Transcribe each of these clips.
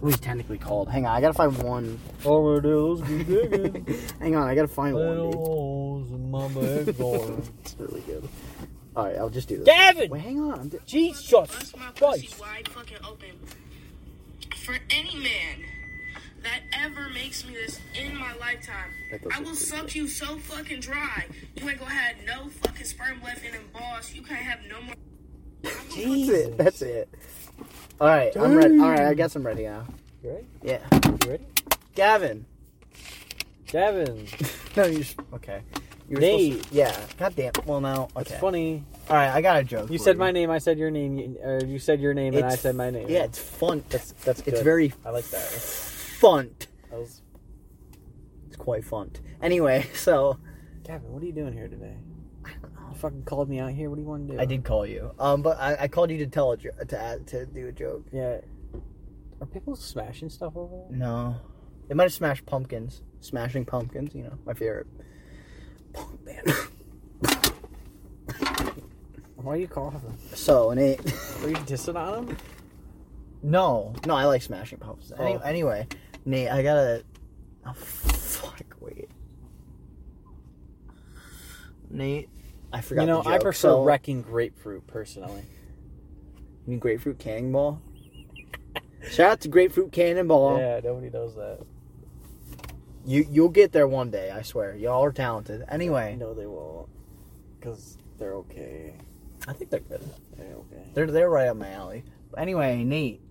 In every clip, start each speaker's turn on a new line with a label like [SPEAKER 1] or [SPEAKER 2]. [SPEAKER 1] What is technically called? Hang on, I gotta find one.
[SPEAKER 2] Over those be digging.
[SPEAKER 1] Hang on, I gotta find
[SPEAKER 2] Little
[SPEAKER 1] one.
[SPEAKER 2] holes in my back door.
[SPEAKER 1] Dude. it's really good. All right, I'll just do this.
[SPEAKER 2] Gavin!
[SPEAKER 1] Wait, hang on. I'm di-
[SPEAKER 2] Jesus
[SPEAKER 3] Bust my pussy
[SPEAKER 2] Christ.
[SPEAKER 3] wide fucking open. For any man that ever makes me this in my lifetime,
[SPEAKER 1] That does
[SPEAKER 3] I
[SPEAKER 1] look
[SPEAKER 3] will
[SPEAKER 1] pretty
[SPEAKER 3] suck
[SPEAKER 1] good.
[SPEAKER 3] you so fucking dry. You ain't gonna have no fucking sperm left in them balls. You can't have no more.
[SPEAKER 1] That's it. That's it. All right, I'm ready. All right, I guess I'm ready now.
[SPEAKER 2] You ready?
[SPEAKER 1] Yeah,
[SPEAKER 2] You ready?
[SPEAKER 1] Gavin.
[SPEAKER 2] Gavin,
[SPEAKER 1] No, you. Sh- okay. You were
[SPEAKER 2] Nate.
[SPEAKER 1] supposed to- yeah. God damn. Well, now.
[SPEAKER 2] it's
[SPEAKER 1] Okay.
[SPEAKER 2] funny.
[SPEAKER 1] All right, I got a joke.
[SPEAKER 2] You
[SPEAKER 1] for
[SPEAKER 2] said my name, I said your name, you- or you said your name, and I
[SPEAKER 1] It's-
[SPEAKER 2] said my name.
[SPEAKER 1] Yeah, it's fun.
[SPEAKER 2] that's that's good.
[SPEAKER 1] It's very
[SPEAKER 2] I like that.
[SPEAKER 1] fun.
[SPEAKER 2] That was
[SPEAKER 1] It's quite fun. Anyway, so
[SPEAKER 2] Gavin. What are you doing here today?
[SPEAKER 1] I don't know.
[SPEAKER 2] You fucking called me out here. What do you want to do?
[SPEAKER 1] I did call you, um, but I, I called you to tell a jo- to add, to do a joke.
[SPEAKER 2] Yeah. Are people smashing stuff over there?
[SPEAKER 1] No, they might have smashed pumpkins. Smashing pumpkins, you know, my favorite punk band.
[SPEAKER 2] Why are you calling them?
[SPEAKER 1] so, and it.
[SPEAKER 2] Are you dissing on them?
[SPEAKER 1] No, no, I like Smashing Pumpkins. Any-
[SPEAKER 2] Oh.
[SPEAKER 1] Anyway, Nate, I gotta. Oh, fuck, wait. Nate, I forgot.
[SPEAKER 2] You know,
[SPEAKER 1] the
[SPEAKER 2] I
[SPEAKER 1] joke,
[SPEAKER 2] prefer
[SPEAKER 1] so-
[SPEAKER 2] wrecking grapefruit personally.
[SPEAKER 1] You mean grapefruit cannonball. Shout out to grapefruit cannonball.
[SPEAKER 2] Yeah, nobody does that.
[SPEAKER 1] You you'll get there one day, I swear. Y'all are talented.
[SPEAKER 2] I
[SPEAKER 1] Anyway,
[SPEAKER 2] know they won't, because they're okay.
[SPEAKER 1] I think they're good.
[SPEAKER 2] They're okay.
[SPEAKER 1] They're they're right up my alley. But anyway, Nate,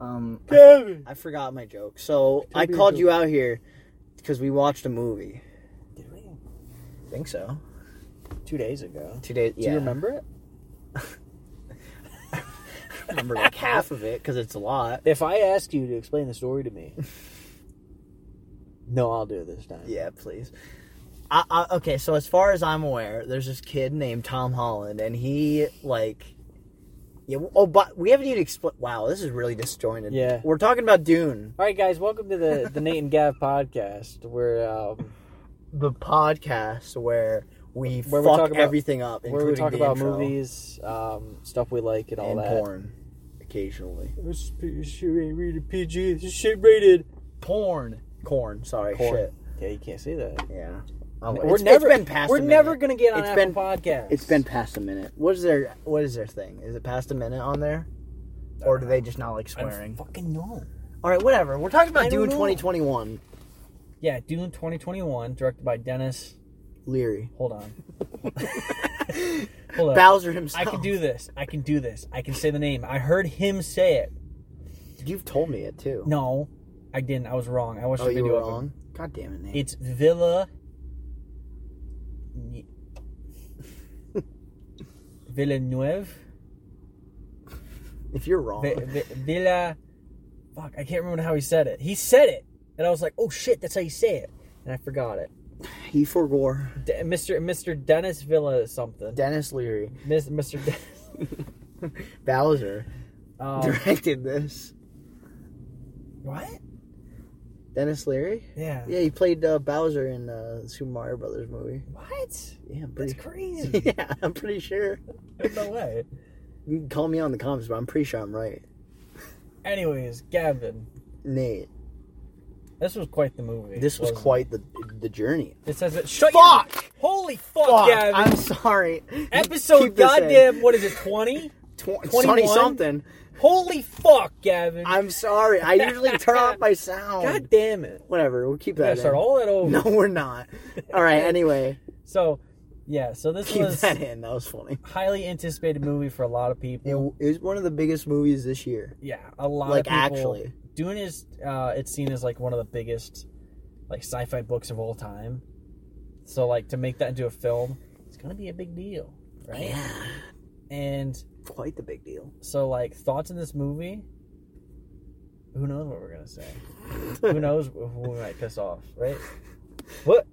[SPEAKER 1] um, I,
[SPEAKER 2] Gavin.
[SPEAKER 1] I forgot my joke. So
[SPEAKER 2] Tell
[SPEAKER 1] I
[SPEAKER 2] me your
[SPEAKER 1] called
[SPEAKER 2] joke.
[SPEAKER 1] you out here because we watched a movie.
[SPEAKER 2] Did we?
[SPEAKER 1] I think so.
[SPEAKER 2] Two days ago.
[SPEAKER 1] Two days. Yeah.
[SPEAKER 2] Do you remember it?
[SPEAKER 1] I remember like half of it because it's a lot.
[SPEAKER 2] If I ask you to explain the story to me, no, I'll do it this time.
[SPEAKER 1] Yeah, please. I, I, okay, so as far as I'm aware, there's this kid named Tom Holland, and he like, yeah. Oh, but we haven't even explained. Wow, this is really disjointed.
[SPEAKER 2] Yeah.
[SPEAKER 1] we're talking about Dune,
[SPEAKER 2] All right, guys, welcome to the the Nate and Gav podcast, where um,
[SPEAKER 1] the podcast where we
[SPEAKER 2] Where we
[SPEAKER 1] fuck
[SPEAKER 2] talk about-
[SPEAKER 1] everything up,
[SPEAKER 2] where we
[SPEAKER 1] including
[SPEAKER 2] talk
[SPEAKER 1] the
[SPEAKER 2] about
[SPEAKER 1] intro
[SPEAKER 2] movies, um, stuff we like, and all
[SPEAKER 1] and
[SPEAKER 2] that.
[SPEAKER 1] porn occasionally.
[SPEAKER 2] This shit ain't rated PG. This shit rated.
[SPEAKER 1] Porn, corn. Sorry,
[SPEAKER 2] Corn.
[SPEAKER 1] shit.
[SPEAKER 2] Yeah, you can't say that.
[SPEAKER 1] Yeah, Oh,
[SPEAKER 2] We're
[SPEAKER 1] it's-
[SPEAKER 2] never.
[SPEAKER 1] It's been past.
[SPEAKER 2] we're
[SPEAKER 1] a
[SPEAKER 2] never
[SPEAKER 1] minute.
[SPEAKER 2] gonna get on
[SPEAKER 1] It's
[SPEAKER 2] Apple
[SPEAKER 1] been-
[SPEAKER 2] Podcast.
[SPEAKER 1] It's been past a minute. What is their What is their thing? Is it past a minute on there, or do they just not like
[SPEAKER 2] I don't
[SPEAKER 1] swearing?
[SPEAKER 2] Fucking no.
[SPEAKER 1] All right, whatever. We're talking about
[SPEAKER 2] I don't
[SPEAKER 1] Dune
[SPEAKER 2] know.
[SPEAKER 1] 2021.
[SPEAKER 2] Yeah, Dune 2021, directed by Dennis.
[SPEAKER 1] Leary,
[SPEAKER 2] Hold on. Hold on.
[SPEAKER 1] Bowser himself.
[SPEAKER 2] I can do this. I can do this. I can say the name. I heard him say it.
[SPEAKER 1] You've told me it too.
[SPEAKER 2] No, I didn't. I was wrong. I watched
[SPEAKER 1] oh,
[SPEAKER 2] the
[SPEAKER 1] you
[SPEAKER 2] video
[SPEAKER 1] were
[SPEAKER 2] of him.
[SPEAKER 1] wrong. God damn it, Nate.
[SPEAKER 2] It's Villa. Villeneuve?
[SPEAKER 1] if you're wrong,
[SPEAKER 2] Vi- Vi- Villa. Fuck, I can't remember how he said it. He said it, and I was like, "Oh shit, that's how you say it," and I forgot it.
[SPEAKER 1] he forgore
[SPEAKER 2] De- Mr. Mr. Dennis Villa something.
[SPEAKER 1] Dennis Leary,
[SPEAKER 2] Mis- Mr. De-
[SPEAKER 1] Bowser
[SPEAKER 2] um,
[SPEAKER 1] directed this.
[SPEAKER 2] what?
[SPEAKER 1] Dennis Leary.
[SPEAKER 2] Yeah.
[SPEAKER 1] Yeah, he played uh, Bowser in uh, Super Mario Brothers movie.
[SPEAKER 2] What?
[SPEAKER 1] Yeah, I'm
[SPEAKER 2] That's
[SPEAKER 1] pretty.
[SPEAKER 2] crazy.
[SPEAKER 1] yeah, I'm pretty sure.
[SPEAKER 2] no way.
[SPEAKER 1] You can call me on the comments, but I'm pretty sure I'm right.
[SPEAKER 2] Anyways, Gavin,
[SPEAKER 1] Nate,
[SPEAKER 2] this was quite the movie.
[SPEAKER 1] this was
[SPEAKER 2] wasn't
[SPEAKER 1] quite the the journey.
[SPEAKER 2] It It says it. Shut Your,
[SPEAKER 1] Fuck!
[SPEAKER 2] holy fuck,
[SPEAKER 1] Fuck,
[SPEAKER 2] Gavin.
[SPEAKER 1] I'm sorry.
[SPEAKER 2] Episode
[SPEAKER 1] Keep this in.
[SPEAKER 2] goddamn. What is it? Twenty.
[SPEAKER 1] Tw-
[SPEAKER 2] 21?
[SPEAKER 1] 20 something.
[SPEAKER 2] Holy fuck, Gavin.
[SPEAKER 1] I'm sorry. I usually turn off my sound.
[SPEAKER 2] God damn it.
[SPEAKER 1] Whatever. We'll keep
[SPEAKER 2] We
[SPEAKER 1] that. in.
[SPEAKER 2] gotta start all that over.
[SPEAKER 1] no, we're not. All right. Anyway,
[SPEAKER 2] So, yeah. So this
[SPEAKER 1] keep
[SPEAKER 2] was
[SPEAKER 1] that in. That was funny.
[SPEAKER 2] highly anticipated movie for a lot of people.
[SPEAKER 1] It, it was one of the biggest movies this year.
[SPEAKER 2] yeah, a lot
[SPEAKER 1] Like
[SPEAKER 2] of people.
[SPEAKER 1] actually,
[SPEAKER 2] Dune is uh, it's seen as like one of the biggest like sci-fi books of all time. So like to make that into a film, it's gonna be a big deal, right?
[SPEAKER 1] yeah,
[SPEAKER 2] And
[SPEAKER 1] quite the big deal.
[SPEAKER 2] so like thoughts in this movie. Who knows what we're gonna say? who knows who we might piss off, right? What?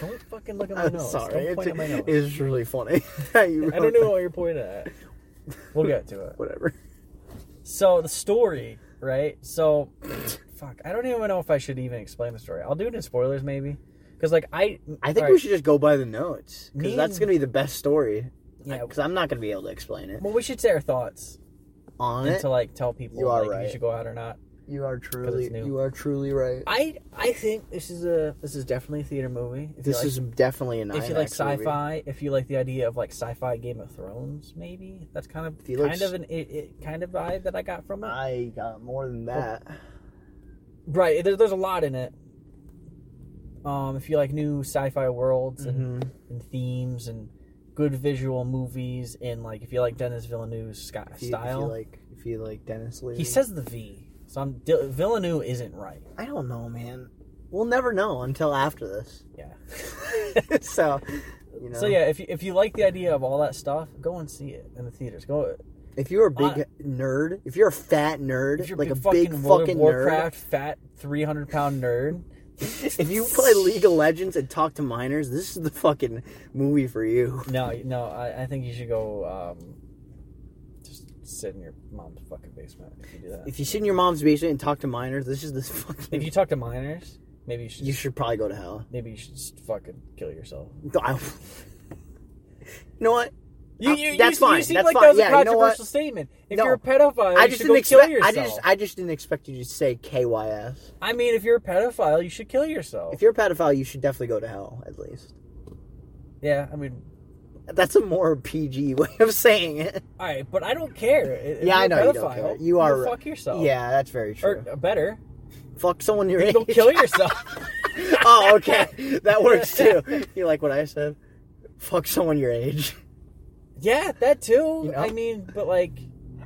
[SPEAKER 2] Don't fucking look at my
[SPEAKER 1] I'm
[SPEAKER 2] nose.
[SPEAKER 1] sorry.
[SPEAKER 2] Don't
[SPEAKER 1] It's,
[SPEAKER 2] point at my nose.
[SPEAKER 1] it's really funny. I
[SPEAKER 2] I don't know what you're pointing at. We'll get to it.
[SPEAKER 1] Whatever.
[SPEAKER 2] So the story, right? So, fuck. I don't even know if I should even explain the story. I'll do it in spoilers, maybe, because like I,
[SPEAKER 1] I think
[SPEAKER 2] all
[SPEAKER 1] we
[SPEAKER 2] right,
[SPEAKER 1] should just go by the notes
[SPEAKER 2] Me
[SPEAKER 1] because that's
[SPEAKER 2] and-
[SPEAKER 1] gonna be the best story.
[SPEAKER 2] Yeah.
[SPEAKER 1] because I'm not gonna be able to explain it
[SPEAKER 2] Well, we should say our thoughts
[SPEAKER 1] on
[SPEAKER 2] and
[SPEAKER 1] it.
[SPEAKER 2] to like tell people
[SPEAKER 1] You are
[SPEAKER 2] like, if you
[SPEAKER 1] right.
[SPEAKER 2] should go out or not.
[SPEAKER 1] You are truly,
[SPEAKER 2] new.
[SPEAKER 1] you are truly right.
[SPEAKER 2] I I think this is a this is definitely a theater movie. If you
[SPEAKER 1] this
[SPEAKER 2] like-
[SPEAKER 1] is definitely an.
[SPEAKER 2] if you like
[SPEAKER 1] IMAX movie.
[SPEAKER 2] sci-fi, if you like the idea of like sci-fi Game of Thrones, maybe that's kind of
[SPEAKER 1] If you
[SPEAKER 2] kind
[SPEAKER 1] like s-
[SPEAKER 2] of an it, it kind of vibe that I got from it.
[SPEAKER 1] I got more than that.
[SPEAKER 2] right, there, there's a lot in it. Um, if you like new sci-fi worlds and,
[SPEAKER 1] Mhm.
[SPEAKER 2] and themes and good visual movies, and like if you like Dennis Villeneuve's sky,
[SPEAKER 1] If you- If
[SPEAKER 2] style,
[SPEAKER 1] you like, if you like Dennis Leary.
[SPEAKER 2] he says the V, so I'm Di- Villeneuve isn't right.
[SPEAKER 1] I don't know, man. We'll never know until after this.
[SPEAKER 2] Yeah.
[SPEAKER 1] so, you know.
[SPEAKER 2] So yeah, if you, if you like the idea of all that stuff, go and see it in the theaters. Go
[SPEAKER 1] If you're a big
[SPEAKER 2] Uh,
[SPEAKER 1] nerd, if you're a fat nerd,
[SPEAKER 2] if you're
[SPEAKER 1] like
[SPEAKER 2] a
[SPEAKER 1] a
[SPEAKER 2] big fucking
[SPEAKER 1] big
[SPEAKER 2] World
[SPEAKER 1] fucking
[SPEAKER 2] of Warcraft fat three hundred pound nerd.
[SPEAKER 1] nerd, if you play League of Legends and talk to minors, this is the fucking movie for you.
[SPEAKER 2] No, no, I, I think you should go. Um, just sit in your mom's fucking basement if you do that.
[SPEAKER 1] If you sit in your mom's basement and talk to minors, this is this fucking.
[SPEAKER 2] If you talk to minors, maybe you should.
[SPEAKER 1] you should probably go to hell.
[SPEAKER 2] Maybe you should just fucking kill yourself.
[SPEAKER 1] I- you know what?
[SPEAKER 2] You,
[SPEAKER 1] Uh,
[SPEAKER 2] you,
[SPEAKER 1] that's
[SPEAKER 2] you,
[SPEAKER 1] fine,
[SPEAKER 2] You seem
[SPEAKER 1] that's
[SPEAKER 2] like
[SPEAKER 1] fine.
[SPEAKER 2] that was
[SPEAKER 1] Yeah,
[SPEAKER 2] a
[SPEAKER 1] you know what?
[SPEAKER 2] controversial statement. If
[SPEAKER 1] No.
[SPEAKER 2] you're a pedophile,
[SPEAKER 1] I
[SPEAKER 2] you
[SPEAKER 1] just
[SPEAKER 2] should go
[SPEAKER 1] didn't
[SPEAKER 2] kill
[SPEAKER 1] expect.
[SPEAKER 2] yourself.
[SPEAKER 1] I just I just didn't expect you to say KYS.
[SPEAKER 2] I mean, if you're a pedophile, you should kill yourself.
[SPEAKER 1] If you're a pedophile, you should definitely go to hell at least.
[SPEAKER 2] yeah, I mean,
[SPEAKER 1] That's a more PG way of saying it.
[SPEAKER 2] all right, but I don't care. If
[SPEAKER 1] yeah,
[SPEAKER 2] you're
[SPEAKER 1] I
[SPEAKER 2] a
[SPEAKER 1] know you don't
[SPEAKER 2] pedophile,
[SPEAKER 1] care. You are
[SPEAKER 2] fuck yourself.
[SPEAKER 1] Yeah, that's very true.
[SPEAKER 2] or uh, better,
[SPEAKER 1] fuck someone your age.
[SPEAKER 2] go kill yourself.
[SPEAKER 1] oh, okay. That works too. You like what I said? Fuck someone your age.
[SPEAKER 2] yeah, that too.
[SPEAKER 1] You know?
[SPEAKER 2] I mean, but like.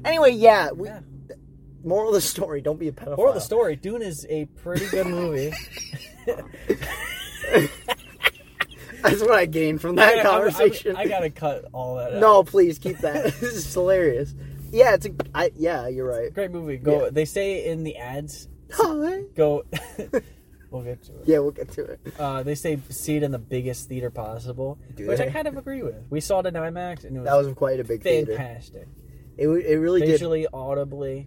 [SPEAKER 1] Anyway, yeah. We,
[SPEAKER 2] Yeah.
[SPEAKER 1] Moral of the story: Don't be a pedophile.
[SPEAKER 2] Moral of the story: Dune is a pretty good movie.
[SPEAKER 1] That's what I gained from
[SPEAKER 2] I
[SPEAKER 1] that
[SPEAKER 2] gotta- I'm- I'm-
[SPEAKER 1] conversation.
[SPEAKER 2] I gotta cut all that. out.
[SPEAKER 1] no, please keep that. this is hilarious. Yeah, it's a. I, yeah, you're right.
[SPEAKER 2] great movie. Go.
[SPEAKER 1] Yeah.
[SPEAKER 2] They say in the ads,
[SPEAKER 1] Hi.
[SPEAKER 2] go. we'll get to it.
[SPEAKER 1] Yeah, we'll get to it.
[SPEAKER 2] Uh, they say see it in the biggest theater possible,
[SPEAKER 1] Do
[SPEAKER 2] which I
[SPEAKER 1] they?
[SPEAKER 2] kind of agree with. We saw it in IMAX, and it was,
[SPEAKER 1] That was quite a big theater.
[SPEAKER 2] fantastic.
[SPEAKER 1] It, wa- it really did.
[SPEAKER 2] Visually, audibly,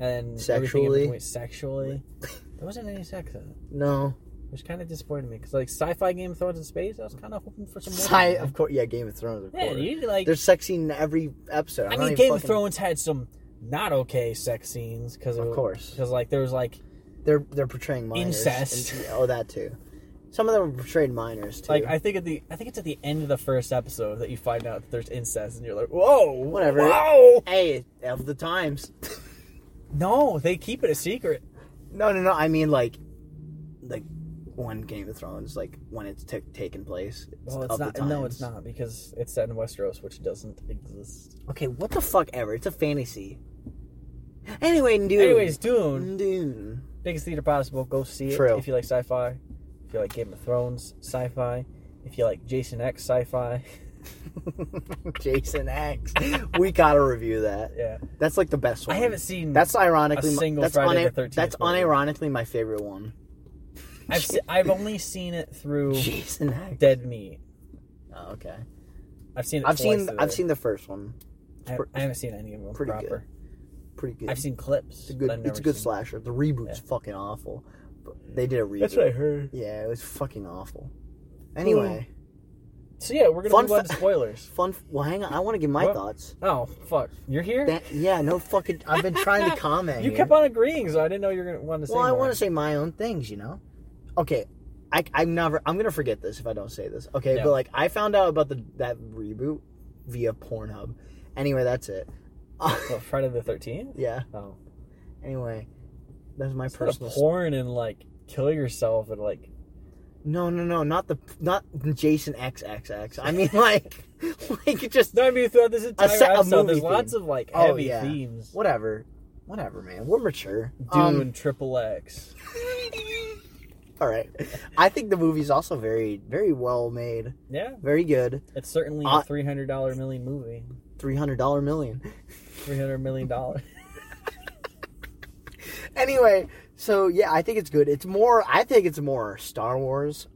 [SPEAKER 2] and
[SPEAKER 1] Sexually.
[SPEAKER 2] everything in between. sexually. There wasn't any sex in it,
[SPEAKER 1] No,
[SPEAKER 2] which kind of disappointed me because like sci-fi Game of Thrones in space, I was kind of hoping for some more.
[SPEAKER 1] Sci- of course. Yeah, Game of Thrones. Of
[SPEAKER 2] yeah,
[SPEAKER 1] course.
[SPEAKER 2] you like
[SPEAKER 1] There's sex scene in every episode. I'm
[SPEAKER 2] I
[SPEAKER 1] not
[SPEAKER 2] mean,
[SPEAKER 1] even
[SPEAKER 2] Game of
[SPEAKER 1] fucking-
[SPEAKER 2] Thrones had some not okay sex scenes because
[SPEAKER 1] Of course.
[SPEAKER 2] because like there was like
[SPEAKER 1] They're they're portraying minors.
[SPEAKER 2] Incest.
[SPEAKER 1] And- oh, that too. Some of them were portrayed minors too.
[SPEAKER 2] like I think at the I think it's at the end of the first episode that you find out that there's incest and you're like whoa
[SPEAKER 1] Whatever.
[SPEAKER 2] wow
[SPEAKER 1] hey, of the times.
[SPEAKER 2] no they keep it a secret
[SPEAKER 1] No, no, no. I mean like, like when Game of Thrones, like when it's t- taken place.
[SPEAKER 2] well it's
[SPEAKER 1] of
[SPEAKER 2] not
[SPEAKER 1] the
[SPEAKER 2] no
[SPEAKER 1] times.
[SPEAKER 2] it's not because it's set in Westeros which doesn't exist
[SPEAKER 1] Okay, what the fuck ever. It's a fantasy. Anyway, Dune.
[SPEAKER 2] anyways Dune
[SPEAKER 1] Dune.
[SPEAKER 2] biggest theater possible go see it
[SPEAKER 1] True.
[SPEAKER 2] if you like sci-fi if you like Game of Thrones sci-fi if you like Jason X sci-fi
[SPEAKER 1] Jason X. we gotta review that.
[SPEAKER 2] yeah
[SPEAKER 1] That's like the best
[SPEAKER 2] I
[SPEAKER 1] one.
[SPEAKER 2] haven't seen
[SPEAKER 1] That's ironically
[SPEAKER 2] a
[SPEAKER 1] my-
[SPEAKER 2] single
[SPEAKER 1] that's
[SPEAKER 2] Friday
[SPEAKER 1] una-
[SPEAKER 2] the 13th
[SPEAKER 1] That's
[SPEAKER 2] movie.
[SPEAKER 1] unironically my favorite one.
[SPEAKER 2] I've se- I've only seen it through
[SPEAKER 1] Jason X.
[SPEAKER 2] Dead Meat
[SPEAKER 1] Oh, okay.
[SPEAKER 2] I've seen. It
[SPEAKER 1] I've
[SPEAKER 2] twice
[SPEAKER 1] seen
[SPEAKER 2] today.
[SPEAKER 1] I've seen the first one.
[SPEAKER 2] I,
[SPEAKER 1] pr-
[SPEAKER 2] I haven't seen any of them
[SPEAKER 1] pretty good.
[SPEAKER 2] proper.
[SPEAKER 1] Pretty good.
[SPEAKER 2] I've seen clips.
[SPEAKER 1] It's a
[SPEAKER 2] but I've
[SPEAKER 1] good. It's
[SPEAKER 2] never
[SPEAKER 1] a good
[SPEAKER 2] seen-
[SPEAKER 1] slasher. The reboot's fucking awful. But they did a reboot.
[SPEAKER 2] heard.
[SPEAKER 1] Yeah, it was fucking awful. Anyway,
[SPEAKER 2] So yeah, we're gonna
[SPEAKER 1] Fun
[SPEAKER 2] move on
[SPEAKER 1] fa-
[SPEAKER 2] to spoilers.
[SPEAKER 1] fun. Well, hang on. I want to give my
[SPEAKER 2] What?
[SPEAKER 1] thoughts.
[SPEAKER 2] Oh fuck, you're here.
[SPEAKER 1] That, yeah, no fucking. I've been trying to comment.
[SPEAKER 2] you
[SPEAKER 1] here.
[SPEAKER 2] kept on agreeing, so I didn't know you were gonna want to say.
[SPEAKER 1] Well, I
[SPEAKER 2] more.
[SPEAKER 1] want to say my own things, you know. Okay, I I'm never I'm gonna forget this if I don't say this. Okay,
[SPEAKER 2] Yeah.
[SPEAKER 1] but like I found out about the that reboot via Pornhub. Anyway, that's it.
[SPEAKER 2] What, Friday the Thirteenth.
[SPEAKER 1] yeah.
[SPEAKER 2] Oh,
[SPEAKER 1] Anyway, that's my
[SPEAKER 2] Instead of
[SPEAKER 1] personal. s-
[SPEAKER 2] porn and like kill yourself and like
[SPEAKER 1] No, no, no, not the not the Jason XXX. I mean, like, like just
[SPEAKER 2] no. I mean, throughout this entire
[SPEAKER 1] set- a
[SPEAKER 2] episode,
[SPEAKER 1] movie
[SPEAKER 2] there's lots
[SPEAKER 1] theme.
[SPEAKER 2] of like
[SPEAKER 1] Oh,
[SPEAKER 2] heavy
[SPEAKER 1] yeah.
[SPEAKER 2] themes.
[SPEAKER 1] whatever, whatever, man. We're mature.
[SPEAKER 2] Dune,
[SPEAKER 1] Um,
[SPEAKER 2] Triple X.
[SPEAKER 1] all right. I think the movie's also very, very well made.
[SPEAKER 2] Yeah,
[SPEAKER 1] Very good.
[SPEAKER 2] it's certainly
[SPEAKER 1] Uh,
[SPEAKER 2] a three hundred dollar million movie.
[SPEAKER 1] Three hundred dollar million.
[SPEAKER 2] Three hundred million dollars.
[SPEAKER 1] anyway, so yeah, I think it's good. It's more. I think it's more Star Wars.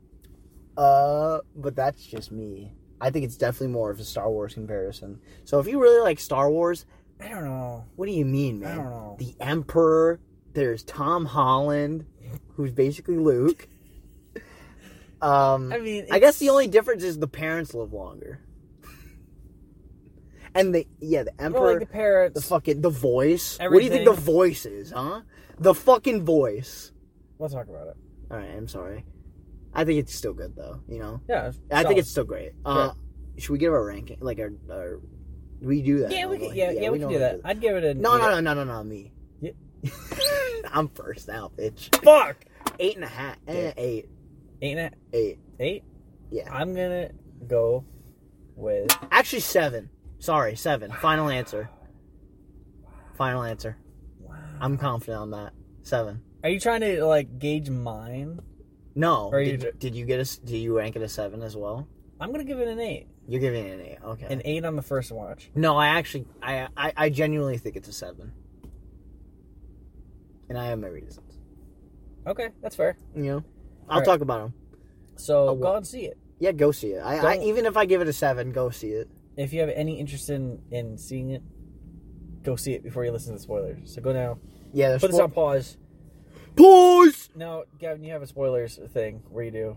[SPEAKER 1] Uh, but that's just me. I think it's definitely more of a Star Wars comparison. So if you really like Star Wars,
[SPEAKER 2] I don't know.
[SPEAKER 1] what do you mean, man?
[SPEAKER 2] I don't know.
[SPEAKER 1] The Emperor. There's Tom Holland, who's basically Luke. Um,
[SPEAKER 2] I mean,
[SPEAKER 1] I guess
[SPEAKER 2] it's-
[SPEAKER 1] the only difference is the parents live longer. and the yeah the
[SPEAKER 2] You know,
[SPEAKER 1] emperor
[SPEAKER 2] like the parrots.
[SPEAKER 1] the fucking the voice what do you think
[SPEAKER 2] Everything.
[SPEAKER 1] the voice is huh the fucking voice
[SPEAKER 2] we'll talk about it.
[SPEAKER 1] all right i'm sorry i think it's still good though you know
[SPEAKER 2] Yeah, it's
[SPEAKER 1] i think
[SPEAKER 2] solid.
[SPEAKER 1] it's still great uh should we give our ranking like our, our we do that
[SPEAKER 2] yeah, we
[SPEAKER 1] normally.
[SPEAKER 2] can, yeah, yeah, we can
[SPEAKER 1] normally
[SPEAKER 2] do that. I'd give it a
[SPEAKER 1] no no no no no no me
[SPEAKER 2] Yeah.
[SPEAKER 1] i'm first now bitch
[SPEAKER 2] Fuck.
[SPEAKER 1] eight and a half eh, eight
[SPEAKER 2] Eight and
[SPEAKER 1] eight
[SPEAKER 2] a, eight.
[SPEAKER 1] yeah
[SPEAKER 2] I'm gonna go with
[SPEAKER 1] actually seven sorry seven final answer final answer
[SPEAKER 2] wow.
[SPEAKER 1] i'm confident on that seven
[SPEAKER 2] Are you trying to like gauge mine?
[SPEAKER 1] No.
[SPEAKER 2] Or you
[SPEAKER 1] did,
[SPEAKER 2] ju-
[SPEAKER 1] did you get a? s- Did you rank it a seven as well?
[SPEAKER 2] I'm gonna give it an eight.
[SPEAKER 1] You're giving it an eight. Okay.
[SPEAKER 2] An eight on the first watch.
[SPEAKER 1] No, I actually, I, I, I genuinely think it's a seven. And I have my reasons.
[SPEAKER 2] Okay, that's fair.
[SPEAKER 1] You know, I'll
[SPEAKER 2] Alright.
[SPEAKER 1] talk about them.
[SPEAKER 2] So
[SPEAKER 1] Oh,
[SPEAKER 2] go
[SPEAKER 1] well.
[SPEAKER 2] and see it.
[SPEAKER 1] Yeah, go see it. I, I,
[SPEAKER 2] Don't-
[SPEAKER 1] even if I give it a seven, go see it.
[SPEAKER 2] If you have any interest in in seeing it, go see it before you listen to the spoilers. So go now.
[SPEAKER 1] Yeah. there's
[SPEAKER 2] Put this
[SPEAKER 1] four-
[SPEAKER 2] on pause.
[SPEAKER 1] Pause.
[SPEAKER 2] No, Gavin, you have a spoilers thing where you do.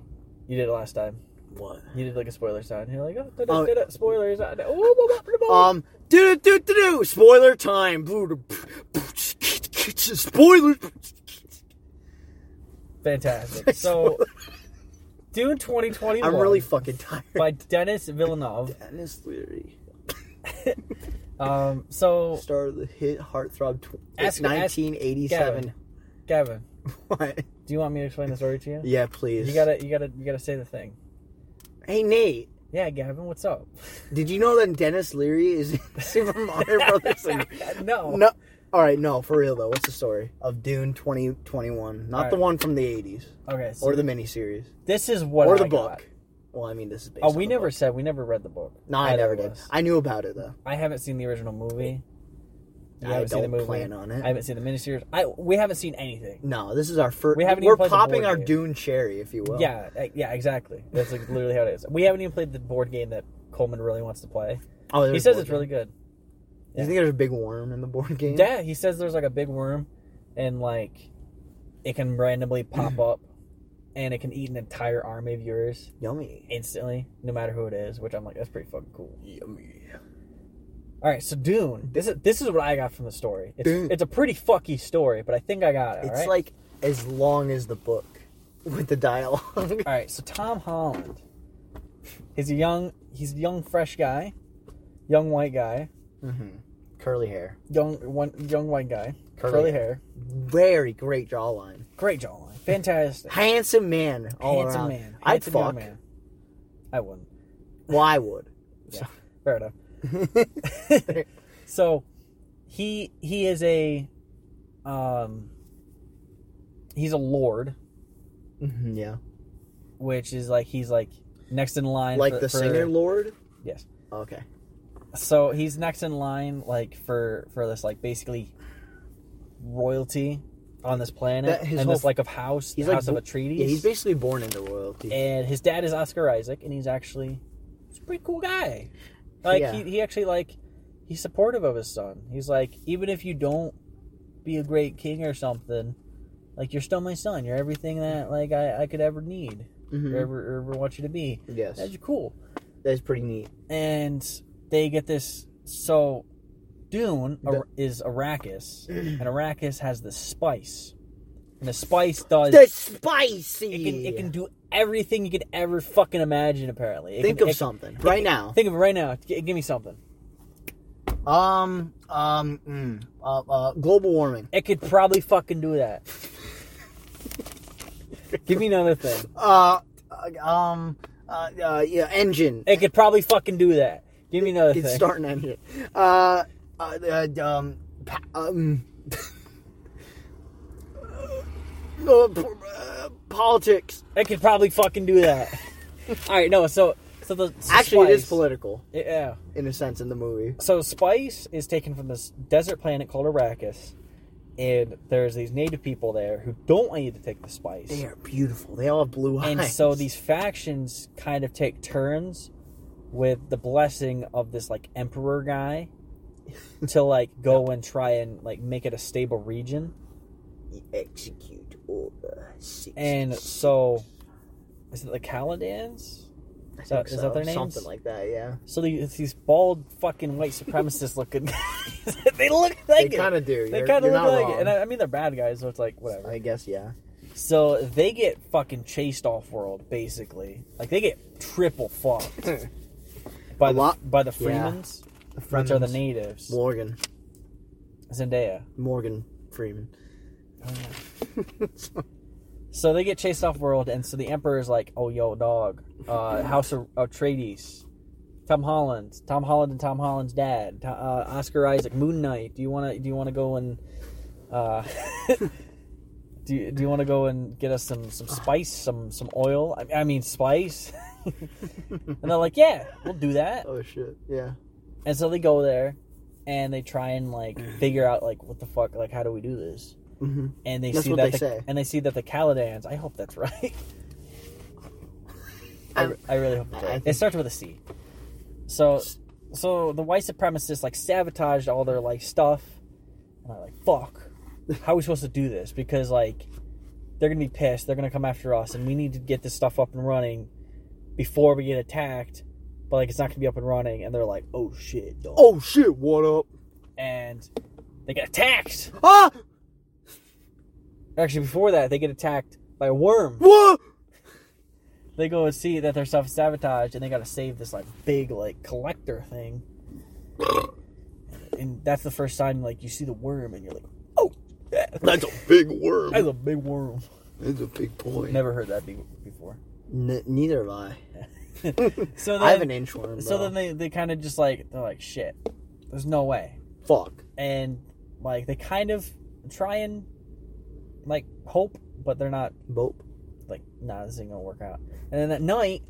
[SPEAKER 2] You did it last time.
[SPEAKER 1] What?
[SPEAKER 2] You did like a spoiler sign. You're like, oh,
[SPEAKER 1] Oh.
[SPEAKER 2] da-da, da-da, spoilers. ah, da- oh, blah, blah, blah, blah.
[SPEAKER 1] Um. Do do do do. Spoiler time. Spoiler. Oh.
[SPEAKER 2] Fantastic. So, Dune 2021
[SPEAKER 1] I'm really fucking tired.
[SPEAKER 2] by Dennis Villeneuve.
[SPEAKER 1] Dennis Leary.
[SPEAKER 2] Um, so,
[SPEAKER 1] Star of the hit Heartthrob tw-
[SPEAKER 2] Ask- ask
[SPEAKER 1] 1987.
[SPEAKER 2] Gavin,
[SPEAKER 1] What?
[SPEAKER 2] do you want me to explain the story to you?
[SPEAKER 1] Yeah, please.
[SPEAKER 2] You gotta, you gotta, you gotta say the thing.
[SPEAKER 1] Hey Nate,
[SPEAKER 2] Yeah, Gavin, what's up?
[SPEAKER 1] did you know that Dennis Leary is in Super Mario Brothers? And...
[SPEAKER 2] no.
[SPEAKER 1] No. All right, no, for real though. What's the story of Dune 2021? Not
[SPEAKER 2] All
[SPEAKER 1] the
[SPEAKER 2] right.
[SPEAKER 1] one from the 80s
[SPEAKER 2] Okay. So
[SPEAKER 1] or the miniseries
[SPEAKER 2] this is what
[SPEAKER 1] or
[SPEAKER 2] I
[SPEAKER 1] the
[SPEAKER 2] got.
[SPEAKER 1] book. Well, I mean, this is based.
[SPEAKER 2] Oh,
[SPEAKER 1] on
[SPEAKER 2] we
[SPEAKER 1] the
[SPEAKER 2] never
[SPEAKER 1] book.
[SPEAKER 2] said we never read the book.
[SPEAKER 1] No, I
[SPEAKER 2] Either
[SPEAKER 1] never
[SPEAKER 2] of
[SPEAKER 1] did.
[SPEAKER 2] us.
[SPEAKER 1] I knew about it though.
[SPEAKER 2] I haven't seen the original movie. You
[SPEAKER 1] I
[SPEAKER 2] haven't seen the
[SPEAKER 1] don't
[SPEAKER 2] movie.
[SPEAKER 1] plan on it.
[SPEAKER 2] I haven't seen the miniseries. I we haven't seen anything.
[SPEAKER 1] No, this is our first.
[SPEAKER 2] We haven't even
[SPEAKER 1] We're
[SPEAKER 2] played the
[SPEAKER 1] popping
[SPEAKER 2] board
[SPEAKER 1] our
[SPEAKER 2] game.
[SPEAKER 1] Dune cherry, if you will.
[SPEAKER 2] Yeah, eh, yeah, exactly. That's like literally how it is. We haven't even played the board game that Coleman really wants to play.
[SPEAKER 1] Oh,
[SPEAKER 2] He
[SPEAKER 1] there's
[SPEAKER 2] says
[SPEAKER 1] board
[SPEAKER 2] it's really
[SPEAKER 1] game.
[SPEAKER 2] good.
[SPEAKER 1] You think there's a big worm in the board game?
[SPEAKER 2] Yeah, he says there's like a big worm, and like it can randomly pop up, and it can eat an entire army of yours
[SPEAKER 1] Yummy.
[SPEAKER 2] instantly, no matter who it is. Which I'm like, that's pretty fucking cool.
[SPEAKER 1] Yummy.
[SPEAKER 2] All right, so Dune. This is this is what I got from the story. It's
[SPEAKER 1] Dune.
[SPEAKER 2] it's a pretty fucky story, but I think I got it. all
[SPEAKER 1] It's
[SPEAKER 2] right?
[SPEAKER 1] like as long as the book with the dialogue.
[SPEAKER 2] All right, so Tom Holland is a young, he's a young, fresh guy, young white guy,
[SPEAKER 1] Curly hair.
[SPEAKER 2] young one, young white guy,
[SPEAKER 1] Curly
[SPEAKER 2] curly,
[SPEAKER 1] hair.
[SPEAKER 2] hair.
[SPEAKER 1] Very great jawline.
[SPEAKER 2] great jawline, fantastic,
[SPEAKER 1] Handsome man all
[SPEAKER 2] handsome
[SPEAKER 1] around.
[SPEAKER 2] man,
[SPEAKER 1] I'd
[SPEAKER 2] handsome young
[SPEAKER 1] fuck.
[SPEAKER 2] man. I wouldn't.
[SPEAKER 1] Well, I would.
[SPEAKER 2] Fair enough. so he he is a um he's a lord, Mm-hmm.
[SPEAKER 1] Mhm, yeah.
[SPEAKER 2] which is like he's like next in line,
[SPEAKER 1] Like
[SPEAKER 2] for-
[SPEAKER 1] the
[SPEAKER 2] for-
[SPEAKER 1] singer Lord?
[SPEAKER 2] Yes.
[SPEAKER 1] Okay.
[SPEAKER 2] so he's next in line like for for this like basically royalty on this planet
[SPEAKER 1] That- his
[SPEAKER 2] and this
[SPEAKER 1] whole-
[SPEAKER 2] like of house
[SPEAKER 1] he's
[SPEAKER 2] the
[SPEAKER 1] like
[SPEAKER 2] house of
[SPEAKER 1] bo-
[SPEAKER 2] Atreides
[SPEAKER 1] Yeah, he's basically born into royalty.
[SPEAKER 2] and his dad is Oscar Isaac and he's actually he's a pretty cool guy like
[SPEAKER 1] Yeah.
[SPEAKER 2] he, he actually like he's supportive of his son he's like even if you don't be a great king or something like you're still my son you're everything that like I, I could ever need or
[SPEAKER 1] Mhm.
[SPEAKER 2] ever, ever want you to be
[SPEAKER 1] Yes.
[SPEAKER 2] that's cool
[SPEAKER 1] That's pretty neat.
[SPEAKER 2] and they get this. So, Dune ar- is Arrakis, and Arrakis has the spice, and the spice does
[SPEAKER 1] The
[SPEAKER 2] it
[SPEAKER 1] spicy.
[SPEAKER 2] can, it can do everything you could ever fucking imagine. Apparently, It
[SPEAKER 1] Think
[SPEAKER 2] can-
[SPEAKER 1] of
[SPEAKER 2] it-
[SPEAKER 1] something right now.
[SPEAKER 2] Think of it right now. G- give me something.
[SPEAKER 1] um, um, mm, uh, uh, global warming.
[SPEAKER 2] It could probably fucking do that. give me another thing.
[SPEAKER 1] Uh, uh, um, uh, uh, yeah, engine.
[SPEAKER 2] It could probably fucking do that. Give me another
[SPEAKER 1] It's
[SPEAKER 2] thing.
[SPEAKER 1] starting on here. Uh, uh, uh, um, pa- um, uh, p- uh, politics.
[SPEAKER 2] it could probably fucking do that. All right, no. So, so the so
[SPEAKER 1] Actually, it is
[SPEAKER 2] spice-
[SPEAKER 1] political
[SPEAKER 2] Yeah.
[SPEAKER 1] in a sense in the movie.
[SPEAKER 2] so spice is taken from this desert planet called Arrakis, and there's these native people there who don't want you to take the spice.
[SPEAKER 1] They are beautiful. They all have blue eyes.
[SPEAKER 2] And so these factions kind of take turns with the blessing of this like emperor guy to like go and try and like make it a stable region.
[SPEAKER 1] execute order. Six.
[SPEAKER 2] And so is it the Caladans?
[SPEAKER 1] I
[SPEAKER 2] Is that-
[SPEAKER 1] think
[SPEAKER 2] is that their names?
[SPEAKER 1] Something like that, yeah.
[SPEAKER 2] So they, it's these bald fucking white supremacist looking guys. they look like
[SPEAKER 1] they
[SPEAKER 2] it.
[SPEAKER 1] kind of do.
[SPEAKER 2] They
[SPEAKER 1] kind of
[SPEAKER 2] look like it. And I, I mean, they're bad guys, so it's like, whatever.
[SPEAKER 1] I guess, yeah.
[SPEAKER 2] So they get fucking chased off world, basically. Like, they get triple fucked. by,
[SPEAKER 1] A
[SPEAKER 2] the,
[SPEAKER 1] lot-
[SPEAKER 2] by the
[SPEAKER 1] yeah.
[SPEAKER 2] Freemans,
[SPEAKER 1] The
[SPEAKER 2] which are the natives.
[SPEAKER 1] Morgan.
[SPEAKER 2] Zendaya.
[SPEAKER 1] Morgan Freeman.
[SPEAKER 2] So they get chased off world, and so the Emperor is like, "Oh, yo, dog, uh, House of Atreides, Tom Holland, Tom Holland and Tom Holland's dad, To- uh, Oscar Isaac, Moon Knight. Do you want to? Do you want to go and? Uh, do you, do you want to go and get us some some spice, some some oil? I, I mean, spice." and they're like, "Yeah, we'll do that."
[SPEAKER 1] Oh, shit. Yeah.
[SPEAKER 2] And so they go there, and they try and like figure out like what the fuck, like how do we do this?
[SPEAKER 1] Mm-hmm.
[SPEAKER 2] and they
[SPEAKER 1] That's
[SPEAKER 2] see
[SPEAKER 1] what
[SPEAKER 2] that
[SPEAKER 1] they
[SPEAKER 2] the,
[SPEAKER 1] say.
[SPEAKER 2] and they see that the Caladans. I hope that's right. I,
[SPEAKER 1] I'm-
[SPEAKER 2] I really hope that's
[SPEAKER 1] Um, I
[SPEAKER 2] right. It
[SPEAKER 1] think-
[SPEAKER 2] starts with a C. So, so the white supremacists like sabotaged all their like stuff, and I'm like, fuck, how are we supposed to do this? Because like, they're gonna be pissed. They're gonna come after us, and we need to get this stuff up and running before we get attacked. But like, it's not gonna be up and running, and they're like, oh shit, dog.
[SPEAKER 1] Oh, shit. What up?
[SPEAKER 2] and they get attacked.
[SPEAKER 1] Ah!
[SPEAKER 2] Actually, before that, they get attacked by a worm.
[SPEAKER 1] What?
[SPEAKER 2] they go and see that their stuff is sabotaged and they gotta save this like big like collector thing and that's the first time like you see the worm and you're like oh yeah,
[SPEAKER 1] That's a big worm.
[SPEAKER 2] that's a big worm
[SPEAKER 1] That's a big boy.
[SPEAKER 2] never heard that be- before
[SPEAKER 1] N- neither have I.
[SPEAKER 2] so then,
[SPEAKER 1] I have an inchworm.
[SPEAKER 2] so then
[SPEAKER 1] they
[SPEAKER 2] they, they kind of just like they're like shit there's no way
[SPEAKER 1] fuck.
[SPEAKER 2] and like they kind of try and like hope but they're not
[SPEAKER 1] Bope.
[SPEAKER 2] like nah this ain't gonna work out and then at night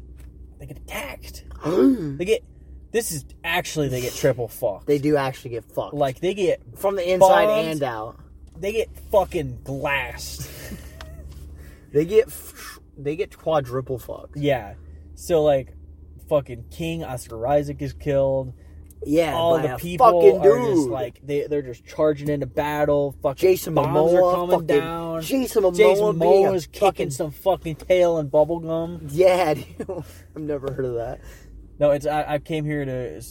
[SPEAKER 2] they get attacked They get this is actually they get triple fucked.
[SPEAKER 1] they do actually get fucked.
[SPEAKER 2] like they get
[SPEAKER 1] from the inside
[SPEAKER 2] bombed.
[SPEAKER 1] and out.
[SPEAKER 2] they get fucking glassed.
[SPEAKER 1] They get f- they get quadruple fucked.
[SPEAKER 2] yeah. So like fucking King Oscar Isaac is killed.
[SPEAKER 1] Yeah,
[SPEAKER 2] All
[SPEAKER 1] by
[SPEAKER 2] the
[SPEAKER 1] a
[SPEAKER 2] people
[SPEAKER 1] fucking dude.
[SPEAKER 2] are just like they they're just charging into battle. Fucking
[SPEAKER 1] Jason
[SPEAKER 2] bombs
[SPEAKER 1] Momoa
[SPEAKER 2] are coming
[SPEAKER 1] fucking-
[SPEAKER 2] down.
[SPEAKER 1] Jason Momoa
[SPEAKER 2] Jason
[SPEAKER 1] being a
[SPEAKER 2] Momoa is kicking
[SPEAKER 1] fucking-
[SPEAKER 2] some fucking tail and bubble gum.
[SPEAKER 1] yeah, dude. I've never heard of that.
[SPEAKER 2] No, it's I, I came here to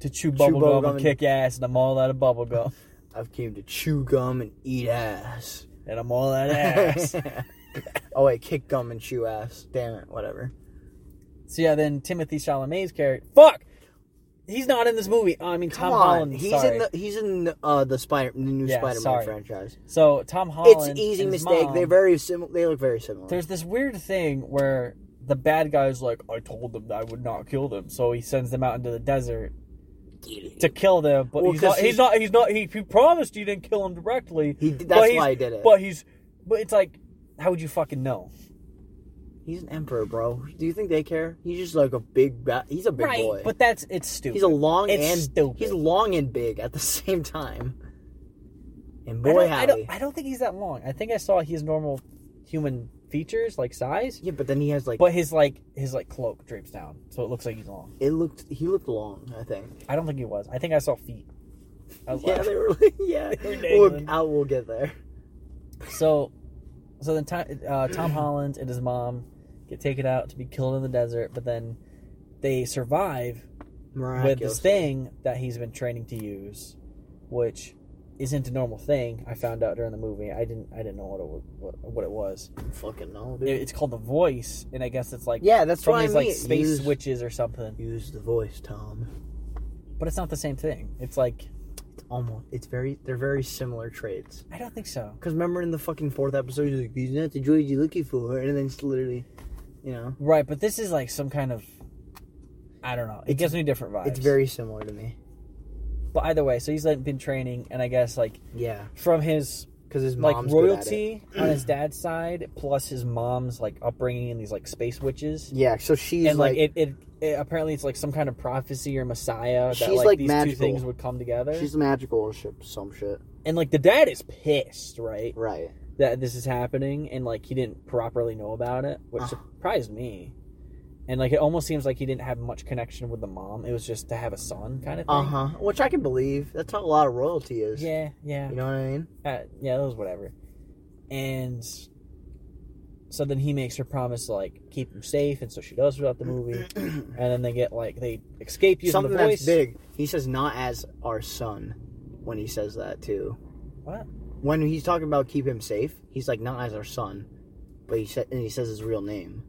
[SPEAKER 2] to chew bubble
[SPEAKER 1] bubble
[SPEAKER 2] gum
[SPEAKER 1] gum
[SPEAKER 2] and
[SPEAKER 1] and-
[SPEAKER 2] kick ass, and I'm all out of bubble gum
[SPEAKER 1] I've came to chew gum and eat ass.
[SPEAKER 2] and I'm all out of ass.
[SPEAKER 1] oh wait, kick gum and chew ass. Damn it, whatever.
[SPEAKER 2] So yeah, then Timothy Chalamet's character. Fuck, he's not in this movie. Oh, I mean
[SPEAKER 1] Come
[SPEAKER 2] Tom
[SPEAKER 1] on,
[SPEAKER 2] Holland.
[SPEAKER 1] he's
[SPEAKER 2] sorry.
[SPEAKER 1] in the he's in uh, the Spider the new
[SPEAKER 2] Yeah,
[SPEAKER 1] Spider-Man
[SPEAKER 2] sorry.
[SPEAKER 1] franchise.
[SPEAKER 2] So Tom Holland.
[SPEAKER 1] it's easy
[SPEAKER 2] and his
[SPEAKER 1] mistake.
[SPEAKER 2] mom-
[SPEAKER 1] They're very similar. They look very similar.
[SPEAKER 2] There's this weird thing where the bad guy's like, I told them that I would not kill them, so he sends them out into the desert to kill them. But
[SPEAKER 1] Well,
[SPEAKER 2] he's,
[SPEAKER 1] 'cause
[SPEAKER 2] not, he's
[SPEAKER 1] he-
[SPEAKER 2] not. He's not. He, he promised he didn't kill him directly.
[SPEAKER 1] He did-
[SPEAKER 2] but
[SPEAKER 1] that's
[SPEAKER 2] he's-
[SPEAKER 1] why he did it.
[SPEAKER 2] But he's. But it's like, how would you fucking know?
[SPEAKER 1] He's an emperor, bro. Do you think they care? He's just like a big. Ba- he's a big
[SPEAKER 2] right.
[SPEAKER 1] boy.
[SPEAKER 2] But that's it's stupid.
[SPEAKER 1] he's a long
[SPEAKER 2] it's
[SPEAKER 1] and
[SPEAKER 2] stupid.
[SPEAKER 1] he's long and big at the same time. And
[SPEAKER 2] I
[SPEAKER 1] boy,
[SPEAKER 2] don't, I
[SPEAKER 1] howdy.
[SPEAKER 2] don't. I don't think he's that long. I think I saw his normal human features, like size,
[SPEAKER 1] Yeah, but then he has like.
[SPEAKER 2] but his like his like cloak drapes down, so it looks like he's long.
[SPEAKER 1] it looked. He looked long. I think.
[SPEAKER 2] I don't think he was. I think I saw feet. I was
[SPEAKER 1] Yeah,
[SPEAKER 2] like-
[SPEAKER 1] they were. Yeah,
[SPEAKER 2] They were
[SPEAKER 1] we'll,
[SPEAKER 2] dangling.
[SPEAKER 1] out, we'll get there.
[SPEAKER 2] so, so then Tom, uh, Tom Holland and his mom get taken out to be killed in the desert, but then they survive with this
[SPEAKER 1] Miraculous.
[SPEAKER 2] thing that he's been training to use, which isn't a normal thing. I found out during the movie. I didn't. I didn't know what it was, what, what it was.
[SPEAKER 1] Fucking no,
[SPEAKER 2] It-
[SPEAKER 1] dude.
[SPEAKER 2] it's called the voice and i guess it's like
[SPEAKER 1] Yeah, that's
[SPEAKER 2] from
[SPEAKER 1] what I
[SPEAKER 2] these like
[SPEAKER 1] mean.
[SPEAKER 2] space
[SPEAKER 1] Use-
[SPEAKER 2] witches or something
[SPEAKER 1] Use the voice, Tom.
[SPEAKER 2] but it's not the same thing it's like
[SPEAKER 1] It's almost. It's very. They're very similar traits.
[SPEAKER 2] i don't think so
[SPEAKER 1] Because remember in the fucking fourth episode, he's like, "These are not the droids you're looking for," and then it's literally, you know,
[SPEAKER 2] right but this is like some kind of i don't know it
[SPEAKER 1] It's-
[SPEAKER 2] gives me different vibes
[SPEAKER 1] it's very similar to me.
[SPEAKER 2] but either way so he's like been training and i guess like
[SPEAKER 1] Yeah,
[SPEAKER 2] from his
[SPEAKER 1] because his
[SPEAKER 2] like
[SPEAKER 1] mom's good at it.
[SPEAKER 2] royalty on his dad's side plus his mom's like upbringing and these like space witches
[SPEAKER 1] Yeah, so she's
[SPEAKER 2] and
[SPEAKER 1] like,
[SPEAKER 2] like, it, it, it apparently it's like some kind of prophecy or messiah
[SPEAKER 1] She's,
[SPEAKER 2] that like,
[SPEAKER 1] like,
[SPEAKER 2] these two
[SPEAKER 1] magical.
[SPEAKER 2] things would come together
[SPEAKER 1] she's magical or ship, some shit.
[SPEAKER 2] and like the dad is pissed right
[SPEAKER 1] Right.
[SPEAKER 2] that this is happening and like he didn't properly know about it, which
[SPEAKER 1] Uh.
[SPEAKER 2] surprised me. And like it almost seems like he didn't have much connection with the mom. It was just to have a son kind of thing.
[SPEAKER 1] Uh huh. Which I can believe. That's how a lot of royalty is.
[SPEAKER 2] Uh, Yeah, yeah,
[SPEAKER 1] You know what I mean?
[SPEAKER 2] uh, yeah. That was whatever. And so then he makes her promise to like keep him safe, and so she does throughout the movie. and then they get like they escape using
[SPEAKER 1] Something
[SPEAKER 2] the voice.
[SPEAKER 1] that's big. He says, "Not as our son," when he says that too.
[SPEAKER 2] What?
[SPEAKER 1] When he's talking about keep him safe, he's like, "Not as our son," but he said, and he says his real name.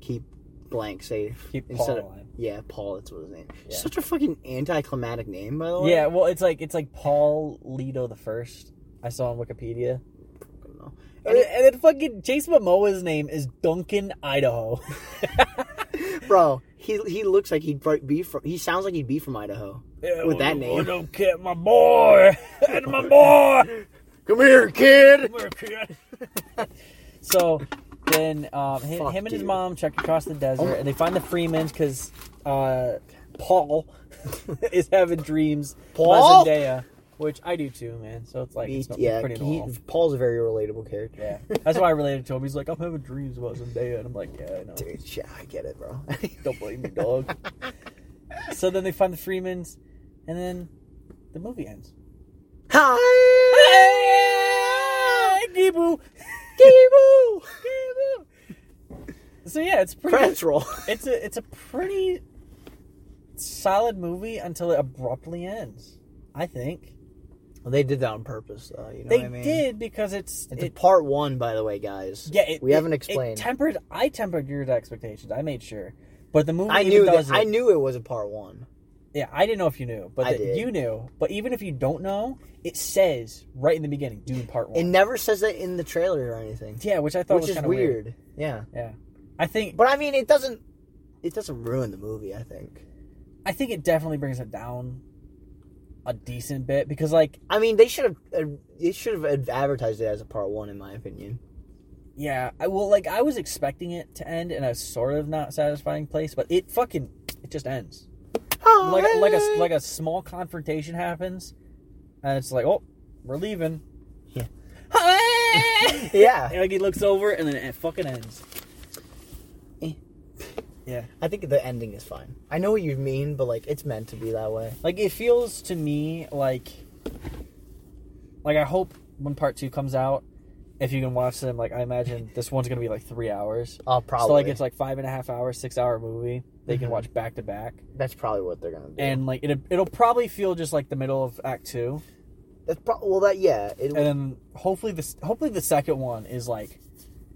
[SPEAKER 1] Keep blank safe.
[SPEAKER 2] Keep
[SPEAKER 1] instead
[SPEAKER 2] Paul
[SPEAKER 1] of
[SPEAKER 2] alive.
[SPEAKER 1] yeah, Paul. That's what his name.
[SPEAKER 2] Yeah.
[SPEAKER 1] Such a fucking anticlimactic name, by the way.
[SPEAKER 2] Yeah, well, it's like it's like Paul Leto the first. I saw on Wikipedia,
[SPEAKER 1] I don't know.
[SPEAKER 2] and, and then fucking Chase Momoa's name is Duncan Idaho.
[SPEAKER 1] Bro, he he looks like he'd fr- be from. He sounds like he'd be from Idaho. With that name.
[SPEAKER 2] Oh, I don't care, my boy, and my boy.
[SPEAKER 1] Come here, kid.
[SPEAKER 2] so then, um, him,
[SPEAKER 1] Fuck,
[SPEAKER 2] him and his
[SPEAKER 1] dude. Oh.
[SPEAKER 2] mom check across the desert, and they find the Freemans because uh, Paul is having dreams
[SPEAKER 1] Paul?
[SPEAKER 2] about Zendaya, which I do too, man. So it's like
[SPEAKER 1] He,
[SPEAKER 2] it's not-
[SPEAKER 1] yeah,
[SPEAKER 2] pretty
[SPEAKER 1] he,
[SPEAKER 2] normal.
[SPEAKER 1] Paul's a very relatable character.
[SPEAKER 2] Yeah, that's why I related to him. He's like, I'm having dreams about Zendaya, and I'm like, yeah, I know.
[SPEAKER 1] Dude, shit, I get it, bro.
[SPEAKER 2] Don't blame me, dog. so then they find the Freemans, and then the movie ends.
[SPEAKER 1] Hi.
[SPEAKER 2] Gibu,
[SPEAKER 1] Gable.
[SPEAKER 2] So yeah, it's pretty.
[SPEAKER 1] Credits roll.
[SPEAKER 2] It's a it's a pretty solid movie until it abruptly ends. I think
[SPEAKER 1] Well, they did that on purpose, though. You know
[SPEAKER 2] they
[SPEAKER 1] what I mean?
[SPEAKER 2] did because it's
[SPEAKER 1] It's a
[SPEAKER 2] it,
[SPEAKER 1] part one, by the way, guys.
[SPEAKER 2] yeah. It,
[SPEAKER 1] we
[SPEAKER 2] it-
[SPEAKER 1] haven't
[SPEAKER 2] it
[SPEAKER 1] explained.
[SPEAKER 2] tempered. I tempered your expectations. I made sure, but the movie
[SPEAKER 1] I
[SPEAKER 2] even
[SPEAKER 1] knew
[SPEAKER 2] does
[SPEAKER 1] that. I
[SPEAKER 2] it.
[SPEAKER 1] knew it was a part one.
[SPEAKER 2] Yeah, I didn't know if you knew, but
[SPEAKER 1] I
[SPEAKER 2] that
[SPEAKER 1] did.
[SPEAKER 2] you knew. But even if you don't know, it says right in the beginning, Dune Part One.
[SPEAKER 1] It never says that in the trailer or anything,
[SPEAKER 2] yeah, which I thought
[SPEAKER 1] which
[SPEAKER 2] was
[SPEAKER 1] is
[SPEAKER 2] kind
[SPEAKER 1] weird.
[SPEAKER 2] of weird.
[SPEAKER 1] Yeah,
[SPEAKER 2] Yeah, I think
[SPEAKER 1] but I mean, it doesn't. It doesn't ruin the movie. I think.
[SPEAKER 2] I think it definitely brings it down a decent bit because, like,
[SPEAKER 1] I mean, they should have. uh, They should have ad- advertised it as a part one, in my opinion.
[SPEAKER 2] yeah, I well, like I was expecting it to end in a sort of not satisfying place, but it fucking it just ends. Like like a like a small confrontation happens, and it's like, oh, we're leaving.
[SPEAKER 1] Yeah.
[SPEAKER 2] Yeah.
[SPEAKER 1] yeah.
[SPEAKER 2] And, like he looks over and then it fucking ends.
[SPEAKER 1] Eh.
[SPEAKER 2] Yeah.
[SPEAKER 1] I think the ending is fine. I know what you mean, but like, it's meant to be that way.
[SPEAKER 2] Like it feels to me like like I hope when part two comes out, if you can watch them, like I imagine this one's gonna be like three hours.
[SPEAKER 1] Oh, probably.
[SPEAKER 2] So like it's like five and a half hour, six hour movie they can
[SPEAKER 1] Mhm.
[SPEAKER 2] watch back to back.
[SPEAKER 1] that's probably what they're gonna do.
[SPEAKER 2] And like it it'll probably feel just like the middle of act two.
[SPEAKER 1] that's probably well, that yeah. It,
[SPEAKER 2] And then hopefully this hopefully the second one is like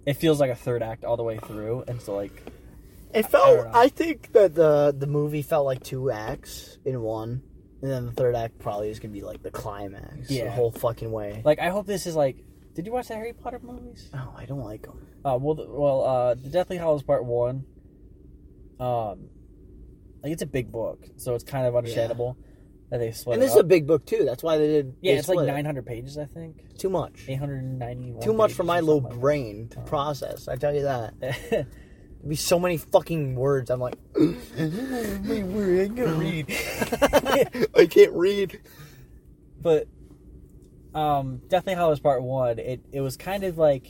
[SPEAKER 2] it feels like a third act all the way through and so like
[SPEAKER 1] It
[SPEAKER 2] I
[SPEAKER 1] felt.
[SPEAKER 2] don't know.
[SPEAKER 1] I, think that the the movie felt like two acts in one, and then the third act probably is gonna be like the climax.
[SPEAKER 2] Yeah.
[SPEAKER 1] the whole fucking way.
[SPEAKER 2] like I hope this is like did you watch the Harry Potter movies?
[SPEAKER 1] oh, I don't like them.
[SPEAKER 2] Uh, well, the, well, uh, the Deathly Hollows Part One. Um, like it's a big book, so it's kind of understandable that they split.
[SPEAKER 1] And
[SPEAKER 2] it
[SPEAKER 1] this is a
[SPEAKER 2] up.
[SPEAKER 1] big book too. That's why they did.
[SPEAKER 2] yeah,
[SPEAKER 1] they
[SPEAKER 2] it's like
[SPEAKER 1] split it.
[SPEAKER 2] nine hundred pages, I think,
[SPEAKER 1] Too much.
[SPEAKER 2] eight hundred ninety-one.
[SPEAKER 1] Too much for my little
[SPEAKER 2] brain.
[SPEAKER 1] brain
[SPEAKER 2] Uh-huh.
[SPEAKER 1] to process. I tell you that. There'd be so many fucking words. I'm like, my word, I can't read. I can't read.
[SPEAKER 2] but um, Deathly Hollows Part One, it it was kind of like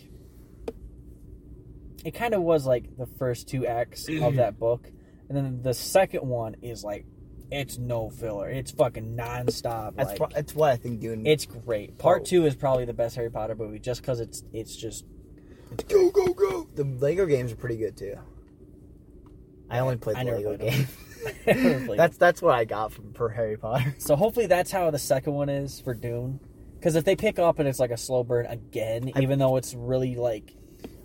[SPEAKER 2] it kind of was like the first two acts
[SPEAKER 1] Mm-hmm.
[SPEAKER 2] of that book, and then the second one is like it's no filler, it's fucking nonstop.
[SPEAKER 1] That's Oh.
[SPEAKER 2] like,
[SPEAKER 1] pro- that's what I think, dude.
[SPEAKER 2] It's great. Part two is probably the best Harry Potter movie, just because it's it's just
[SPEAKER 1] go go go. The Lego games are pretty good too. I only played
[SPEAKER 2] I
[SPEAKER 1] the
[SPEAKER 2] never
[SPEAKER 1] Lego
[SPEAKER 2] played 'em.
[SPEAKER 1] game.
[SPEAKER 2] that's
[SPEAKER 1] That's that's what I got from per Harry Potter.
[SPEAKER 2] so. Hopefully, that's how the second one is for Dune. Because if they pick up and it's like a slow burn again,
[SPEAKER 1] I-
[SPEAKER 2] even though it's really like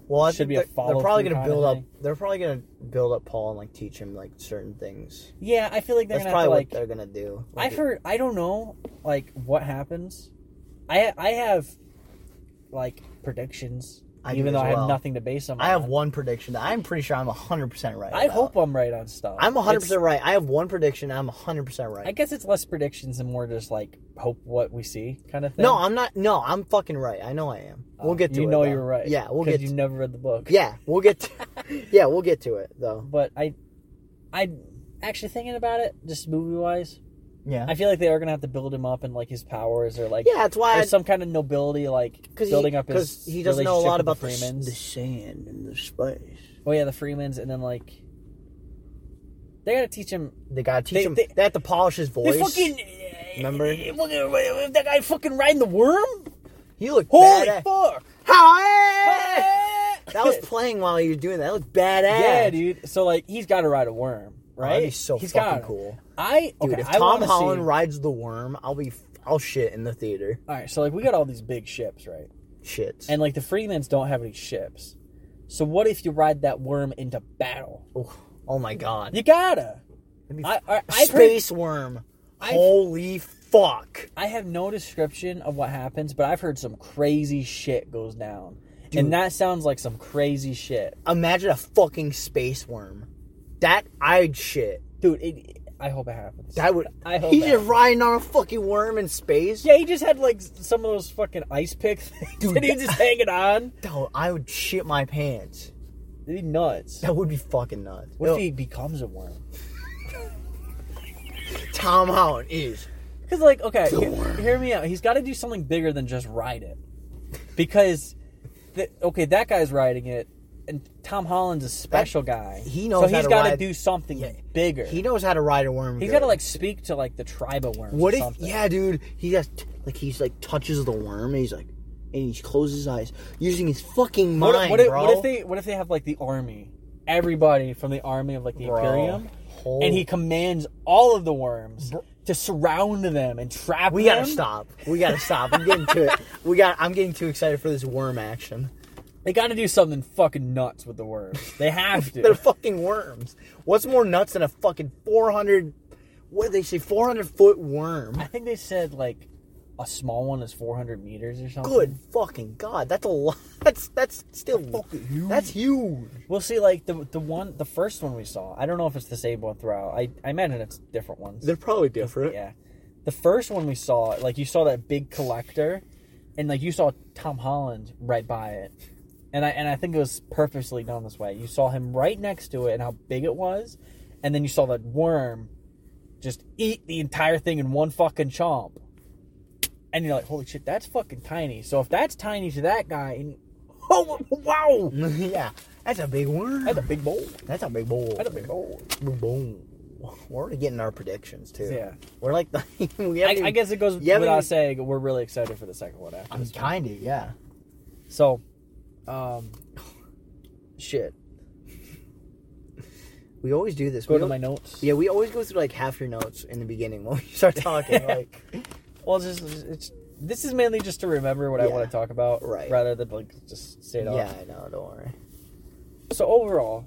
[SPEAKER 1] Well, I
[SPEAKER 2] Should
[SPEAKER 1] think
[SPEAKER 2] be a
[SPEAKER 1] they're- They're
[SPEAKER 2] follow-through
[SPEAKER 1] probably gonna
[SPEAKER 2] kinda
[SPEAKER 1] build up.
[SPEAKER 2] thing.
[SPEAKER 1] They're probably gonna build up Paul and like teach him like certain things.
[SPEAKER 2] yeah, I feel like they're
[SPEAKER 1] That's
[SPEAKER 2] gonna
[SPEAKER 1] probably
[SPEAKER 2] have to,
[SPEAKER 1] what
[SPEAKER 2] like.
[SPEAKER 1] they're gonna do. Like,
[SPEAKER 2] I've heard I don't know like what happens. I I have like predictions,
[SPEAKER 1] I do
[SPEAKER 2] even though
[SPEAKER 1] as
[SPEAKER 2] I have
[SPEAKER 1] well.
[SPEAKER 2] nothing to base them.
[SPEAKER 1] I have
[SPEAKER 2] on.
[SPEAKER 1] one prediction that I'm pretty sure I'm 100 percent right.
[SPEAKER 2] I
[SPEAKER 1] about.
[SPEAKER 2] hope I'm right on stuff.
[SPEAKER 1] I'm 100
[SPEAKER 2] It's-
[SPEAKER 1] percent right. I have one prediction. I'm 100 percent right.
[SPEAKER 2] I guess it's less predictions and more just like hope what we see kind of thing. Uh,
[SPEAKER 1] no, I'm not. No, I'm fucking right. I know I am. We'll get to
[SPEAKER 2] Oh, you
[SPEAKER 1] it.
[SPEAKER 2] know
[SPEAKER 1] though.
[SPEAKER 2] you're right.
[SPEAKER 1] Yeah, we'll
[SPEAKER 2] 'cause
[SPEAKER 1] get.
[SPEAKER 2] You
[SPEAKER 1] to-
[SPEAKER 2] never read the book.
[SPEAKER 1] yeah, we'll get. To- yeah, we'll get to it though.
[SPEAKER 2] But I, I actually thinking about it, just movie wise,
[SPEAKER 1] Yeah.
[SPEAKER 2] I feel like they are gonna have to build him up and like his powers or like
[SPEAKER 1] yeah, that's why. I,
[SPEAKER 2] there's some kind of nobility like building
[SPEAKER 1] he,
[SPEAKER 2] up his
[SPEAKER 1] 'cause he doesn't know a
[SPEAKER 2] relationship
[SPEAKER 1] lot about
[SPEAKER 2] with
[SPEAKER 1] the, s-
[SPEAKER 2] the Freemans.
[SPEAKER 1] the sand and the space.
[SPEAKER 2] oh yeah, the Freemans, and then like they gotta teach him.
[SPEAKER 1] They gotta teach
[SPEAKER 2] They-
[SPEAKER 1] him. They,
[SPEAKER 2] they-
[SPEAKER 1] have to polish his voice.
[SPEAKER 2] They fucking eh,
[SPEAKER 1] Remember?
[SPEAKER 2] Look, that guy fucking riding the worm.
[SPEAKER 1] you look
[SPEAKER 2] Holy
[SPEAKER 1] badass.
[SPEAKER 2] fuck!
[SPEAKER 1] Hi! That was playing while you were doing that. That was badass.
[SPEAKER 2] yeah, dude. So like, he's got to ride a worm,
[SPEAKER 1] Oh,
[SPEAKER 2] right?
[SPEAKER 1] that'd be so
[SPEAKER 2] He's
[SPEAKER 1] fucking
[SPEAKER 2] gotta-
[SPEAKER 1] cool.
[SPEAKER 2] I
[SPEAKER 1] Dude,
[SPEAKER 2] okay.
[SPEAKER 1] if
[SPEAKER 2] I
[SPEAKER 1] Tom
[SPEAKER 2] wanna see-
[SPEAKER 1] Holland rides the worm, I'll be I'll shit in the theater.
[SPEAKER 2] All right, so like we got all these big ships, right?
[SPEAKER 1] Shits.
[SPEAKER 2] And like the Freemans don't have any ships. So what if you ride that worm into battle?
[SPEAKER 1] oh, oh my god.
[SPEAKER 2] You gotta.
[SPEAKER 1] That'd be
[SPEAKER 2] I I, I've heard,
[SPEAKER 1] Space worm.
[SPEAKER 2] I've-
[SPEAKER 1] Holy fuck.
[SPEAKER 2] I have no description of what happens, but I've heard some crazy shit goes down,
[SPEAKER 1] Dude.
[SPEAKER 2] and that sounds like some crazy shit,
[SPEAKER 1] Imagine a fucking space worm. That I'd shit.
[SPEAKER 2] dude. It, I hope it happens.
[SPEAKER 1] That would.
[SPEAKER 2] I hope
[SPEAKER 1] He's
[SPEAKER 2] that-
[SPEAKER 1] just riding on a fucking worm in space.
[SPEAKER 2] yeah, he just had like some of those fucking ice pick things,
[SPEAKER 1] Dude,
[SPEAKER 2] and he was just hanging on.
[SPEAKER 1] Dude, I would shit my pants.
[SPEAKER 2] It'd be nuts.
[SPEAKER 1] That would be fucking nuts.
[SPEAKER 2] What
[SPEAKER 1] Yo,
[SPEAKER 2] if he becomes a worm?
[SPEAKER 1] Tom Holland is.
[SPEAKER 2] Because, like, okay, he- hear me out. He's got to do something bigger than just ride it. Because, th- okay, that guy's riding it, and Tom Holland's a special guy.
[SPEAKER 1] he knows
[SPEAKER 2] So
[SPEAKER 1] how
[SPEAKER 2] he's
[SPEAKER 1] to
[SPEAKER 2] gotta
[SPEAKER 1] ride-
[SPEAKER 2] do something
[SPEAKER 1] Yeah.
[SPEAKER 2] bigger.
[SPEAKER 1] He knows how to ride a worm.
[SPEAKER 2] he's
[SPEAKER 1] good.
[SPEAKER 2] got to, like, speak to, like, the tribe of worms.
[SPEAKER 1] What
[SPEAKER 2] or
[SPEAKER 1] if?
[SPEAKER 2] something.
[SPEAKER 1] Yeah, dude. He just like he's like touches the worm and he's like, and he closes his eyes using his fucking
[SPEAKER 2] What,
[SPEAKER 1] mind,
[SPEAKER 2] if- what if,
[SPEAKER 1] bro.
[SPEAKER 2] what if they What if they have, like, the army? Everybody from the army of, like, the
[SPEAKER 1] Bro.
[SPEAKER 2] Imperium.
[SPEAKER 1] Holy-
[SPEAKER 2] And he commands all of the worms to surround them and trap
[SPEAKER 1] We
[SPEAKER 2] them.
[SPEAKER 1] gotta stop. We gotta stop. I'm getting to it. We got. I'm getting too excited for this worm action.
[SPEAKER 2] They got to do something fucking nuts with the worms. They have to.
[SPEAKER 1] They're fucking worms. What's more nuts than a fucking 400? What did they say? 400 foot worm.
[SPEAKER 2] I think they said like a small one is 400 meters or something.
[SPEAKER 1] Good fucking god. That's a lot. That's that's still fucking huge. That's huge.
[SPEAKER 2] We'll see. Like the the one, the first one we saw. I don't know if it's the same one throughout. I I imagine it's different ones.
[SPEAKER 1] They're probably different.
[SPEAKER 2] yeah, the first one we saw, like you saw that big collector, and like you saw Tom Holland right by it, and I and I think it was purposely done this way. You saw him right next to it and how big it was, and then you saw that worm just eat the entire thing in one fucking chomp. And you're like, holy shit, that's fucking tiny. So if that's tiny to that guy, and oh wow,
[SPEAKER 1] Yeah. That's a big worm.
[SPEAKER 2] that's a big bowl.
[SPEAKER 1] That's a big bowl.
[SPEAKER 2] That's a big bowl.
[SPEAKER 1] Boom, boom. We're already getting our predictions too.
[SPEAKER 2] Yeah.
[SPEAKER 1] We're like the. we
[SPEAKER 2] I,
[SPEAKER 1] haven't
[SPEAKER 2] I guess it goes
[SPEAKER 1] you haven't
[SPEAKER 2] without
[SPEAKER 1] even-
[SPEAKER 2] saying we're really excited for the second one after
[SPEAKER 1] I'm
[SPEAKER 2] this. one.
[SPEAKER 1] kind of yeah.
[SPEAKER 2] So, um, shit.
[SPEAKER 1] We always do this.
[SPEAKER 2] Go
[SPEAKER 1] we
[SPEAKER 2] to
[SPEAKER 1] don't-
[SPEAKER 2] my notes.
[SPEAKER 1] Yeah, we always go through like half your notes in the beginning when we start talking. like,
[SPEAKER 2] Well, it's just it's this is mainly just to remember what I
[SPEAKER 1] Yeah.
[SPEAKER 2] want to talk about,
[SPEAKER 1] Right.
[SPEAKER 2] Rather than like just say it all.
[SPEAKER 1] yeah, I know. Don't worry.
[SPEAKER 2] So overall,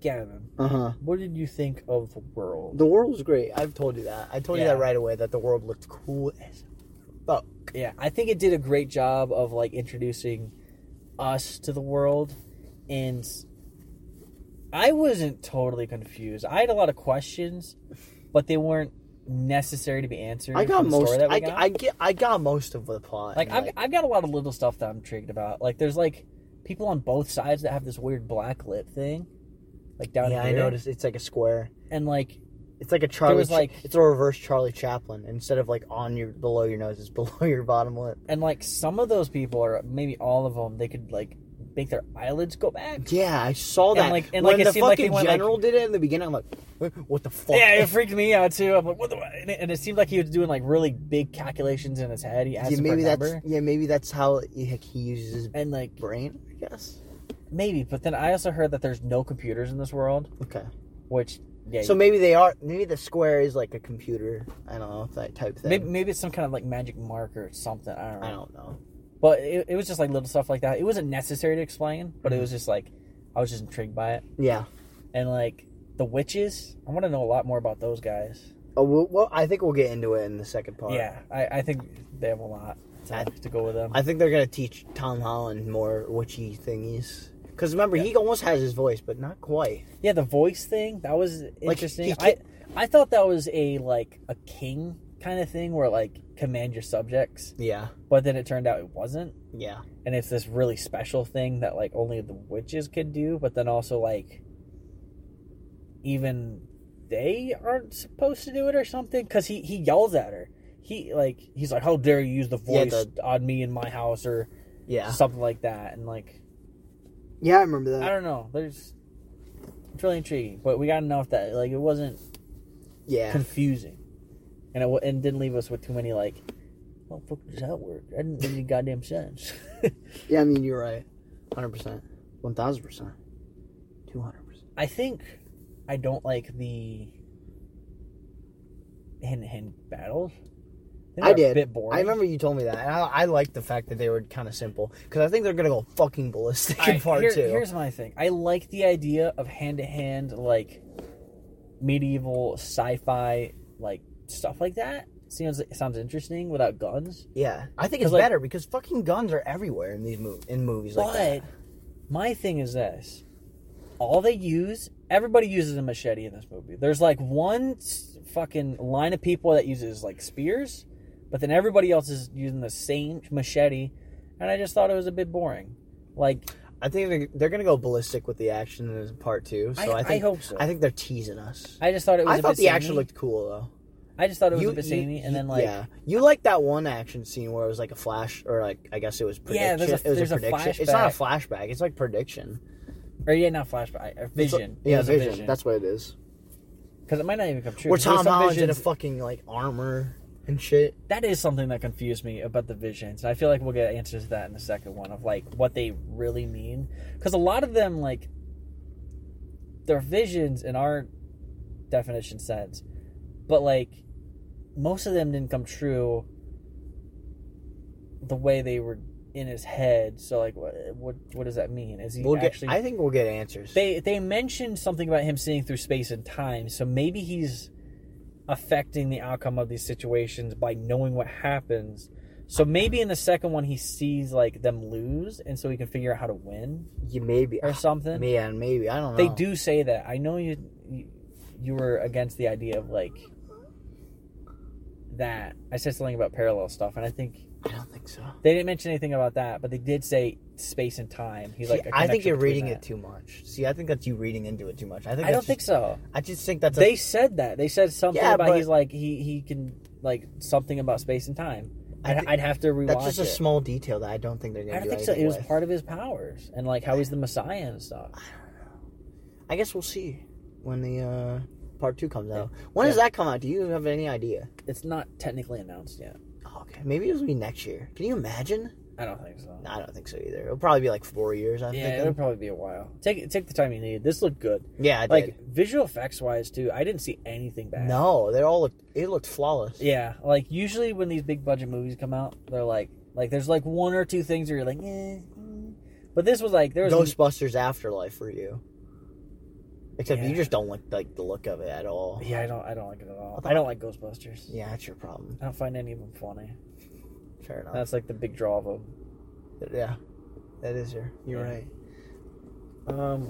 [SPEAKER 2] Gavin,
[SPEAKER 1] Uh huh.
[SPEAKER 2] what did you think of the world?
[SPEAKER 1] The world was great. I've told you that. I told you
[SPEAKER 2] Yeah.
[SPEAKER 1] that right away that the world looked cool as fuck.
[SPEAKER 2] yeah, I think it did a great job of like introducing us to the world, and I wasn't totally confused. I had a lot of questions, but they weren't necessary to be answered.
[SPEAKER 1] I got
[SPEAKER 2] from the story
[SPEAKER 1] most.
[SPEAKER 2] that we
[SPEAKER 1] I,
[SPEAKER 2] got.
[SPEAKER 1] I get. I got most of the plot.
[SPEAKER 2] like
[SPEAKER 1] and,
[SPEAKER 2] I've, I've got a lot of little stuff that i'm intrigued about like there's like people on both sides that have this weird black lip thing like down
[SPEAKER 1] yeah, I
[SPEAKER 2] here
[SPEAKER 1] noticed it's like a square.
[SPEAKER 2] and like
[SPEAKER 1] It's like a Charlie.
[SPEAKER 2] was,
[SPEAKER 1] Cha-
[SPEAKER 2] like-
[SPEAKER 1] it's a reverse Charlie Chaplin. Instead of like on your below your nose, it's below your bottom lip.
[SPEAKER 2] and like some of those people or maybe all of them they could like make their eyelids go back
[SPEAKER 1] Yeah, I saw
[SPEAKER 2] And,
[SPEAKER 1] that.
[SPEAKER 2] like- and,
[SPEAKER 1] when
[SPEAKER 2] like, it
[SPEAKER 1] the
[SPEAKER 2] seemed like they
[SPEAKER 1] fucking
[SPEAKER 2] went, like-
[SPEAKER 1] general did it in the beginning, I'm like, what the fuck?
[SPEAKER 2] yeah it freaked me out too i'm like what the and it, and it seemed like he was doing like really big calculations in his head he asked
[SPEAKER 1] yeah,
[SPEAKER 2] for
[SPEAKER 1] maybe
[SPEAKER 2] a
[SPEAKER 1] that's
[SPEAKER 2] number.
[SPEAKER 1] yeah, maybe that's how he, he uses his
[SPEAKER 2] and like
[SPEAKER 1] brain. I guess.
[SPEAKER 2] maybe but then i also heard that there's no computers in this world
[SPEAKER 1] Okay.
[SPEAKER 2] which yeah
[SPEAKER 1] So maybe they are. Maybe the square is like a computer. I don't know that type thing.
[SPEAKER 2] maybe, maybe it's some kind of like magic marker or something i don't know
[SPEAKER 1] I don't know.
[SPEAKER 2] But it, it was just like little stuff like that. It wasn't necessary to explain, but
[SPEAKER 1] Mm-hmm.
[SPEAKER 2] it was just like I was just intrigued by it.
[SPEAKER 1] Yeah.
[SPEAKER 2] And like the witches, I want to know a lot more about those guys.
[SPEAKER 1] Oh, well, well, I think we'll get into it in the second part.
[SPEAKER 2] Yeah, I, I think they have a lot to,
[SPEAKER 1] I-
[SPEAKER 2] to go with them.
[SPEAKER 1] I think they're gonna teach Tom Holland more witchy thingies. Because remember, he almost has his voice, but not quite.
[SPEAKER 2] yeah, the voice thing that was
[SPEAKER 1] Like,
[SPEAKER 2] interesting.
[SPEAKER 1] he
[SPEAKER 2] I I thought that was a like a king kind of thing where like command your subjects,
[SPEAKER 1] Yeah.
[SPEAKER 2] but then it turned out it wasn't.
[SPEAKER 1] Yeah.
[SPEAKER 2] and it's this really special thing that like only the witches could do but then also like even they aren't supposed to do it or something because he he yells at her he like he's like how dare you use the
[SPEAKER 1] Yeah,
[SPEAKER 2] voice on me in my house or
[SPEAKER 1] Yeah.
[SPEAKER 2] something like that and like
[SPEAKER 1] Yeah, I remember that.
[SPEAKER 2] i don't know there's it's really intriguing but we got enough that like it wasn't
[SPEAKER 1] yeah.
[SPEAKER 2] confusing and it wa- and didn't leave us with too many like what the fuck does that work that didn't make any goddamn sense
[SPEAKER 1] Yeah, I mean you're right. Hundred percent. One thousand percent. Two hundred percent.
[SPEAKER 2] I think I don't like the hand to hand battles. They're
[SPEAKER 1] I
[SPEAKER 2] a
[SPEAKER 1] did.
[SPEAKER 2] bit boring.
[SPEAKER 1] I remember you told me that, and I, I like the fact that they were kind of simple because I think they're gonna go fucking ballistic
[SPEAKER 2] I-
[SPEAKER 1] in part
[SPEAKER 2] here-
[SPEAKER 1] two.
[SPEAKER 2] Here's my thing. I like the idea of hand to hand, like medieval sci-fi, like stuff like that. Sounds sounds interesting without guns.
[SPEAKER 1] Yeah, I think it's
[SPEAKER 2] 'Cause, like-
[SPEAKER 1] better because fucking guns are everywhere in these mov- in movies like
[SPEAKER 2] but
[SPEAKER 1] that.
[SPEAKER 2] my thing is this: all they use, everybody uses a machete in this movie. There's like one s- fucking line of people that uses like spears, but then everybody else is using the same machete, and I just thought it was a bit boring. Like
[SPEAKER 1] I think they're, they're gonna go ballistic with the action in part two. So I,
[SPEAKER 2] I- I
[SPEAKER 1] think
[SPEAKER 2] hope so.
[SPEAKER 1] I think they're teasing us.
[SPEAKER 2] I just thought it was.
[SPEAKER 1] I
[SPEAKER 2] a
[SPEAKER 1] thought
[SPEAKER 2] bit
[SPEAKER 1] the action
[SPEAKER 2] samey.
[SPEAKER 1] looked cool though.
[SPEAKER 2] I just thought it was
[SPEAKER 1] You-
[SPEAKER 2] a bit
[SPEAKER 1] you-
[SPEAKER 2] samey,
[SPEAKER 1] you-
[SPEAKER 2] and then like.
[SPEAKER 1] yeah, you like that one action scene where it was like a flash, or like I guess it was prediction.
[SPEAKER 2] Yeah, there's a-
[SPEAKER 1] it was
[SPEAKER 2] there's a
[SPEAKER 1] prediction. It's not a
[SPEAKER 2] flashback.
[SPEAKER 1] flashback. It's like prediction.
[SPEAKER 2] Or yeah, not flashback. Or
[SPEAKER 1] It's a-
[SPEAKER 2] vision.
[SPEAKER 1] yeah,
[SPEAKER 2] it was
[SPEAKER 1] vision.
[SPEAKER 2] A vision.
[SPEAKER 1] That's what it is.
[SPEAKER 2] because it might not even come true.
[SPEAKER 1] Where
[SPEAKER 2] There's
[SPEAKER 1] Tom
[SPEAKER 2] some
[SPEAKER 1] Holland's in a
[SPEAKER 2] visions-
[SPEAKER 1] fucking like armor and shit.
[SPEAKER 2] that is something that confused me about the visions, and I feel like we'll get answers to that in the second one of like what they really mean. Because a lot of them, like, they're visions in our definition sense, but like most of them didn't come true the way they were in his head. So like, what what what does that mean? Is he
[SPEAKER 1] We'll get.
[SPEAKER 2] actually?
[SPEAKER 1] I think we'll get answers.
[SPEAKER 2] They they mentioned something about him seeing through space and time, so maybe he's affecting the outcome of these situations by knowing what happens. So maybe in the second one he sees like them lose, and so he can figure out how to win
[SPEAKER 1] you maybe.
[SPEAKER 2] or something.
[SPEAKER 1] Yeah, maybe I don't know.
[SPEAKER 2] They do say that. I know you you- you were against the idea of like that. I said something about parallel stuff, and I think
[SPEAKER 1] I don't think so.
[SPEAKER 2] they didn't mention anything about that, but they did say space and time. He's like,
[SPEAKER 1] See,
[SPEAKER 2] a
[SPEAKER 1] I think
[SPEAKER 2] connection
[SPEAKER 1] you're
[SPEAKER 2] between
[SPEAKER 1] reading
[SPEAKER 2] that.
[SPEAKER 1] it too much. See, I think that's you reading into it too much. I think
[SPEAKER 2] I don't
[SPEAKER 1] that's
[SPEAKER 2] think
[SPEAKER 1] just-
[SPEAKER 2] so.
[SPEAKER 1] I just think that's a-
[SPEAKER 2] they said that they said something
[SPEAKER 1] Yeah,
[SPEAKER 2] about
[SPEAKER 1] but-
[SPEAKER 2] he's like he he can like something about space and time.
[SPEAKER 1] I
[SPEAKER 2] I'd,
[SPEAKER 1] thi-
[SPEAKER 2] I'd have to rewatch
[SPEAKER 1] that's just a
[SPEAKER 2] it.
[SPEAKER 1] small detail that I don't think they're gonna.
[SPEAKER 2] I don't
[SPEAKER 1] do
[SPEAKER 2] think so. It
[SPEAKER 1] anything
[SPEAKER 2] was
[SPEAKER 1] with.
[SPEAKER 2] part of his powers and like how he's the Messiah and stuff.
[SPEAKER 1] I guess we'll see when the uh, part two comes out. When does
[SPEAKER 2] Yeah.
[SPEAKER 1] that come out? Do you have any idea?
[SPEAKER 2] It's not technically announced yet.
[SPEAKER 1] Oh, okay, maybe it'll be next year. Can you imagine?
[SPEAKER 2] I don't think so.
[SPEAKER 1] No, I don't think so either. It'll probably be like four years. I'm
[SPEAKER 2] yeah, it'll
[SPEAKER 1] thinking.
[SPEAKER 2] probably be a while. Take take the time you need. This looked good.
[SPEAKER 1] Yeah, I
[SPEAKER 2] Like
[SPEAKER 1] did.
[SPEAKER 2] visual effects wise too. I didn't see anything bad.
[SPEAKER 1] no, they all looked. It looked flawless.
[SPEAKER 2] Yeah, like usually when these big budget movies come out, they're like like there's like one or two things where you're like, eh, mm. but this was like there was
[SPEAKER 1] Ghostbusters Afterlife for you. Except you
[SPEAKER 2] Yeah.
[SPEAKER 1] just don't like like the look of it at all.
[SPEAKER 2] yeah I don't I don't like it at all.
[SPEAKER 1] thought-
[SPEAKER 2] I don't like Ghostbusters.
[SPEAKER 1] Yeah, that's your problem.
[SPEAKER 2] I don't find any of them funny.
[SPEAKER 1] Fair enough.
[SPEAKER 2] That's like the big draw of them.
[SPEAKER 1] yeah, that is your. You're
[SPEAKER 2] Yeah.
[SPEAKER 1] right.
[SPEAKER 2] Um,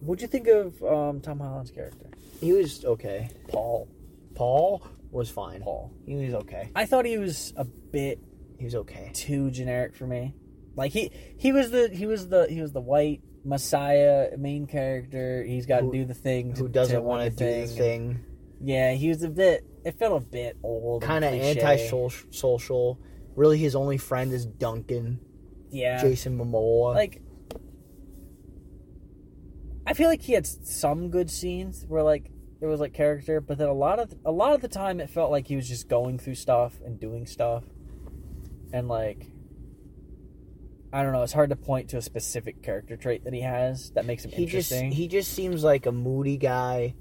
[SPEAKER 2] what'd you think of um, Tom Holland's character,
[SPEAKER 1] He was okay.
[SPEAKER 2] Paul?
[SPEAKER 1] Paul was fine.
[SPEAKER 2] Paul.
[SPEAKER 1] He was okay.
[SPEAKER 2] I thought he was a bit
[SPEAKER 1] He was okay.
[SPEAKER 2] too generic for me. Like he he was the he was the he was the white messiah main character. He's got to
[SPEAKER 1] Who-
[SPEAKER 2] do the thing.
[SPEAKER 1] Who doesn't want to
[SPEAKER 2] win
[SPEAKER 1] do the thing?
[SPEAKER 2] Yeah, he was a bit. It felt a bit old. and
[SPEAKER 1] Kind of
[SPEAKER 2] cliche.
[SPEAKER 1] anti-social. Really, his only friend is Duncan,
[SPEAKER 2] Yeah,
[SPEAKER 1] Jason Momoa.
[SPEAKER 2] like I feel like he had s- some good scenes where like there was like character, but then a lot of a lot of the time it felt like he was just going through stuff and doing stuff, and like I don't know, it's hard to point to a specific character trait that he has that makes him
[SPEAKER 1] he just
[SPEAKER 2] interesting.
[SPEAKER 1] he just seems like a moody guy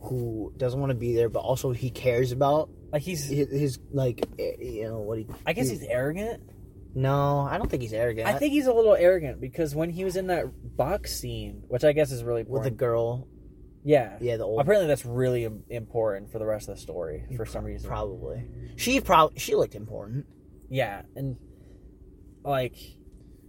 [SPEAKER 1] who doesn't want to be there, but also he cares about
[SPEAKER 2] like he's,
[SPEAKER 1] his, his like eh, you know what he.
[SPEAKER 2] I guess he's arrogant.
[SPEAKER 1] No, I don't think he's arrogant.
[SPEAKER 2] I think he's a little arrogant because when he was in that box scene, which I guess is really
[SPEAKER 1] with the
[SPEAKER 2] important.
[SPEAKER 1] girl,
[SPEAKER 2] yeah.
[SPEAKER 1] yeah, the old
[SPEAKER 2] Apparently, that's really im- important for the rest of the story for some reason.
[SPEAKER 1] probably. She probably she looked important.
[SPEAKER 2] Yeah, and like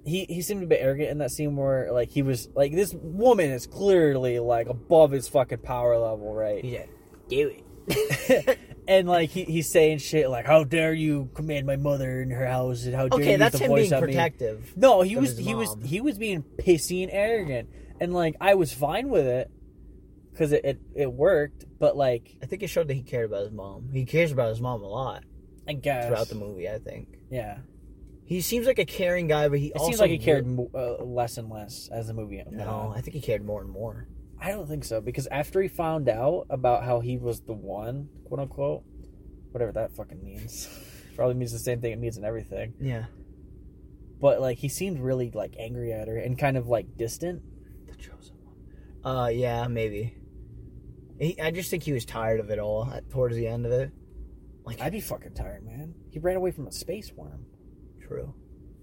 [SPEAKER 2] he he seemed a bit arrogant in that scene where like he was like this woman is clearly like above his fucking power level, right?
[SPEAKER 1] He's like, do it.
[SPEAKER 2] and like he, he's saying shit like, "How dare you command my mother in her house? And how dare
[SPEAKER 1] Okay,
[SPEAKER 2] you
[SPEAKER 1] that's
[SPEAKER 2] use the
[SPEAKER 1] him
[SPEAKER 2] voice
[SPEAKER 1] being
[SPEAKER 2] on me?"
[SPEAKER 1] protective.
[SPEAKER 2] No, he
[SPEAKER 1] of
[SPEAKER 2] was
[SPEAKER 1] his
[SPEAKER 2] he was
[SPEAKER 1] mom.
[SPEAKER 2] he was being pissy and arrogant, and like I was fine with it because it, it it worked, but like
[SPEAKER 1] I think it showed that he cared about his mom. He cares about his mom a lot
[SPEAKER 2] I guess
[SPEAKER 1] throughout the movie. I think
[SPEAKER 2] yeah,
[SPEAKER 1] he seems like a caring guy, but he
[SPEAKER 2] it
[SPEAKER 1] also
[SPEAKER 2] seems like he cared mo- uh, less and less as the movie went on.
[SPEAKER 1] No, I think he cared more and more.
[SPEAKER 2] I don't think so because after he found out about how he was the one, quote unquote, whatever that fucking means, probably means the same thing it means in everything.
[SPEAKER 1] Yeah,
[SPEAKER 2] but like he seemed really like angry at her and kind of like distant.
[SPEAKER 1] The chosen one. Uh, yeah, maybe. He, I just think he was tired of it all at, towards the end of it. Like,
[SPEAKER 2] I'd be fucking tired, man. He ran away from a space worm,
[SPEAKER 1] true.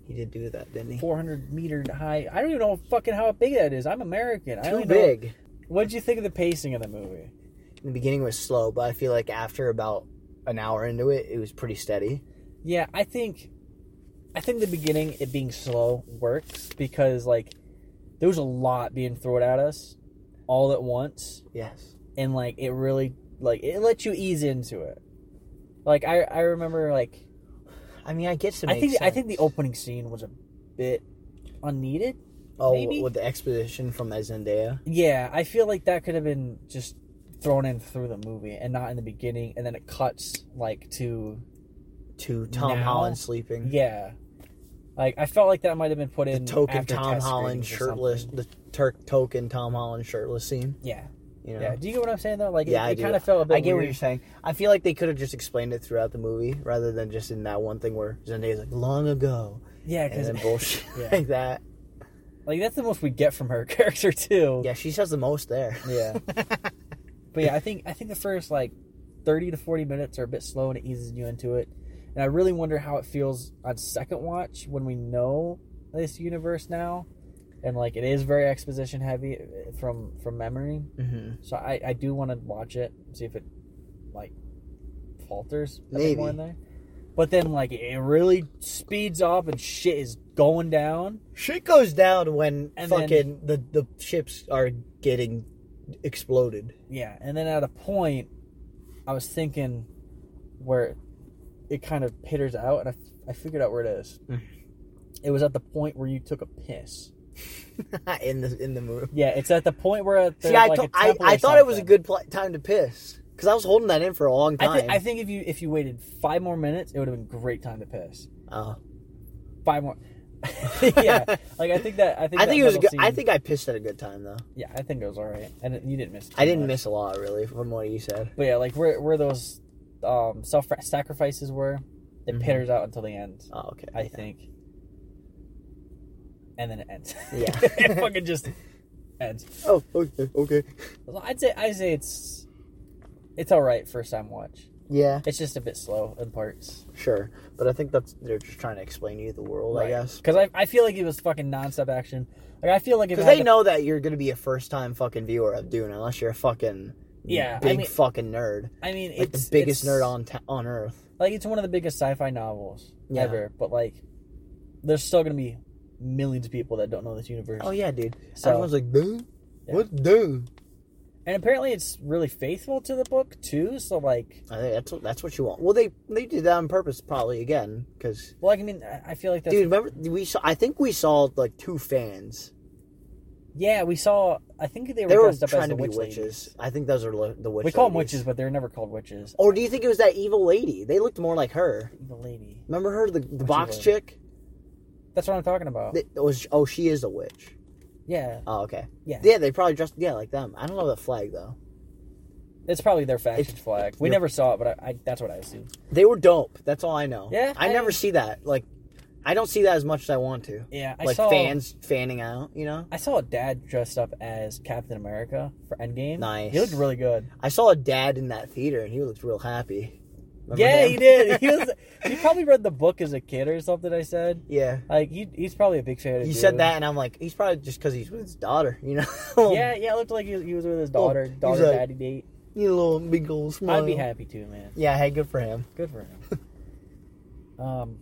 [SPEAKER 1] He did do that, didn't he?
[SPEAKER 2] four hundred meter high. I don't even know fucking how big that is. I'm American. I
[SPEAKER 1] Too
[SPEAKER 2] only know-
[SPEAKER 1] big.
[SPEAKER 2] What'd you think of the pacing of the movie?
[SPEAKER 1] In the beginning was slow, but I feel like after about an hour into it, it was pretty steady.
[SPEAKER 2] Yeah, I think, I think the beginning it being slow works because like there was a lot being thrown at us all at once.
[SPEAKER 1] Yes.
[SPEAKER 2] and like it really like it lets you ease into it. Like I I remember like
[SPEAKER 1] I mean, I guess it
[SPEAKER 2] I think
[SPEAKER 1] makes
[SPEAKER 2] I think the
[SPEAKER 1] sense.
[SPEAKER 2] opening scene was a bit unneeded.
[SPEAKER 1] oh
[SPEAKER 2] maybe-
[SPEAKER 1] with the exposition from that Zendaya.
[SPEAKER 2] Yeah, I feel like that could have been just thrown in through the movie and not in the beginning and then it cuts like to
[SPEAKER 1] to Tom
[SPEAKER 2] Now?
[SPEAKER 1] Holland sleeping.
[SPEAKER 2] yeah. Like I felt like that might have been put in
[SPEAKER 1] Token
[SPEAKER 2] after
[SPEAKER 1] Tom
[SPEAKER 2] test
[SPEAKER 1] Holland
[SPEAKER 2] screenings or something.
[SPEAKER 1] shirtless, the Turk token Tom Holland shirtless scene.
[SPEAKER 2] Yeah.
[SPEAKER 1] You know?
[SPEAKER 2] Yeah. Do you get what I'm saying though? Like
[SPEAKER 1] Yeah, I
[SPEAKER 2] it,
[SPEAKER 1] do.
[SPEAKER 2] kind of felt a bit
[SPEAKER 1] I get what
[SPEAKER 2] weird.
[SPEAKER 1] you're saying. I feel like they could have just explained it throughout the movie rather than just in that one thing where Zendaya's like long ago
[SPEAKER 2] Yeah,
[SPEAKER 1] and
[SPEAKER 2] cuz
[SPEAKER 1] then bullshit
[SPEAKER 2] Yeah.
[SPEAKER 1] like that.
[SPEAKER 2] like that's the most we get from her character too.
[SPEAKER 1] Yeah, she says the most there.
[SPEAKER 2] Yeah. but yeah, I think I think the first like thirty to forty minutes are a bit slow and it eases you into it. And I really wonder how it feels on second watch when we know this universe now, and like it is very exposition heavy uh, from from memory.
[SPEAKER 1] hmm
[SPEAKER 2] So I I do want to watch it see if it like falters a bit
[SPEAKER 1] Maybe.
[SPEAKER 2] more in there. But then like it really speeds up and shit is going down.
[SPEAKER 1] Shit goes down when
[SPEAKER 2] And then-
[SPEAKER 1] fucking the the ships are getting exploded.
[SPEAKER 2] Yeah, and then at a point, I was thinking where it kind of pitters out, and I, I figured out where it is.
[SPEAKER 1] Mm.
[SPEAKER 2] it was at the point where you took a piss.
[SPEAKER 1] in the in the movie.
[SPEAKER 2] Yeah, it's at the point where at the,
[SPEAKER 1] See, I,
[SPEAKER 2] like,
[SPEAKER 1] to-
[SPEAKER 2] a
[SPEAKER 1] I,
[SPEAKER 2] temple or
[SPEAKER 1] I thought it was a
[SPEAKER 2] something.
[SPEAKER 1] good pl- time to piss because I was holding that in for a long time.
[SPEAKER 2] I, thi- I think if you if you waited five more minutes, it would have been great time to piss.
[SPEAKER 1] oh.
[SPEAKER 2] Five more. yeah, like I think that I think
[SPEAKER 1] I
[SPEAKER 2] that
[SPEAKER 1] think it was. A
[SPEAKER 2] middle
[SPEAKER 1] good, I
[SPEAKER 2] scene-
[SPEAKER 1] think I pissed at a good time though.
[SPEAKER 2] yeah, I think it was all right, and it, you didn't miss.
[SPEAKER 1] I
[SPEAKER 2] too
[SPEAKER 1] didn't
[SPEAKER 2] much.
[SPEAKER 1] miss a lot really from what you said.
[SPEAKER 2] But yeah, like where where those um, self sacrifices were, it
[SPEAKER 1] Mhm.
[SPEAKER 2] pitters out until the end.
[SPEAKER 1] Oh, okay.
[SPEAKER 2] I think. And then it ends.
[SPEAKER 1] Yeah.
[SPEAKER 2] it fucking just ends.
[SPEAKER 1] Oh, okay, okay.
[SPEAKER 2] Well, I'd say I'd say it's it's all right first time watch.
[SPEAKER 1] Yeah,
[SPEAKER 2] It's just a bit slow in parts.
[SPEAKER 1] sure. But I think that's they're just trying to explain to you the world, I guess.
[SPEAKER 2] Because I, I feel like it was fucking nonstop action. Like I feel like if it
[SPEAKER 1] Because
[SPEAKER 2] had
[SPEAKER 1] they
[SPEAKER 2] to-
[SPEAKER 1] know that you're gonna be a first time fucking viewer of Dune unless you're a fucking
[SPEAKER 2] Yeah, I
[SPEAKER 1] big
[SPEAKER 2] mean-
[SPEAKER 1] fucking nerd,
[SPEAKER 2] I mean,
[SPEAKER 1] like
[SPEAKER 2] it's
[SPEAKER 1] the biggest
[SPEAKER 2] it's-
[SPEAKER 1] nerd on t- on earth.
[SPEAKER 2] Like it's one of the biggest sci-fi novels
[SPEAKER 1] Yeah.
[SPEAKER 2] ever. But like, there's still gonna be millions of people that don't know this universe.
[SPEAKER 1] Oh yeah, dude.
[SPEAKER 2] So-
[SPEAKER 1] Everyone's like Dune.
[SPEAKER 2] Yeah.
[SPEAKER 1] What's Dune?
[SPEAKER 2] And apparently, it's really faithful to the book too. So like,
[SPEAKER 1] I think that's what- that's what you want. Well, they they did that on purpose, probably again, because
[SPEAKER 2] well, like, I mean, I- I feel like that's
[SPEAKER 1] dude, remember we saw. I think we saw like two fans.
[SPEAKER 2] Yeah, we saw. I think they were
[SPEAKER 1] They were
[SPEAKER 2] dressed up as
[SPEAKER 1] trying
[SPEAKER 2] the
[SPEAKER 1] to be
[SPEAKER 2] witch
[SPEAKER 1] witches.
[SPEAKER 2] ladies.
[SPEAKER 1] I think those are li- the witch.
[SPEAKER 2] we call them
[SPEAKER 1] ladies.
[SPEAKER 2] witches, but they're never called witches.
[SPEAKER 1] Or do you think it was that evil lady? They looked more like her.
[SPEAKER 2] The lady.
[SPEAKER 1] Remember her, the, the box
[SPEAKER 2] lady?
[SPEAKER 1] chick?
[SPEAKER 2] That's what I'm talking about.
[SPEAKER 1] That was oh, she is a witch.
[SPEAKER 2] yeah,
[SPEAKER 1] Oh, okay.
[SPEAKER 2] yeah,
[SPEAKER 1] Yeah, they probably dressed yeah like them. I don't know the flag though.
[SPEAKER 2] It's probably their faction
[SPEAKER 1] It's-
[SPEAKER 2] flag. We
[SPEAKER 1] you're-
[SPEAKER 2] never saw it, but I, I, that's what I assumed.
[SPEAKER 1] They were dope. That's all I know.
[SPEAKER 2] Yeah,
[SPEAKER 1] I,
[SPEAKER 2] I-
[SPEAKER 1] never see that. Like, I don't see that as much as I want to.
[SPEAKER 2] Yeah, I
[SPEAKER 1] like
[SPEAKER 2] saw.
[SPEAKER 1] fans fanning out. You know.
[SPEAKER 2] I saw a dad dressed up as Captain America for Endgame.
[SPEAKER 1] Nice.
[SPEAKER 2] He looked really good.
[SPEAKER 1] I saw a dad in that theater, and he looked real happy. Remember
[SPEAKER 2] yeah,
[SPEAKER 1] him?
[SPEAKER 2] he did. He was. he probably read the book as a kid or something. I said.
[SPEAKER 1] Yeah,
[SPEAKER 2] Like he, he's probably a big fan. of
[SPEAKER 1] you
[SPEAKER 2] Dune.
[SPEAKER 1] said that, and I'm like, he's probably just because he's with his daughter, you know.
[SPEAKER 2] Yeah, yeah. It looked like he was, he was with his daughter,
[SPEAKER 1] Oh, he's
[SPEAKER 2] daughter,
[SPEAKER 1] like- uh,
[SPEAKER 2] daddy date.
[SPEAKER 1] you know, little big old smile.
[SPEAKER 2] I'd be happy too, man.
[SPEAKER 1] Yeah, hey, good for him.
[SPEAKER 2] Good for him. um,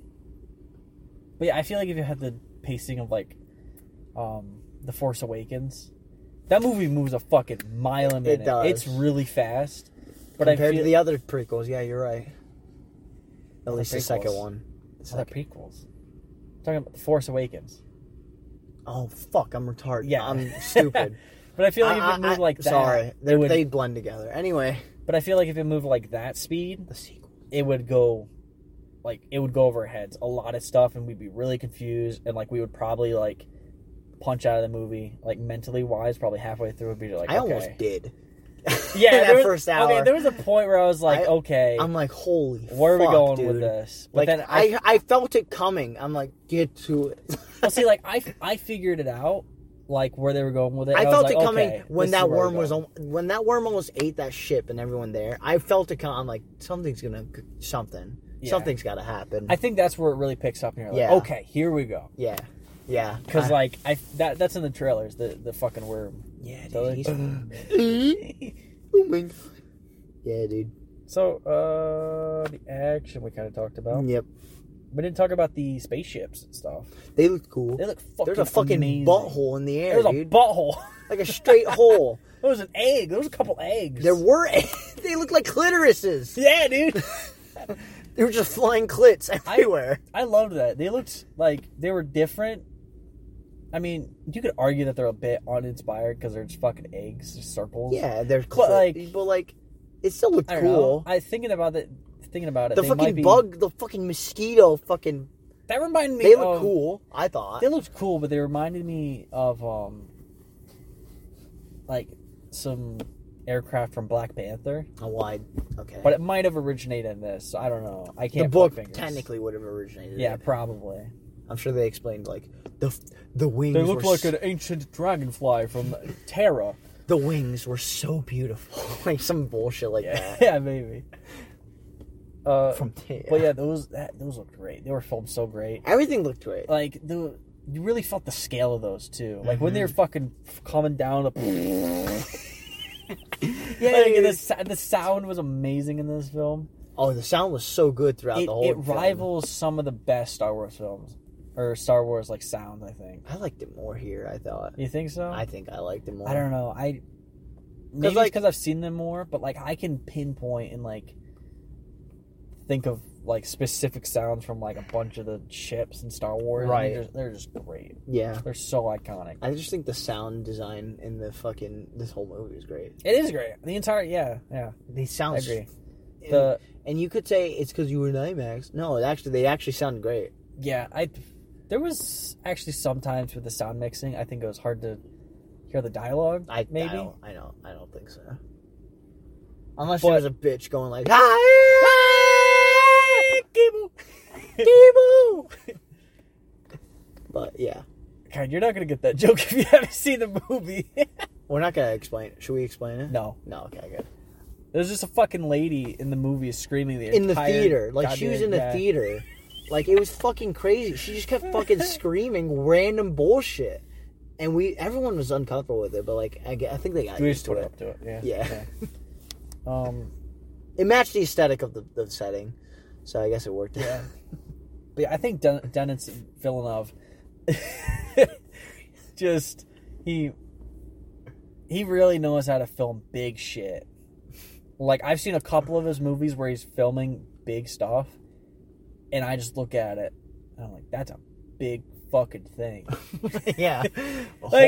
[SPEAKER 2] but yeah, I feel like if you had the pacing of like, um, The Force Awakens, that movie moves a fucking mile a minute.
[SPEAKER 1] does.
[SPEAKER 2] It's really fast. But
[SPEAKER 1] Compared
[SPEAKER 2] I feel
[SPEAKER 1] to the other prequels, yeah, you're right. At least the
[SPEAKER 2] prequels.
[SPEAKER 1] second one.
[SPEAKER 2] It's not prequels. I'm talking about The Force Awakens.
[SPEAKER 1] Oh fuck, I'm retarded.
[SPEAKER 2] Yeah.
[SPEAKER 1] I'm stupid.
[SPEAKER 2] But I feel like
[SPEAKER 1] I-
[SPEAKER 2] if it moved
[SPEAKER 1] I-
[SPEAKER 2] like that,
[SPEAKER 1] sorry,
[SPEAKER 2] they
[SPEAKER 1] they
[SPEAKER 2] would.
[SPEAKER 1] they blend together. Anyway,
[SPEAKER 2] But I feel like if it moved like that speed,
[SPEAKER 1] the sequel.
[SPEAKER 2] it would go, like it would go over our heads a lot of stuff, and we'd be really confused, and like we would probably like punch out of the movie like mentally wise probably halfway through would be like
[SPEAKER 1] I almost
[SPEAKER 2] okay.
[SPEAKER 1] did.
[SPEAKER 2] yeah,
[SPEAKER 1] that
[SPEAKER 2] there was-
[SPEAKER 1] first
[SPEAKER 2] Okay,
[SPEAKER 1] hour.
[SPEAKER 2] there was a point where I was like,
[SPEAKER 1] I-
[SPEAKER 2] okay,
[SPEAKER 1] I'm like, holy.
[SPEAKER 2] where are we
[SPEAKER 1] fuck,
[SPEAKER 2] going with
[SPEAKER 1] dude.
[SPEAKER 2] this? But
[SPEAKER 1] Like
[SPEAKER 2] then I,
[SPEAKER 1] I, I felt it coming. I'm like, get to it.
[SPEAKER 2] well, see, like I, I figured it out, like where they were going with it.
[SPEAKER 1] I
[SPEAKER 2] and
[SPEAKER 1] felt
[SPEAKER 2] was
[SPEAKER 1] it
[SPEAKER 2] like,
[SPEAKER 1] coming
[SPEAKER 2] okay, this
[SPEAKER 1] when
[SPEAKER 2] is
[SPEAKER 1] that
[SPEAKER 2] where we're
[SPEAKER 1] worm was
[SPEAKER 2] going.
[SPEAKER 1] al- when that worm almost ate that ship and everyone there. I felt it coming. I'm like, something's gonna g- something.
[SPEAKER 2] Yeah.
[SPEAKER 1] Something's gotta happen.
[SPEAKER 2] I think that's where it really picks up, and you're like,
[SPEAKER 1] Yeah.
[SPEAKER 2] okay, here we go.
[SPEAKER 1] yeah, yeah.
[SPEAKER 2] Because
[SPEAKER 1] I-
[SPEAKER 2] like I that that's in the trailers, the the fucking worm.
[SPEAKER 1] yeah,
[SPEAKER 2] so, like-
[SPEAKER 1] dude. he's- oh my god. Yeah, dude.
[SPEAKER 2] So uh, the action we kind of talked about.
[SPEAKER 1] Yep.
[SPEAKER 2] We didn't talk about the spaceships and stuff.
[SPEAKER 1] They look cool.
[SPEAKER 2] They look fucking.
[SPEAKER 1] There's a fucking
[SPEAKER 2] amazing.
[SPEAKER 1] butthole in the air,
[SPEAKER 2] There's a
[SPEAKER 1] dude.
[SPEAKER 2] butthole.
[SPEAKER 1] like a straight hole.
[SPEAKER 2] there was an egg. There was a couple eggs.
[SPEAKER 1] There were. they look like clitorises.
[SPEAKER 2] Yeah, dude.
[SPEAKER 1] They were just flying clits everywhere.
[SPEAKER 2] I loved that. They looked like they were different. I mean, you could argue that they're a bit uninspired because they're just fucking eggs, just circles.
[SPEAKER 1] yeah, they're
[SPEAKER 2] But,
[SPEAKER 1] clit.
[SPEAKER 2] like-
[SPEAKER 1] but like, it still looked
[SPEAKER 2] I don't
[SPEAKER 1] cool.
[SPEAKER 2] know. I thinking about it, thinking about it.
[SPEAKER 1] the
[SPEAKER 2] they
[SPEAKER 1] fucking
[SPEAKER 2] might be,
[SPEAKER 1] bug, the fucking mosquito, fucking.
[SPEAKER 2] that reminded me.
[SPEAKER 1] They look
[SPEAKER 2] of-
[SPEAKER 1] cool. I thought.
[SPEAKER 2] um, They looked cool, but they reminded me of um, like some aircraft from Black Panther.
[SPEAKER 1] Oh, well, I, okay.
[SPEAKER 2] But it might have originated in this. So I don't know. I
[SPEAKER 1] the
[SPEAKER 2] can't.
[SPEAKER 1] book
[SPEAKER 2] point fingers.
[SPEAKER 1] technically would have originated.
[SPEAKER 2] Yeah,
[SPEAKER 1] it.
[SPEAKER 2] probably.
[SPEAKER 1] I'm sure they explained like the f- the wings.
[SPEAKER 2] They look
[SPEAKER 1] were
[SPEAKER 2] like
[SPEAKER 1] s-
[SPEAKER 2] an ancient dragonfly from Terra.
[SPEAKER 1] the wings were so beautiful, like some bullshit like that.
[SPEAKER 2] yeah, maybe. Uh,
[SPEAKER 1] From there.
[SPEAKER 2] But yeah, those that, those looked great. They were filmed so great.
[SPEAKER 1] everything looked great.
[SPEAKER 2] Like the you really felt the scale of those too. Like when they were fucking coming down. A,
[SPEAKER 1] yeah,
[SPEAKER 2] like, the, sou- the sound was amazing in this film.
[SPEAKER 1] Oh, the sound was so good throughout
[SPEAKER 2] It,
[SPEAKER 1] the whole.
[SPEAKER 2] it
[SPEAKER 1] film.
[SPEAKER 2] rivals some of the best Star Wars films or Star Wars like sound. I think.
[SPEAKER 1] I liked it more here. I thought.
[SPEAKER 2] You think so?
[SPEAKER 1] I think I liked it more.
[SPEAKER 2] I don't know. I maybe
[SPEAKER 1] like-
[SPEAKER 2] because I've seen them more, but like I can pinpoint and like think of like specific sounds from like a bunch of the ships in Star Wars.
[SPEAKER 1] Right.
[SPEAKER 2] They're just, they're just great.
[SPEAKER 1] Yeah,
[SPEAKER 2] They're so iconic.
[SPEAKER 1] I just think the sound design in the fucking this whole movie is great.
[SPEAKER 2] It is great. The entire yeah yeah
[SPEAKER 1] They
[SPEAKER 2] I
[SPEAKER 1] sound.
[SPEAKER 2] agree.
[SPEAKER 1] And,
[SPEAKER 2] The
[SPEAKER 1] and you could say it's because you were in IMAX. No, it actually, they actually sound great.
[SPEAKER 2] yeah I there was actually sometimes with the sound mixing I think it was hard to hear the dialogue.
[SPEAKER 1] I
[SPEAKER 2] maybe
[SPEAKER 1] I don't, I don't. I don't think so. Unless
[SPEAKER 2] But-
[SPEAKER 1] there's a bitch going like, "Hi, Gable, Gable." but yeah,
[SPEAKER 2] God, you're not gonna get that joke if you haven't seen the movie.
[SPEAKER 1] we're not gonna explain. it. Should we explain it?
[SPEAKER 2] no.
[SPEAKER 1] No. Okay. Good.
[SPEAKER 2] There's just a fucking lady in the movie screaming the
[SPEAKER 1] in the
[SPEAKER 2] entire
[SPEAKER 1] theater. Like she was
[SPEAKER 2] goddamn-
[SPEAKER 1] in the
[SPEAKER 2] yeah.
[SPEAKER 1] theater. Like it was fucking crazy. She just kept fucking screaming random bullshit, and we everyone was uncomfortable with it. But like I, get- I think they got
[SPEAKER 2] We
[SPEAKER 1] used
[SPEAKER 2] just
[SPEAKER 1] to
[SPEAKER 2] put
[SPEAKER 1] it.
[SPEAKER 2] up to it. Yeah.
[SPEAKER 1] Yeah.
[SPEAKER 2] Um.
[SPEAKER 1] It matched the aesthetic of the, the setting, so I guess it worked.
[SPEAKER 2] Yeah. But yeah, I think Den- Dennis Villeneuve just he he really knows how to film big shit. Like I've seen a couple of his movies where he's filming big stuff, and I just look at it and I'm like, that's a big fucking thing.
[SPEAKER 1] yeah.
[SPEAKER 2] Like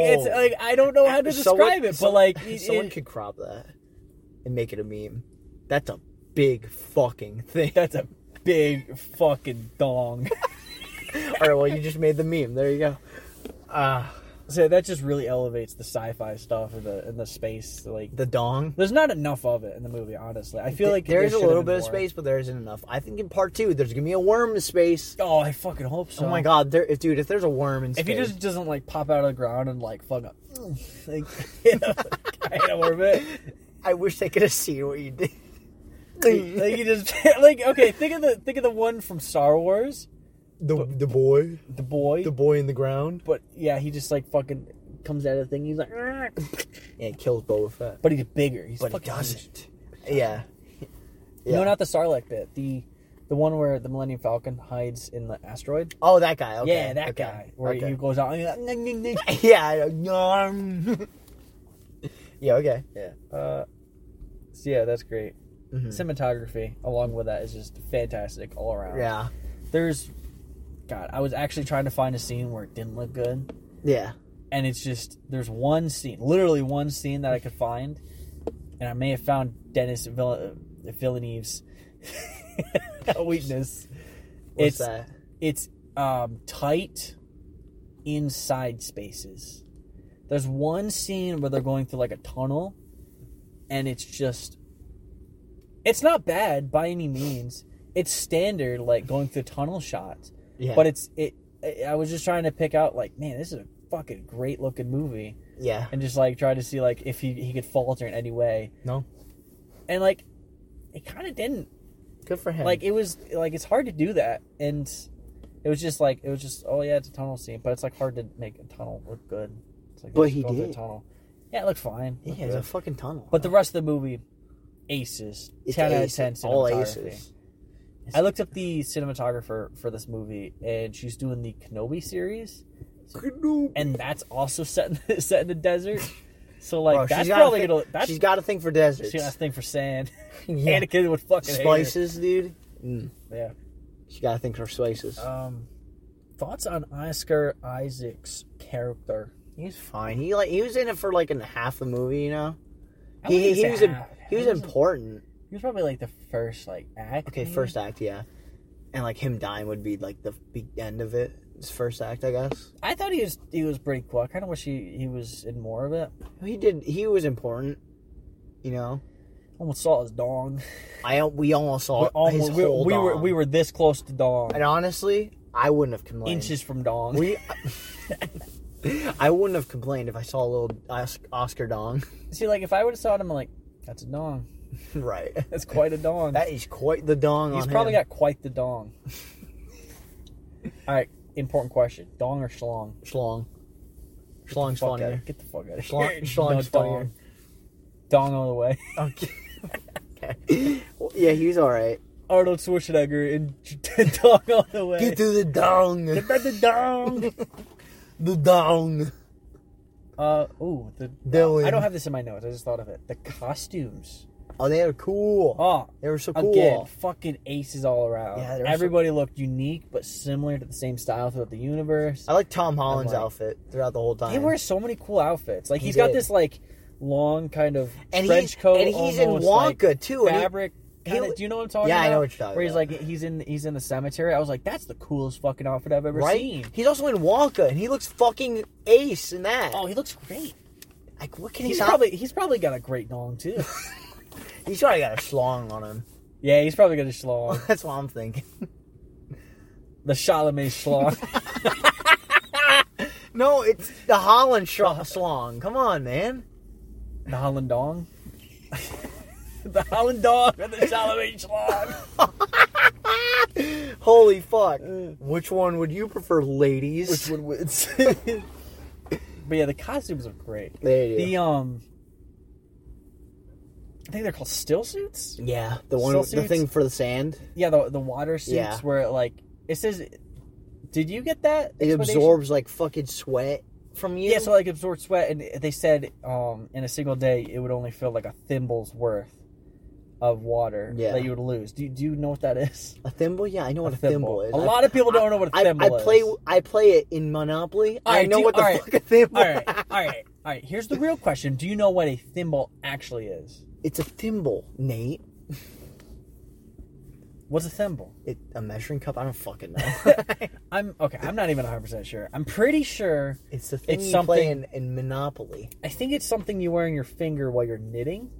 [SPEAKER 2] it's like I don't know how to describe
[SPEAKER 1] Someone-
[SPEAKER 2] it, but
[SPEAKER 1] some-
[SPEAKER 2] like it-
[SPEAKER 1] someone
[SPEAKER 2] it-
[SPEAKER 1] could crop that and make it a meme. That's a big fucking thing.
[SPEAKER 2] that's a big fucking dong.
[SPEAKER 1] All right, well, you just made the meme. There you go. Ah,
[SPEAKER 2] So that just really elevates the sci-fi stuff and the and the space. Like,
[SPEAKER 1] the dong.
[SPEAKER 2] there's not enough of it in the movie. Honestly, I feel like
[SPEAKER 1] there is a
[SPEAKER 2] should've
[SPEAKER 1] little
[SPEAKER 2] been
[SPEAKER 1] bit of
[SPEAKER 2] more.
[SPEAKER 1] space, but there isn't enough. I think in part two, there's gonna be a worm in space.
[SPEAKER 2] Oh, I fucking hope so.
[SPEAKER 1] Oh my god, there, if, dude, if there's a worm in space,
[SPEAKER 2] If he just doesn't like pop out of the ground and like fuck up, like hit a guy in orbit,
[SPEAKER 1] I wish they could have seen what you did.
[SPEAKER 2] like you just like okay, think of the think of the one from Star Wars,
[SPEAKER 1] The the boy,
[SPEAKER 2] the boy.
[SPEAKER 1] boy in the ground.
[SPEAKER 2] but yeah, he just like fucking comes out of the thing. He's like, "Argh."
[SPEAKER 1] Yeah, it kills Boba Fett,
[SPEAKER 2] but he's bigger. He's
[SPEAKER 1] but he
[SPEAKER 2] fucking huge.
[SPEAKER 1] doesn't. Yeah,
[SPEAKER 2] No,
[SPEAKER 1] Yeah.
[SPEAKER 2] not the Sarlacc bit. The the one where the Millennium Falcon hides in the asteroid.
[SPEAKER 1] Oh, that guy. Okay.
[SPEAKER 2] yeah, that
[SPEAKER 1] okay,
[SPEAKER 2] guy. Where
[SPEAKER 1] okay.
[SPEAKER 2] he goes out. And he's like, "Ning, ning, ning."
[SPEAKER 1] yeah. I know. yeah. Okay. Yeah.
[SPEAKER 2] uh, so yeah, that's great.
[SPEAKER 1] Mhm.
[SPEAKER 2] Cinematography along with that is just fantastic all around.
[SPEAKER 1] Yeah.
[SPEAKER 2] There's, God, I was actually trying to find a scene where it didn't look good,
[SPEAKER 1] Yeah.
[SPEAKER 2] and it's just there's one scene, literally one scene that I could find, and I may have found Dennis Vill- Villeneuve's weakness.
[SPEAKER 1] What's
[SPEAKER 2] it's
[SPEAKER 1] that?
[SPEAKER 2] it's um, tight inside spaces. There's one scene where they're going through like a tunnel, and it's just it's not bad by any means. It's standard, like going through tunnel shots.
[SPEAKER 1] Yeah.
[SPEAKER 2] But it's it. I- I was just trying to pick out, like, man, this is a fucking great looking movie,
[SPEAKER 1] yeah.
[SPEAKER 2] and just like try to see like if he he could falter in any way,
[SPEAKER 1] No.
[SPEAKER 2] and like it kind of didn't.
[SPEAKER 1] Good for him.
[SPEAKER 2] Like it was like it's hard to do that, and it was just like it was just oh yeah, it's a tunnel scene, but it's like hard to make a tunnel look good. It's like
[SPEAKER 1] But
[SPEAKER 2] just
[SPEAKER 1] he
[SPEAKER 2] go through a
[SPEAKER 1] did.
[SPEAKER 2] tunnel. Yeah, it looked fine.
[SPEAKER 1] yeah,
[SPEAKER 2] Looked
[SPEAKER 1] it's
[SPEAKER 2] good.
[SPEAKER 1] a fucking tunnel.
[SPEAKER 2] But the rest of the movie, aces.
[SPEAKER 1] It's
[SPEAKER 2] ten
[SPEAKER 1] aces,
[SPEAKER 2] out of ten.
[SPEAKER 1] all
[SPEAKER 2] cinematography.
[SPEAKER 1] aces.
[SPEAKER 2] I looked up the cinematographer for this movie, and she's doing the Kenobi series, and that's also set in the, set in the desert. So like
[SPEAKER 1] Bro, she's
[SPEAKER 2] that's
[SPEAKER 1] got a
[SPEAKER 2] probably
[SPEAKER 1] thing-
[SPEAKER 2] gonna that's
[SPEAKER 1] she's
[SPEAKER 2] she's
[SPEAKER 1] got a thing for deserts.
[SPEAKER 2] got a thing for sand.
[SPEAKER 1] Yeah.
[SPEAKER 2] Anakin would fucking spices.
[SPEAKER 1] Spices, dude. Mm.
[SPEAKER 2] Yeah.
[SPEAKER 1] She got a thing for spices.
[SPEAKER 2] Um, thoughts on Oscar Isaac's character?
[SPEAKER 1] He's fine. He like he was in it for like in half the movie, you know.
[SPEAKER 2] I wouldn't
[SPEAKER 1] He, he
[SPEAKER 2] say
[SPEAKER 1] was im-
[SPEAKER 2] half.
[SPEAKER 1] he was important.
[SPEAKER 2] He was probably like the first like act.
[SPEAKER 1] Okay,
[SPEAKER 2] maybe?
[SPEAKER 1] first act, yeah, and like him dying would be like the big end of it. His first act, I guess.
[SPEAKER 2] I thought he was he was pretty cool. I kind of wish he he was in more of it.
[SPEAKER 1] He did. He was important. You know,
[SPEAKER 2] Almost saw his dong.
[SPEAKER 1] I we almost saw
[SPEAKER 2] We're almo-
[SPEAKER 1] his
[SPEAKER 2] we,
[SPEAKER 1] whole
[SPEAKER 2] we were
[SPEAKER 1] dong.
[SPEAKER 2] we were this close to dong.
[SPEAKER 1] and honestly, I wouldn't have complained.
[SPEAKER 2] Inches from dong.
[SPEAKER 1] We. I wouldn't have complained if I saw a little Os- Oscar dong.
[SPEAKER 2] See, like if I would have saw him, I'm like, that's a dong.
[SPEAKER 1] right.
[SPEAKER 2] That's quite a dong.
[SPEAKER 1] That is quite the dong.
[SPEAKER 2] He's
[SPEAKER 1] on
[SPEAKER 2] probably
[SPEAKER 1] him.
[SPEAKER 2] got quite the dong. All right, important question: dong or schlong?
[SPEAKER 1] schlong. Schlong's
[SPEAKER 2] Fuck
[SPEAKER 1] funnier.
[SPEAKER 2] out. Get the fuck out of here.
[SPEAKER 1] Schlong- schlong's funnier.
[SPEAKER 2] Dong all the way.
[SPEAKER 1] Okay. okay. Well, yeah, he was all right.
[SPEAKER 2] Arnold Schwarzenegger and dong all the way.
[SPEAKER 1] Get to the dong.
[SPEAKER 2] Get that the dong.
[SPEAKER 1] The dong.
[SPEAKER 2] uh, ooh, the
[SPEAKER 1] Dylan.
[SPEAKER 2] I don't have this in my notes. I just thought of it. The costumes.
[SPEAKER 1] Oh, they were cool.
[SPEAKER 2] Oh,
[SPEAKER 1] they were so cool.
[SPEAKER 2] Again, fucking aces all around.
[SPEAKER 1] Yeah, there was
[SPEAKER 2] Everybody looked unique but similar to the same style throughout the universe.
[SPEAKER 1] I like Tom Holland's
[SPEAKER 2] I'm like-
[SPEAKER 1] outfit throughout the whole time.
[SPEAKER 2] He wears so many cool outfits. Like
[SPEAKER 1] He
[SPEAKER 2] he's got
[SPEAKER 1] did.
[SPEAKER 2] this like long kind of
[SPEAKER 1] And
[SPEAKER 2] trench
[SPEAKER 1] he's-
[SPEAKER 2] coat,
[SPEAKER 1] and he's in
[SPEAKER 2] almost,
[SPEAKER 1] Wonka,
[SPEAKER 2] like,
[SPEAKER 1] too, and he-
[SPEAKER 2] Fabric.
[SPEAKER 1] he-
[SPEAKER 2] kinda- do you know what I'm talking
[SPEAKER 1] Yeah,
[SPEAKER 2] about?
[SPEAKER 1] I know what you're talking
[SPEAKER 2] Where he's
[SPEAKER 1] about.
[SPEAKER 2] like he's in he's in the cemetery. I was like, that's the coolest fucking outfit I've ever
[SPEAKER 1] right.
[SPEAKER 2] seen.
[SPEAKER 1] He's also in Wonka, and he looks fucking ace in that.
[SPEAKER 2] Oh, he looks great.
[SPEAKER 1] like what can he
[SPEAKER 2] He's
[SPEAKER 1] stop?
[SPEAKER 2] probably he's probably got a great dong too.
[SPEAKER 1] He's probably got a schlong on him.
[SPEAKER 2] yeah, he's probably got a schlong.
[SPEAKER 1] That's what I'm thinking.
[SPEAKER 2] The Chalamet schlong.
[SPEAKER 1] No, it's the Holland sh- schlong. Come on, man.
[SPEAKER 2] the Holland dong. the Holland dong and the Chalamet schlong.
[SPEAKER 1] Holy fuck. Which one would you prefer, ladies?
[SPEAKER 2] Which one wins? but yeah, the costumes are great.
[SPEAKER 1] There you
[SPEAKER 2] The um, I think they're called still suits.
[SPEAKER 1] Yeah, the one,
[SPEAKER 2] Still
[SPEAKER 1] the
[SPEAKER 2] suits?
[SPEAKER 1] thing for the sand.
[SPEAKER 2] Yeah, the the water suits
[SPEAKER 1] Yeah.
[SPEAKER 2] where it, like it says. Did you get that?
[SPEAKER 1] It
[SPEAKER 2] explanation?
[SPEAKER 1] absorbs like fucking sweat from you.
[SPEAKER 2] Yeah, so like absorbs sweat, and they said um in a single day it would only fill like a thimble's worth of water
[SPEAKER 1] Yeah.
[SPEAKER 2] that you would lose. Do you, do you know what that is?
[SPEAKER 1] a thimble. Yeah, I know what a, thimble. is.
[SPEAKER 2] A lot of people don't know what a
[SPEAKER 1] I,
[SPEAKER 2] thimble
[SPEAKER 1] I play.
[SPEAKER 2] is.
[SPEAKER 1] I play it in Monopoly.
[SPEAKER 2] All
[SPEAKER 1] I
[SPEAKER 2] right,
[SPEAKER 1] know
[SPEAKER 2] do-
[SPEAKER 1] what the
[SPEAKER 2] all right.
[SPEAKER 1] fuck a thimble.
[SPEAKER 2] All right, all right, all right. Here's the real question: Do you know what a thimble actually is?
[SPEAKER 1] It's a thimble, Nate.
[SPEAKER 2] What's a thimble?
[SPEAKER 1] It, a measuring cup. I don't fucking know.
[SPEAKER 2] I'm okay. I'm not even 100 percent sure. I'm pretty sure.
[SPEAKER 1] it's the thing
[SPEAKER 2] It's
[SPEAKER 1] you play in,
[SPEAKER 2] something-
[SPEAKER 1] in Monopoly.
[SPEAKER 2] I think it's something you wear on your finger while you're knitting,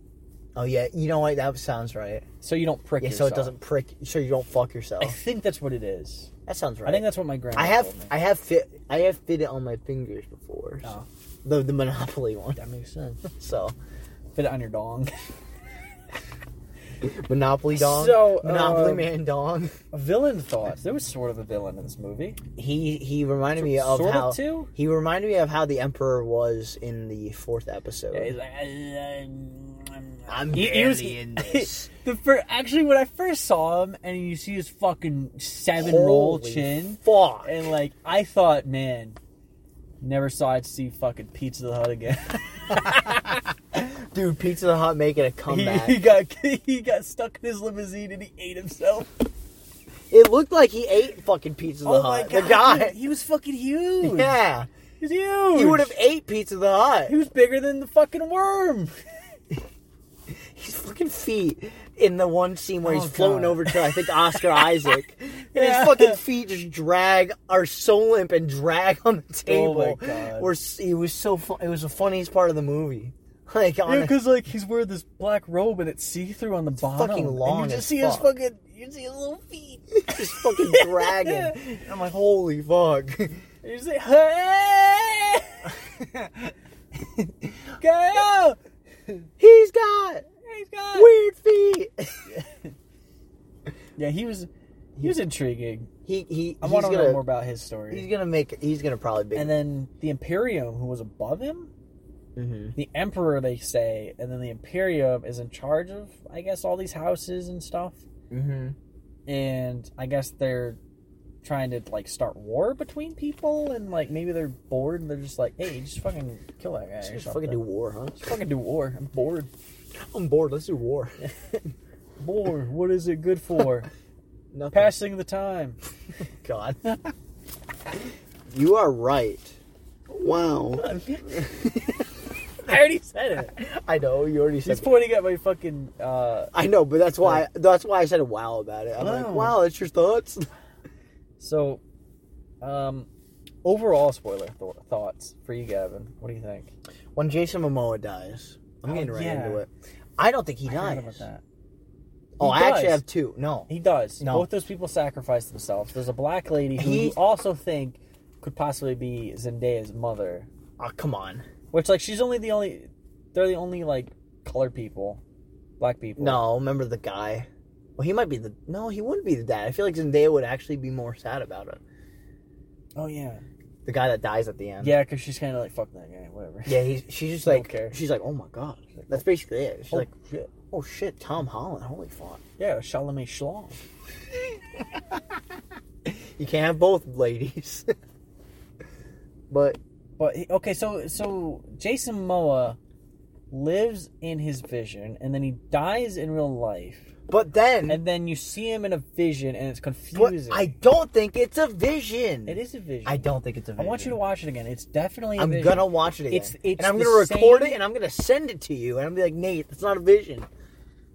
[SPEAKER 1] Oh yeah, you know what? That sounds right.
[SPEAKER 2] so you don't prick.
[SPEAKER 1] Yeah, so
[SPEAKER 2] yourself.
[SPEAKER 1] it doesn't prick. So you don't fuck
[SPEAKER 2] I
[SPEAKER 1] yourself.
[SPEAKER 2] think that's what it is.
[SPEAKER 1] That sounds right.
[SPEAKER 2] I think that's what my grandma.
[SPEAKER 1] I have.
[SPEAKER 2] Told me.
[SPEAKER 1] I have fit. I have fit it on my fingers before. so-
[SPEAKER 2] Oh.
[SPEAKER 1] The the Monopoly one.
[SPEAKER 2] that makes sense.
[SPEAKER 1] So.
[SPEAKER 2] Fit it on your dong.
[SPEAKER 1] Monopoly Dong.
[SPEAKER 2] So,
[SPEAKER 1] Monopoly
[SPEAKER 2] um,
[SPEAKER 1] Man Dong.
[SPEAKER 2] villain thoughts. There was sort of a villain in this movie.
[SPEAKER 1] He he reminded me of
[SPEAKER 2] Sort of
[SPEAKER 1] how
[SPEAKER 2] too?
[SPEAKER 1] he reminded me of how the Emperor was in the fourth episode.
[SPEAKER 2] Yeah, he's like, "I'm- I'm-
[SPEAKER 1] "Uh, um, I'm
[SPEAKER 2] He- he
[SPEAKER 1] barely
[SPEAKER 2] was-
[SPEAKER 1] in this.
[SPEAKER 2] the fir- actually, when I first saw him, and you see his fucking seven roll
[SPEAKER 1] Holy
[SPEAKER 2] chin,
[SPEAKER 1] Fuck.
[SPEAKER 2] and like I thought, man, never saw I'd see fucking Pizza the Hut again.
[SPEAKER 1] Dude, Pizza the Hut making a
[SPEAKER 2] he,
[SPEAKER 1] comeback.
[SPEAKER 2] he got he got stuck in his limousine and he ate himself.
[SPEAKER 1] it looked like he ate fucking Pizza
[SPEAKER 2] Oh
[SPEAKER 1] the Hut. The
[SPEAKER 2] dude,
[SPEAKER 1] guy.
[SPEAKER 2] he was fucking huge.
[SPEAKER 1] Yeah.
[SPEAKER 2] he was huge.
[SPEAKER 1] He would have ate Pizza the Hut.
[SPEAKER 2] He was bigger than the fucking worm.
[SPEAKER 1] His fucking feet in the one scene where
[SPEAKER 2] Oh,
[SPEAKER 1] he's floating
[SPEAKER 2] God.
[SPEAKER 1] over to I think Oscar Isaac. And
[SPEAKER 2] Yeah.
[SPEAKER 1] his fucking feet just drag are so limp and drag on the
[SPEAKER 2] Oh,
[SPEAKER 1] table.
[SPEAKER 2] my God.
[SPEAKER 1] Where s- it was so fu- it was the funniest part of the movie. Like on
[SPEAKER 2] Yeah,
[SPEAKER 1] a-
[SPEAKER 2] because like he's wearing this black robe and it's see through on the bottom.
[SPEAKER 1] fucking long
[SPEAKER 2] And you
[SPEAKER 1] as
[SPEAKER 2] just see his
[SPEAKER 1] fuck.
[SPEAKER 2] fucking, you see his little feet.
[SPEAKER 1] just fucking dragging. I'm like, holy fuck.
[SPEAKER 2] And you say, hey, go!
[SPEAKER 1] He's got
[SPEAKER 2] He's gone.
[SPEAKER 1] weird feet.
[SPEAKER 2] Yeah, he was, he was intriguing.
[SPEAKER 1] He he.
[SPEAKER 2] I
[SPEAKER 1] he's
[SPEAKER 2] want to
[SPEAKER 1] gonna-
[SPEAKER 2] know more about his
[SPEAKER 1] He's
[SPEAKER 2] story.
[SPEAKER 1] gonna make. He's gonna probably big.
[SPEAKER 2] And then the Imperium, who was above him,
[SPEAKER 1] Mhm.
[SPEAKER 2] the Emperor, they say, and then the Imperium is in charge of, I guess, all these houses and stuff. Mm-hmm.
[SPEAKER 1] Mhm.
[SPEAKER 2] and I guess they're trying to like start war between people, and like maybe they're bored and they're just like, "Hey, just fucking kill that guy." or
[SPEAKER 1] Let's
[SPEAKER 2] something.
[SPEAKER 1] fucking do war, huh?
[SPEAKER 2] Just fucking do war. I'm bored.
[SPEAKER 1] I'm bored. Let's do war.
[SPEAKER 2] Bored. What is it good for?
[SPEAKER 1] Nothing.
[SPEAKER 2] Passing the time.
[SPEAKER 1] God. you are right. Wow.
[SPEAKER 2] I already said it.
[SPEAKER 1] I know you already said.
[SPEAKER 2] He's pointing at my fucking. Uh,
[SPEAKER 1] I know, but that's why. That's why I said wow about it. I'm like,
[SPEAKER 2] Wow.
[SPEAKER 1] wow, that's your thoughts.
[SPEAKER 2] so, um, overall spoiler th- thoughts for you, Gavin. What do you think?
[SPEAKER 1] When Jason Momoa dies, I'm
[SPEAKER 2] Oh,
[SPEAKER 1] getting right
[SPEAKER 2] yeah.
[SPEAKER 1] into it. I don't think he
[SPEAKER 2] I
[SPEAKER 1] dies.
[SPEAKER 2] forgot about that.
[SPEAKER 1] Oh,
[SPEAKER 2] He
[SPEAKER 1] I actually
[SPEAKER 2] does.
[SPEAKER 1] have two. No,
[SPEAKER 2] He does.
[SPEAKER 1] No.
[SPEAKER 2] Both those people sacrifice themselves. There's a black lady who
[SPEAKER 1] He-
[SPEAKER 2] you also think could possibly be Zendaya's mother.
[SPEAKER 1] oh, come on.
[SPEAKER 2] Which like she's only the only they're the only like colored people. Black people.
[SPEAKER 1] No, remember the guy. Well, he might be the. No, he wouldn't be the dad. I feel like Zendaya would actually be more sad about it.
[SPEAKER 2] Oh yeah.
[SPEAKER 1] The guy that dies at the end.
[SPEAKER 2] Yeah, because she's kinda like fuck that guy, whatever.
[SPEAKER 1] Yeah, he's, she's just
[SPEAKER 2] Don't
[SPEAKER 1] like,
[SPEAKER 2] care.
[SPEAKER 1] she's like, oh my god. That's basically it. She's
[SPEAKER 2] Oh,
[SPEAKER 1] like,
[SPEAKER 2] shit.
[SPEAKER 1] oh shit, Tom Holland, holy fuck.
[SPEAKER 2] Yeah, Chalamet Schlong.
[SPEAKER 1] You can't have both ladies. but
[SPEAKER 2] But he- okay, so so Jason Moa lives in his vision and then he dies in real life.
[SPEAKER 1] but then,
[SPEAKER 2] And then you see him in a vision and it's
[SPEAKER 1] but
[SPEAKER 2] confusing.
[SPEAKER 1] I don't think it's a vision.
[SPEAKER 2] it is a vision.
[SPEAKER 1] I don't think it's a
[SPEAKER 2] I
[SPEAKER 1] vision.
[SPEAKER 2] want you to watch it again. It's definitely. i
[SPEAKER 1] I'm gonna watch it again.
[SPEAKER 2] It's- it's
[SPEAKER 1] and I'm
[SPEAKER 2] the
[SPEAKER 1] gonna record
[SPEAKER 2] same-
[SPEAKER 1] it and I'm gonna send it to you and I'm gonna be like, Nate, that's not a vision.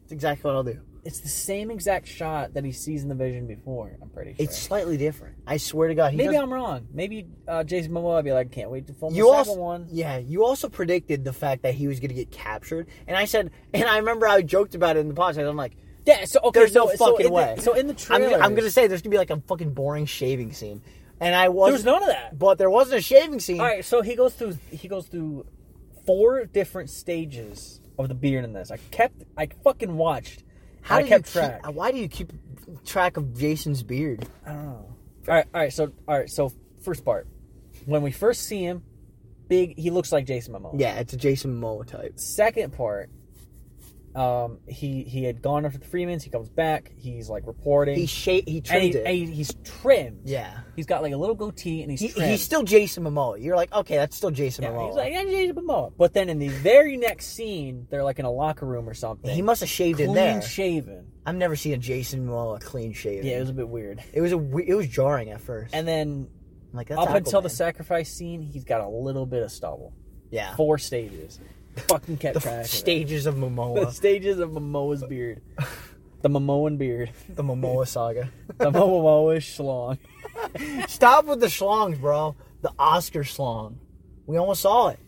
[SPEAKER 1] That's exactly what I'll do.
[SPEAKER 2] It's the same exact shot that he sees in the vision before. I'm pretty sure.
[SPEAKER 1] It's slightly different. I swear to God, he
[SPEAKER 2] Maybe
[SPEAKER 1] does-
[SPEAKER 2] I'm wrong. Maybe uh, Jason Momoa would be like, "Can't wait to film
[SPEAKER 1] you
[SPEAKER 2] the
[SPEAKER 1] also
[SPEAKER 2] second one."
[SPEAKER 1] yeah you also predicted the fact that he was gonna get captured and i said and i remember i joked about it in the podcast i'm like
[SPEAKER 2] Yeah. So okay.
[SPEAKER 1] there's
[SPEAKER 2] so,
[SPEAKER 1] no
[SPEAKER 2] so
[SPEAKER 1] fucking
[SPEAKER 2] in the-
[SPEAKER 1] way
[SPEAKER 2] so in the
[SPEAKER 1] I'm,
[SPEAKER 2] trailer,
[SPEAKER 1] gonna- I'm gonna say there's gonna be like a fucking boring shaving scene and i was
[SPEAKER 2] there was none of that.
[SPEAKER 1] but there wasn't a shaving scene
[SPEAKER 2] All right. So he goes through. He goes through four different stages of the beard in this. I kept. I fucking watched.
[SPEAKER 1] how
[SPEAKER 2] I
[SPEAKER 1] do
[SPEAKER 2] kept
[SPEAKER 1] you
[SPEAKER 2] track.
[SPEAKER 1] keep, why do you keep track of jason's beard
[SPEAKER 2] I don't know. All right, all right. So, all right. So, first part, when we first see him, big. He looks like Jason Momoa.
[SPEAKER 1] yeah it's a jason momoa type
[SPEAKER 2] Second part, um, he he had gone after the Freemans. He comes back. He's like reporting.
[SPEAKER 1] he shaved he
[SPEAKER 2] and,
[SPEAKER 1] trimmed
[SPEAKER 2] he,
[SPEAKER 1] it
[SPEAKER 2] and he- he's trimmed.
[SPEAKER 1] yeah
[SPEAKER 2] He's got like a little goatee, and he's
[SPEAKER 1] he,
[SPEAKER 2] trimmed.
[SPEAKER 1] he's still jason momoa you're like okay that's still jason
[SPEAKER 2] Yeah,
[SPEAKER 1] momoa
[SPEAKER 2] he's like yeah, Jason Momoa. But then in the very next scene, they're like in a locker room or something.
[SPEAKER 1] he must have shaved
[SPEAKER 2] clean
[SPEAKER 1] in there.
[SPEAKER 2] shaven.
[SPEAKER 1] I've never seen a Jason Momoa clean shaven.
[SPEAKER 2] Yeah, it was a bit weird.
[SPEAKER 1] It was a we- it was jarring at first.
[SPEAKER 2] And then
[SPEAKER 1] I'm like that's
[SPEAKER 2] up until the
[SPEAKER 1] Aquaman.
[SPEAKER 2] sacrifice scene, he's got a little bit of stubble.
[SPEAKER 1] yeah
[SPEAKER 2] Four stages. Fucking kept
[SPEAKER 1] Ah. the
[SPEAKER 2] track. of it.
[SPEAKER 1] stages of
[SPEAKER 2] the
[SPEAKER 1] Momoa,
[SPEAKER 2] stages of Momoa's beard. The Momoan beard.
[SPEAKER 1] the Momoa saga.
[SPEAKER 2] The Momoa schlong.
[SPEAKER 1] Stop with the schlongs, bro. The Oscar schlong. We almost saw it,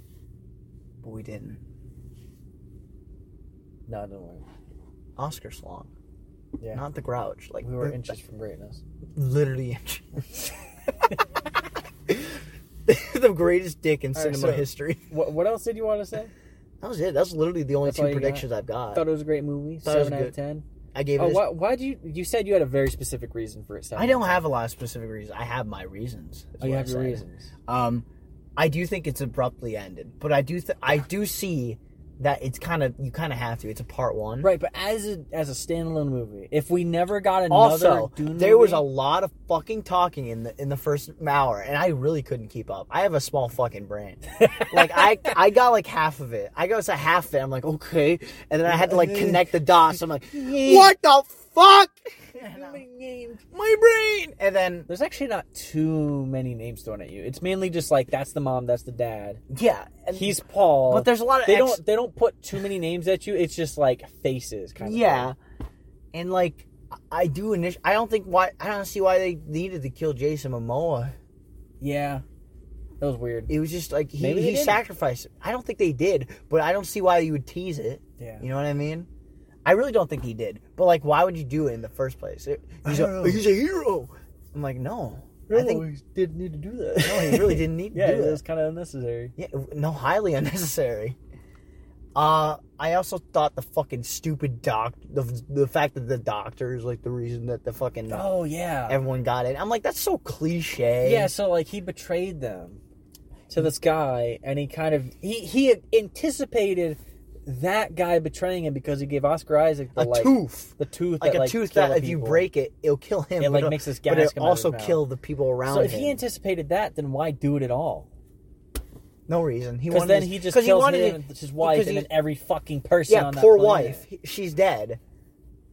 [SPEAKER 1] but we didn't.
[SPEAKER 2] No, don't worry.
[SPEAKER 1] Oscar schlong,
[SPEAKER 2] Yeah.
[SPEAKER 1] not the Grouch. Like
[SPEAKER 2] we were
[SPEAKER 1] the-
[SPEAKER 2] inches from greatness.
[SPEAKER 1] literally inch. the greatest dick in
[SPEAKER 2] All right,
[SPEAKER 1] cinema
[SPEAKER 2] so-
[SPEAKER 1] history.
[SPEAKER 2] What, what else did you want to say?
[SPEAKER 1] That was it. That's literally the only
[SPEAKER 2] That's all
[SPEAKER 1] two
[SPEAKER 2] you got?
[SPEAKER 1] predictions I've got.
[SPEAKER 2] Thought it was a great movie.
[SPEAKER 1] Uh, Thought it was
[SPEAKER 2] Seven out
[SPEAKER 1] good.
[SPEAKER 2] of ten.
[SPEAKER 1] I gave
[SPEAKER 2] Oh,
[SPEAKER 1] it. a-
[SPEAKER 2] why? Why do you? You said you had a very specific reason for it.
[SPEAKER 1] I don't have a lot of specific reasons. I have my reasons. is
[SPEAKER 2] Oh, you
[SPEAKER 1] what I
[SPEAKER 2] have your
[SPEAKER 1] said.
[SPEAKER 2] reasons.
[SPEAKER 1] Um, I do think it's abruptly ended, but I do th- I do see that it's kind of you kind of have to. It's a part one.
[SPEAKER 2] Right, but as a as a standalone movie, if we never got another
[SPEAKER 1] Also,
[SPEAKER 2] Dune
[SPEAKER 1] there was a
[SPEAKER 2] movie-
[SPEAKER 1] lot of fucking talking in the in the first hour, and I really couldn't keep up. I have a small fucking brain. like I I got like half of it. I got to half of it. I'm like okay, and then I had to like connect the dots. I'm like, what the fuck? My brain. And then
[SPEAKER 2] There's actually not too many names thrown at you. It's mainly just like that's the mom, that's the dad.
[SPEAKER 1] yeah, and
[SPEAKER 2] He's Paul.
[SPEAKER 1] but there's a lot of
[SPEAKER 2] they
[SPEAKER 1] ex-
[SPEAKER 2] don't they don't put too many names at you. It's just like faces, kind of.
[SPEAKER 1] Yeah, and like I do initially, I don't think why I don't see why they needed to kill Jason Momoa.
[SPEAKER 2] thing. yeah. It That was weird.
[SPEAKER 1] It was just like he,
[SPEAKER 2] Maybe they
[SPEAKER 1] he
[SPEAKER 2] didn't.
[SPEAKER 1] sacrificed. it. I don't think they did, but I don't see why you would tease it.
[SPEAKER 2] Yeah.
[SPEAKER 1] You know what I mean? I really don't think he did. But like, why would you do it in the first place? It- he's,
[SPEAKER 2] don't
[SPEAKER 1] a,
[SPEAKER 2] know.
[SPEAKER 1] he's a hero. I'm like, no. I think
[SPEAKER 2] he didn't need to do that.
[SPEAKER 1] no, he really didn't need to
[SPEAKER 2] yeah,
[SPEAKER 1] do
[SPEAKER 2] it
[SPEAKER 1] that.
[SPEAKER 2] was kind of unnecessary.
[SPEAKER 1] Yeah, no, highly unnecessary. Uh, I also thought the fucking stupid doc, the, the fact that the doctor is like the reason that the fucking
[SPEAKER 2] Oh yeah.
[SPEAKER 1] everyone got it. I'm like, that's so cliche.
[SPEAKER 2] Yeah, so like he betrayed them to this guy, and he kind of he he had anticipated that guy betraying him because he gave Oscar Isaac the
[SPEAKER 1] a
[SPEAKER 2] like
[SPEAKER 1] tooth,
[SPEAKER 2] the tooth
[SPEAKER 1] like
[SPEAKER 2] that,
[SPEAKER 1] a
[SPEAKER 2] like,
[SPEAKER 1] tooth
[SPEAKER 2] killed
[SPEAKER 1] that if you
[SPEAKER 2] people.
[SPEAKER 1] break it, it'll kill him.
[SPEAKER 2] It, like,
[SPEAKER 1] but
[SPEAKER 2] makes this
[SPEAKER 1] but
[SPEAKER 2] gas
[SPEAKER 1] it'll
[SPEAKER 2] come out of
[SPEAKER 1] also
[SPEAKER 2] his mouth.
[SPEAKER 1] kill the people around
[SPEAKER 2] So if
[SPEAKER 1] him.
[SPEAKER 2] he anticipated that, then why do it at all?
[SPEAKER 1] no reason. He
[SPEAKER 2] Because
[SPEAKER 1] wanted
[SPEAKER 2] then
[SPEAKER 1] his-
[SPEAKER 2] he just
[SPEAKER 1] 'cause
[SPEAKER 2] kills
[SPEAKER 1] wanted
[SPEAKER 2] him,
[SPEAKER 1] it-
[SPEAKER 2] his wife
[SPEAKER 1] because
[SPEAKER 2] and
[SPEAKER 1] he-
[SPEAKER 2] then every fucking person.
[SPEAKER 1] yeah,
[SPEAKER 2] on that
[SPEAKER 1] poor
[SPEAKER 2] planet.
[SPEAKER 1] wife. He- She's dead.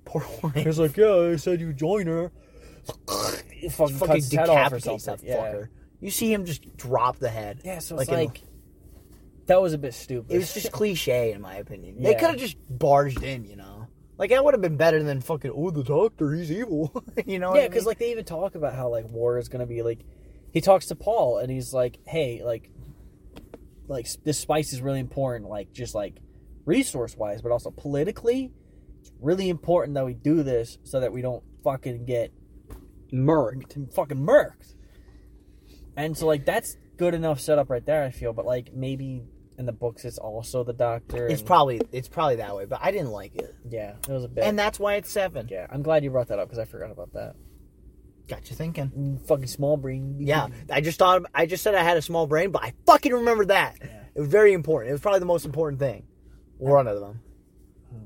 [SPEAKER 1] Poor wife.
[SPEAKER 2] He's like, yeah, I said you join her. He fucking,
[SPEAKER 1] Fucking
[SPEAKER 2] cuts his head off or
[SPEAKER 1] decapitates
[SPEAKER 2] something.
[SPEAKER 1] that
[SPEAKER 2] Yeah.
[SPEAKER 1] fucker. You see him just drop the head.
[SPEAKER 2] yeah, so it's
[SPEAKER 1] in the-
[SPEAKER 2] like, that was a bit stupid.
[SPEAKER 1] It was just cliche, in my opinion. They
[SPEAKER 2] Yeah.
[SPEAKER 1] could have just barged in, you know. Like that would have been better than fucking. Oh, the doctor, he's evil. you know.
[SPEAKER 2] yeah, because like they even talk about how like war is gonna be like. He talks to Paul and he's like, "Hey, like, like s- this spice is really important. Like, just like resource wise, but also politically, it's really important that we do this so that we don't fucking get
[SPEAKER 1] murked.
[SPEAKER 2] fucking murked." And so like that's good enough setup right there. I feel, but like maybe in the books it's also the doctor.
[SPEAKER 1] It's
[SPEAKER 2] and-
[SPEAKER 1] probably it's probably that way, but I didn't like it,
[SPEAKER 2] yeah. It was a bit.
[SPEAKER 1] and that's why it's seven.
[SPEAKER 2] yeah, I'm glad you brought that up because I forgot about that.
[SPEAKER 1] Got you thinking.
[SPEAKER 2] Mm, Fucking small brain.
[SPEAKER 1] Yeah, I just thought I just said I had a small brain, but I fucking remember that.
[SPEAKER 2] Yeah.
[SPEAKER 1] It was very important. It was probably the most important thing. One of them.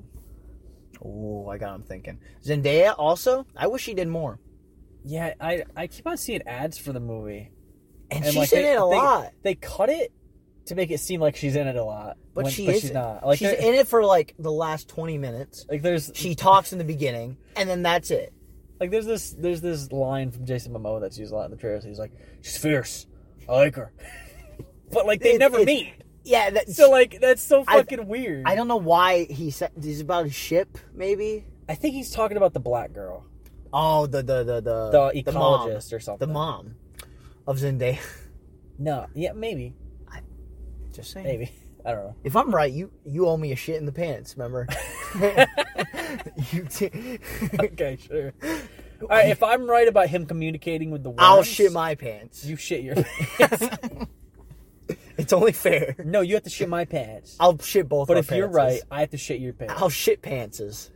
[SPEAKER 2] Hmm.
[SPEAKER 1] Oh, I got him thinking. Zendaya also. I wish she did more.
[SPEAKER 2] Yeah, I I keep on seeing ads for the movie,
[SPEAKER 1] And,
[SPEAKER 2] And,
[SPEAKER 1] she's
[SPEAKER 2] like,
[SPEAKER 1] in
[SPEAKER 2] they-
[SPEAKER 1] it a
[SPEAKER 2] they-
[SPEAKER 1] lot.
[SPEAKER 2] They cut it to make it seem like she's in it a lot,
[SPEAKER 1] But
[SPEAKER 2] when-
[SPEAKER 1] she
[SPEAKER 2] but
[SPEAKER 1] is.
[SPEAKER 2] she's not. Like
[SPEAKER 1] she's
[SPEAKER 2] there-
[SPEAKER 1] in it for like the last twenty minutes.
[SPEAKER 2] Like there's
[SPEAKER 1] She talks in the beginning, and then that's it.
[SPEAKER 2] like there's this there's this line from Jason Momoa that's used a lot in the trailers. He's like, "She's fierce, I like her," but like they
[SPEAKER 1] It's-
[SPEAKER 2] never
[SPEAKER 1] it's-
[SPEAKER 2] meet.
[SPEAKER 1] Yeah, that,
[SPEAKER 2] So like that's so
[SPEAKER 1] I-
[SPEAKER 2] fucking weird.
[SPEAKER 1] I don't know why he said he's about a ship, maybe.
[SPEAKER 2] I think he's talking about the black girl,
[SPEAKER 1] Oh, the the the the
[SPEAKER 2] the
[SPEAKER 1] mom,
[SPEAKER 2] ecologist or something.
[SPEAKER 1] the mom of Zendaya.
[SPEAKER 2] No, yeah, maybe,
[SPEAKER 1] Just saying.
[SPEAKER 2] maybe. I don't know.
[SPEAKER 1] If I'm right, you you owe me a shit in the pants. Remember? you t-
[SPEAKER 2] Okay, sure. All right, if I'm right about him communicating with the worms,
[SPEAKER 1] I'll shit my pants.
[SPEAKER 2] You shit your pants.
[SPEAKER 1] it's only fair.
[SPEAKER 2] no, you have to shit my pants.
[SPEAKER 1] I'll shit both.
[SPEAKER 2] But
[SPEAKER 1] our
[SPEAKER 2] if you're
[SPEAKER 1] pantses.
[SPEAKER 2] right, I have to shit your pants.
[SPEAKER 1] I'll shit pantses.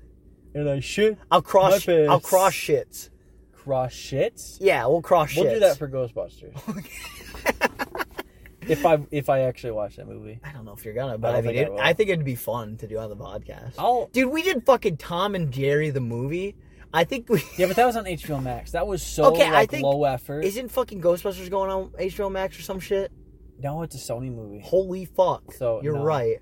[SPEAKER 2] and I shit.
[SPEAKER 1] I'll cross.
[SPEAKER 2] My pants.
[SPEAKER 1] I'll cross shits.
[SPEAKER 2] Cross shits.
[SPEAKER 1] Yeah, we'll cross shits.
[SPEAKER 2] We'll do that for Ghostbusters. if I if I actually watch that movie,
[SPEAKER 1] I don't know if you're gonna, but I,
[SPEAKER 2] don't
[SPEAKER 1] mean,
[SPEAKER 2] think
[SPEAKER 1] it,
[SPEAKER 2] I will.
[SPEAKER 1] I think it'd be fun to do on the podcast.
[SPEAKER 2] I'll.
[SPEAKER 1] Dude, we did fucking Tom and Jerry the movie. I think we
[SPEAKER 2] Yeah, but that was on HBO Max. That was so
[SPEAKER 1] Okay, I
[SPEAKER 2] like,
[SPEAKER 1] think-
[SPEAKER 2] low effort.
[SPEAKER 1] isn't fucking Ghostbusters going on HBO Max or some shit.
[SPEAKER 2] no, it's a Sony movie.
[SPEAKER 1] Holy fuck!
[SPEAKER 2] So,
[SPEAKER 1] you're
[SPEAKER 2] no.
[SPEAKER 1] right.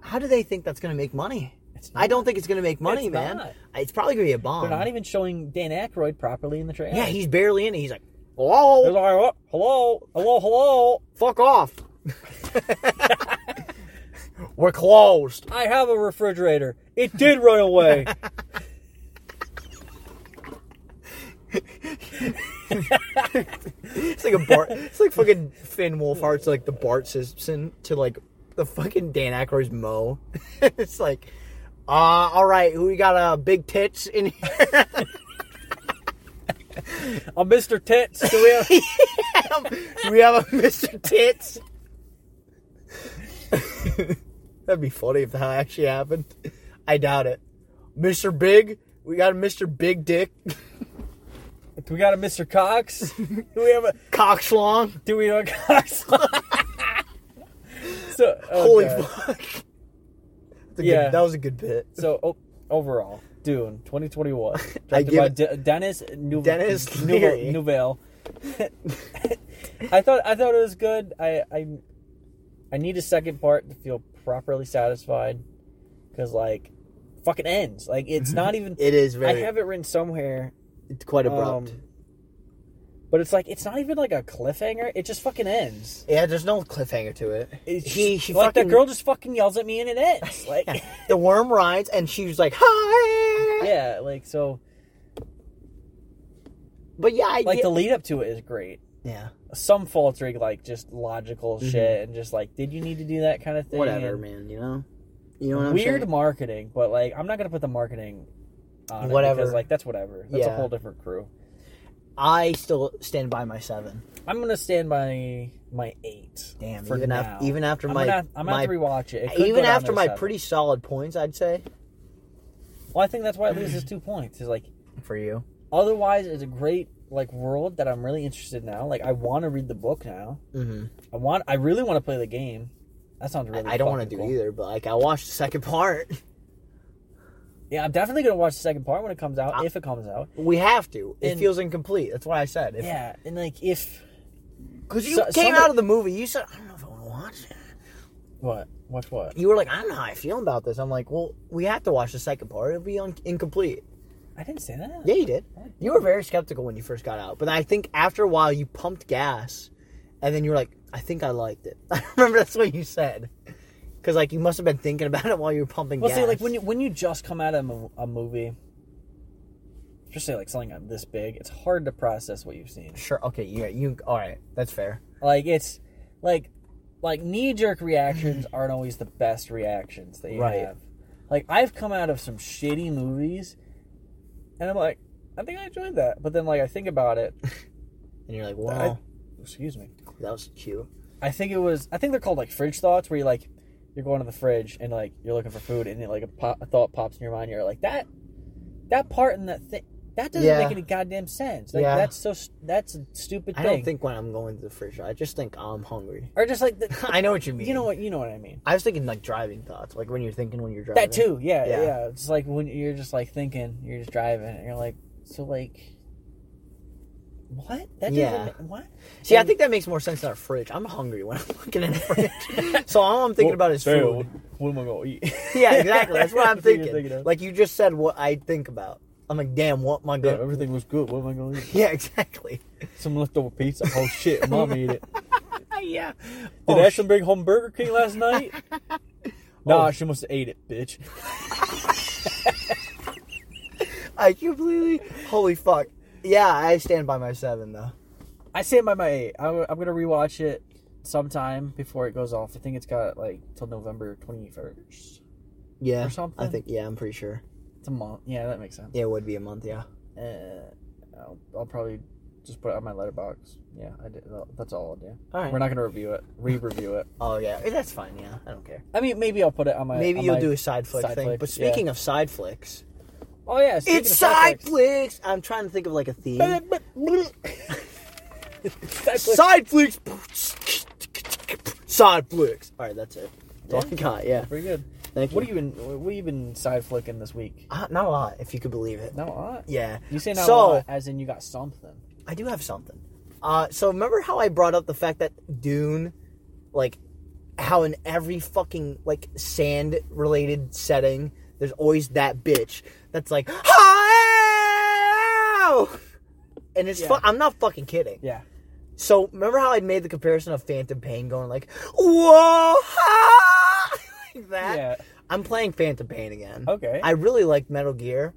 [SPEAKER 1] How do they think that's gonna make money?
[SPEAKER 2] It's
[SPEAKER 1] I don't think it's gonna make money,
[SPEAKER 2] It's
[SPEAKER 1] man.
[SPEAKER 2] not.
[SPEAKER 1] It's probably gonna be a bomb.
[SPEAKER 2] They're not even showing Dan Aykroyd properly in the trailer.
[SPEAKER 1] yeah,
[SPEAKER 2] he's
[SPEAKER 1] he's barely in it. He's like, oh,
[SPEAKER 2] like, "Oh, hello, hello, hello.
[SPEAKER 1] fuck off. We're closed.
[SPEAKER 2] I have a refrigerator. It did run away.
[SPEAKER 1] It's like a Bart. it's like fucking Finn Wolfhard's like the Bart Simpson to like the fucking Dan Aykroyd's Mo. it's like, uh, all right, who we got? Uh, big tits in here.
[SPEAKER 2] I'm Mr. Tits. Do we have-
[SPEAKER 1] Do we have a Mr. Tits? That'd be funny if that actually happened. I doubt it. Mr. Big, we got a Mr. Big Dick.
[SPEAKER 2] do we got a Mr. Cox? Do we have a?
[SPEAKER 1] Cockslong.
[SPEAKER 2] Do we know Cox? so oh
[SPEAKER 1] Holy
[SPEAKER 2] God.
[SPEAKER 1] fuck. That's a
[SPEAKER 2] Yeah.
[SPEAKER 1] good, that was a good bit.
[SPEAKER 2] So o- overall, Dune 2021, directed
[SPEAKER 1] I give
[SPEAKER 2] by
[SPEAKER 1] it-
[SPEAKER 2] De- Dennis New-
[SPEAKER 1] Dennis Leary.
[SPEAKER 2] New- Newell. I thought I thought it was good. I I, I need a second part to feel properly satisfied because like fucking ends. Like it's not even.
[SPEAKER 1] It is
[SPEAKER 2] I
[SPEAKER 1] very
[SPEAKER 2] have it written somewhere.
[SPEAKER 1] it's quite abrupt.
[SPEAKER 2] um, but it's like it's not even like a cliffhanger. It just fucking ends.
[SPEAKER 1] yeah, there's no cliffhanger to it.
[SPEAKER 2] It's
[SPEAKER 1] He-
[SPEAKER 2] just-
[SPEAKER 1] he
[SPEAKER 2] like
[SPEAKER 1] fucking-
[SPEAKER 2] that girl just fucking yells at me and it ends. Like
[SPEAKER 1] Yeah. The worm rides and she's like, hi.
[SPEAKER 2] yeah, like so
[SPEAKER 1] But yeah, I
[SPEAKER 2] like
[SPEAKER 1] get-
[SPEAKER 2] the lead up to it is great.
[SPEAKER 1] Yeah.
[SPEAKER 2] Some faults are like just logical shit and just like, did you need to do that kind of thing?
[SPEAKER 1] Mm-hmm. Whatever,
[SPEAKER 2] and
[SPEAKER 1] man. You know. You know what I'm
[SPEAKER 2] weird
[SPEAKER 1] saying?
[SPEAKER 2] marketing, but like, I'm not gonna put the marketing on it
[SPEAKER 1] Whatever.
[SPEAKER 2] because like that's whatever. That's a
[SPEAKER 1] Yeah.
[SPEAKER 2] whole different crew.
[SPEAKER 1] I still stand by my seven.
[SPEAKER 2] I'm gonna stand by my eight.
[SPEAKER 1] Damn.
[SPEAKER 2] for
[SPEAKER 1] even
[SPEAKER 2] now.
[SPEAKER 1] after even after
[SPEAKER 2] I'm
[SPEAKER 1] my
[SPEAKER 2] gonna, have- I'm gonna
[SPEAKER 1] my
[SPEAKER 2] have to rewatch it. It could go
[SPEAKER 1] even
[SPEAKER 2] down
[SPEAKER 1] after
[SPEAKER 2] to
[SPEAKER 1] my
[SPEAKER 2] seven.
[SPEAKER 1] pretty solid points, I'd say
[SPEAKER 2] Well, I think that's why it loses two points. Is like
[SPEAKER 1] for you.
[SPEAKER 2] otherwise it's a great like world that I'm really interested in now. Like I want to read the book now.
[SPEAKER 1] Mm-hmm.
[SPEAKER 2] I want. I really want to play the game. That sounds really.
[SPEAKER 1] I don't want to
[SPEAKER 2] fucking
[SPEAKER 1] do
[SPEAKER 2] cool.
[SPEAKER 1] either, but like I watched the second part.
[SPEAKER 2] Yeah, I'm definitely gonna watch the second part when it comes out,
[SPEAKER 1] I-
[SPEAKER 2] if it comes out.
[SPEAKER 1] We have to. It
[SPEAKER 2] And-
[SPEAKER 1] feels incomplete. That's what I said. If,
[SPEAKER 2] Yeah, and like if
[SPEAKER 1] Because you
[SPEAKER 2] So-
[SPEAKER 1] came
[SPEAKER 2] somebody-
[SPEAKER 1] out of the movie, you said, I don't know if I want to watch it.
[SPEAKER 2] what watch what?
[SPEAKER 1] You were like, I don't know how I feel about this. I'm like, well, we have to watch the second part. It'll be un- incomplete.
[SPEAKER 2] I didn't say that.
[SPEAKER 1] Yeah, you did. You were very skeptical when you first got out. But I think after a while, you pumped gas. And then you were like, I think I liked it. I remember that's what you said. Because, like, you must have been thinking about it while you were pumping
[SPEAKER 2] Well,
[SPEAKER 1] gas.
[SPEAKER 2] see, like when you when you just come out of a mo- a movie, especially like something this big, it's hard to process what you've seen.
[SPEAKER 1] Sure, okay, yeah, you. All right, that's fair.
[SPEAKER 2] Like it's like like knee jerk reactions aren't always the best reactions that you
[SPEAKER 1] Right.
[SPEAKER 2] have. Like I've come out of some shitty movies and I'm like, I think I enjoyed that. But then like I think about it
[SPEAKER 1] And you're like, wow,
[SPEAKER 2] excuse me.
[SPEAKER 1] that was cute.
[SPEAKER 2] I think it was I think they're called like fridge thoughts where you like you're going to the fridge and like you're looking for food and it, like a, pop, a thought pops in your mind you're like that that part in that thing that doesn't
[SPEAKER 1] Yeah.
[SPEAKER 2] make any goddamn sense. Like
[SPEAKER 1] Yeah.
[SPEAKER 2] that's so st- that's a stupid
[SPEAKER 1] I
[SPEAKER 2] thing.
[SPEAKER 1] don't think when I'm going to the fridge, I just think I'm hungry.
[SPEAKER 2] or just like the,
[SPEAKER 1] I know what you mean.
[SPEAKER 2] you know what you know what I mean.
[SPEAKER 1] I was thinking like driving thoughts, like when you're thinking when you're driving.
[SPEAKER 2] That too, yeah, yeah,
[SPEAKER 1] Yeah.
[SPEAKER 2] It's like when you're just like thinking, you're just driving, and you're like, so like, what? That
[SPEAKER 1] Yeah.
[SPEAKER 2] doesn't ma- what?
[SPEAKER 1] See, I
[SPEAKER 2] And-
[SPEAKER 1] think that makes more sense than a fridge. I'm hungry when I'm looking in a fridge, so all I'm thinking about is food.
[SPEAKER 2] What am I gonna eat?
[SPEAKER 1] Yeah, exactly. That's what I'm
[SPEAKER 2] That's what you're
[SPEAKER 1] thinking.
[SPEAKER 2] thinking of.
[SPEAKER 1] like you just said, what I think about. I'm like, damn, what am I
[SPEAKER 2] Yeah,
[SPEAKER 1] gonna?
[SPEAKER 2] everything was good. What am I gonna eat?
[SPEAKER 1] Yeah, exactly.
[SPEAKER 2] Some leftover pizza. Oh shit, mom ate it. Did
[SPEAKER 1] yeah. Oh, sh-
[SPEAKER 2] Ashton bring home Burger King last night?
[SPEAKER 1] Oh.
[SPEAKER 2] Nah, she must have ate it, bitch.
[SPEAKER 1] I completely. Holy fuck. Yeah, I stand by my seven though.
[SPEAKER 2] I stand by my eight. I'm, I'm gonna rewatch it sometime before it goes off. I think it's got like till November 21st.
[SPEAKER 1] Yeah,
[SPEAKER 2] Or something.
[SPEAKER 1] I think. Yeah, I'm pretty sure.
[SPEAKER 2] It's a month. Yeah, that makes sense.
[SPEAKER 1] Yeah, it would be a month. Yeah.
[SPEAKER 2] Uh, I'll, I'll probably just put it on my letterbox. Yeah, I did. tha- That's all I'll do.
[SPEAKER 1] All right.
[SPEAKER 2] We're not gonna review it, re-review it.
[SPEAKER 1] Oh yeah, that's fine. Yeah, I don't care.
[SPEAKER 2] I mean, maybe I'll put it on my.
[SPEAKER 1] Maybe
[SPEAKER 2] on
[SPEAKER 1] you'll
[SPEAKER 2] my-
[SPEAKER 1] do a side flick
[SPEAKER 2] side
[SPEAKER 1] thing.
[SPEAKER 2] flick,
[SPEAKER 1] but
[SPEAKER 2] yeah.
[SPEAKER 1] speaking of side flicks,
[SPEAKER 2] Oh yeah, speaking
[SPEAKER 1] it's
[SPEAKER 2] of
[SPEAKER 1] side
[SPEAKER 2] sideflicks-
[SPEAKER 1] flicks. I'm trying to think of like a theme.
[SPEAKER 2] Sideflicks.
[SPEAKER 1] side flicks. Side flicks. All right, that's it. That's all I got. Yeah.
[SPEAKER 2] Pretty good.
[SPEAKER 1] Thank
[SPEAKER 2] What
[SPEAKER 1] you.
[SPEAKER 2] have you been? What have you been side flicking this week?
[SPEAKER 1] Uh, not a lot, if you could believe it.
[SPEAKER 2] Not a lot.
[SPEAKER 1] Yeah.
[SPEAKER 2] You say not
[SPEAKER 1] so,
[SPEAKER 2] a lot, as in you got something.
[SPEAKER 1] I do have something. Uh, so remember how I brought up the fact that Dune, like, how in every fucking like sand related setting, there's always that bitch that's like, "Hi-ow!" and it's fu- I'm not fucking kidding.
[SPEAKER 2] Yeah.
[SPEAKER 1] So remember how I made the comparison of Phantom Pain going like, whoa, ha! like that.
[SPEAKER 2] Yeah.
[SPEAKER 1] I'm playing Phantom Pain again.
[SPEAKER 2] Okay.
[SPEAKER 1] I really like Metal Gear.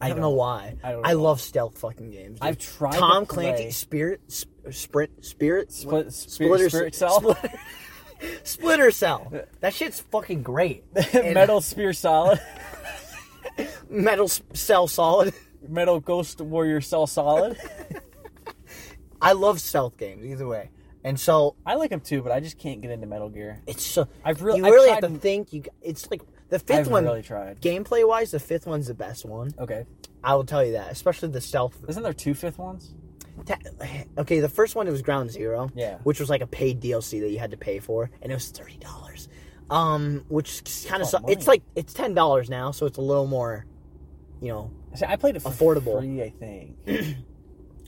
[SPEAKER 1] I, don't know
[SPEAKER 2] don't-
[SPEAKER 1] why.
[SPEAKER 2] I
[SPEAKER 1] I,
[SPEAKER 2] don't know.
[SPEAKER 1] love stealth fucking games. dude.
[SPEAKER 2] I've tried to
[SPEAKER 1] Tom
[SPEAKER 2] play-
[SPEAKER 1] Clancy Spirit sp- Sprint Spirit
[SPEAKER 2] Split,
[SPEAKER 1] what?
[SPEAKER 2] spirit,
[SPEAKER 1] Splitter
[SPEAKER 2] spirit
[SPEAKER 1] Cell.
[SPEAKER 2] cell.
[SPEAKER 1] Splitter Cell. That shit's fucking great. And
[SPEAKER 2] metal spear solid.
[SPEAKER 1] Metal s- Cell Solid.
[SPEAKER 2] metal ghost warrior cell solid.
[SPEAKER 1] I love stealth games either way. And so
[SPEAKER 2] I like them too, but I just can't get into Metal Gear.
[SPEAKER 1] it's so
[SPEAKER 2] I've real-
[SPEAKER 1] you
[SPEAKER 2] I've
[SPEAKER 1] really
[SPEAKER 2] tried
[SPEAKER 1] have to
[SPEAKER 2] and-
[SPEAKER 1] think you g- it's like the 5th
[SPEAKER 2] I've
[SPEAKER 1] one
[SPEAKER 2] really tried.
[SPEAKER 1] gameplay wise the fifth one's the best one
[SPEAKER 2] Okay.
[SPEAKER 1] I will tell you that especially the stealth
[SPEAKER 2] Isn't there two fifth ones?
[SPEAKER 1] Ta- okay the first one it was Ground Zero
[SPEAKER 2] Yeah.
[SPEAKER 1] which was like a paid DLC that you had to pay for and it was thirty dollars um which kind of
[SPEAKER 2] Oh,
[SPEAKER 1] su-
[SPEAKER 2] money.
[SPEAKER 1] it's like it's ten dollars now so it's a little more you know
[SPEAKER 2] See, I played it for
[SPEAKER 1] Affordable.
[SPEAKER 2] free, I think.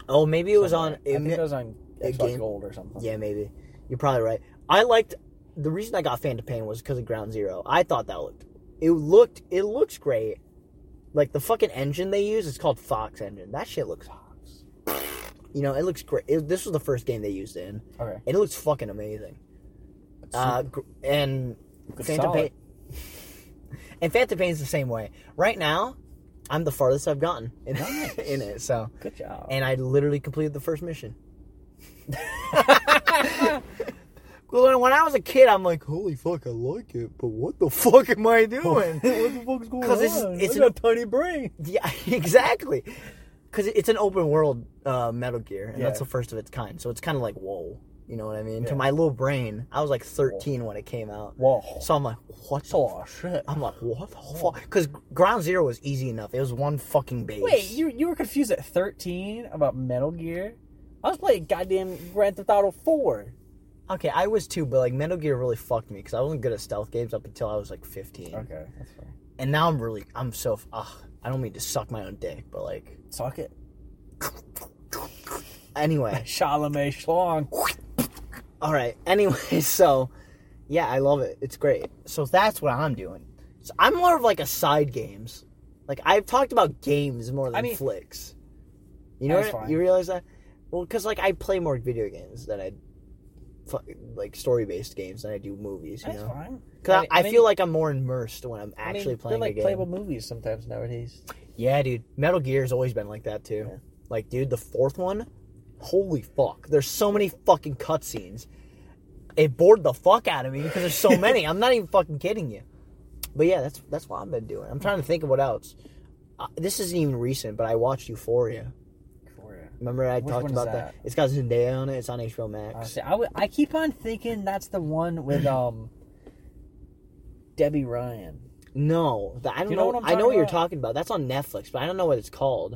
[SPEAKER 1] oh maybe it was on
[SPEAKER 2] Somewhere. I think it was on
[SPEAKER 1] a
[SPEAKER 2] Xbox
[SPEAKER 1] game-
[SPEAKER 2] Gold or something.
[SPEAKER 1] yeah maybe you're probably right I liked the reason I got Phantom Pain was because of Ground Zero I thought that looked it looked it looks great like the fucking engine they use is called Fox engine that shit looks You know, it looks great. It, this was the first game they used it in,
[SPEAKER 2] Okay.
[SPEAKER 1] and it looks fucking amazing. Uh, gr- and
[SPEAKER 2] Good
[SPEAKER 1] Phantom
[SPEAKER 2] solid.
[SPEAKER 1] Pain, and Phantom Pain's the same way. Right now, I'm the farthest I've gotten in, in it. So,
[SPEAKER 2] Good job.
[SPEAKER 1] and I literally completed the first mission. Well, when I was a kid, I'm like, holy fuck, I like it, but what the fuck am I doing?
[SPEAKER 2] the fuck's going
[SPEAKER 1] 'Cause it's- it's
[SPEAKER 2] I
[SPEAKER 1] an-
[SPEAKER 2] got a tiny brain.
[SPEAKER 1] yeah, exactly. Because it's an open world uh, Metal Gear, and that's
[SPEAKER 2] Yeah.
[SPEAKER 1] the first of its kind. So it's kind of like, whoa. You know what I mean?
[SPEAKER 2] Yeah.
[SPEAKER 1] To my little brain, I was like 13 when it came out.
[SPEAKER 2] Whoa.
[SPEAKER 1] So I'm like, what
[SPEAKER 2] That's a lot of shit.
[SPEAKER 1] I'm like, what the fuck? Because Ground Zero was easy enough. It was one fucking base.
[SPEAKER 2] Wait, you you were confused at 13 about Metal Gear? I was playing goddamn Grand Theft Auto 4.
[SPEAKER 1] Okay, I was too, but like Metal Gear really fucked me because I wasn't good at stealth games up until I was like 15.
[SPEAKER 2] Okay, that's fine.
[SPEAKER 1] And now I'm really, I'm so, f- ugh, I don't mean to suck my own dick, but like,
[SPEAKER 2] Suck it.
[SPEAKER 1] anyway.
[SPEAKER 2] Chalamet Schlong.
[SPEAKER 1] All right. Anyway, so yeah, I love it. It's great. So that's what I'm doing. So I'm more of like a side games. Like I've talked about games more than
[SPEAKER 2] I mean-
[SPEAKER 1] flicks. You know,
[SPEAKER 2] That's
[SPEAKER 1] what-
[SPEAKER 2] fine.
[SPEAKER 1] you realize that? Well, because like I play more video games than I, fu- like story based games than I do movies. You
[SPEAKER 2] That's
[SPEAKER 1] know,
[SPEAKER 2] fine.
[SPEAKER 1] because I, I
[SPEAKER 2] mean-
[SPEAKER 1] feel like I'm more immersed when I'm
[SPEAKER 2] I mean,
[SPEAKER 1] actually playing
[SPEAKER 2] They're
[SPEAKER 1] a
[SPEAKER 2] like
[SPEAKER 1] game.
[SPEAKER 2] playable movies sometimes nowadays.
[SPEAKER 1] Yeah, dude. Metal Gear's always been like that too.
[SPEAKER 2] Yeah.
[SPEAKER 1] Like, dude, the fourth one, holy fuck. There's so many fucking cutscenes. It bored the fuck out of me because there's so many. I'm not even fucking kidding you. But yeah, that's that's what I've been doing. I'm trying to think of what else. Uh, this isn't even recent, but I watched Euphoria. Remember I
[SPEAKER 2] Which
[SPEAKER 1] talked
[SPEAKER 2] one is
[SPEAKER 1] about
[SPEAKER 2] that?
[SPEAKER 1] that? It's got Zendaya on it. It's on HBO Max.
[SPEAKER 2] Honestly, I, w- I keep on thinking that's the one with um Debbie Ryan.
[SPEAKER 1] No, that, I don't
[SPEAKER 2] You know
[SPEAKER 1] know.
[SPEAKER 2] what I'm
[SPEAKER 1] I know
[SPEAKER 2] talking
[SPEAKER 1] what you're
[SPEAKER 2] about?
[SPEAKER 1] talking about. That's on Netflix, but I don't know what it's called.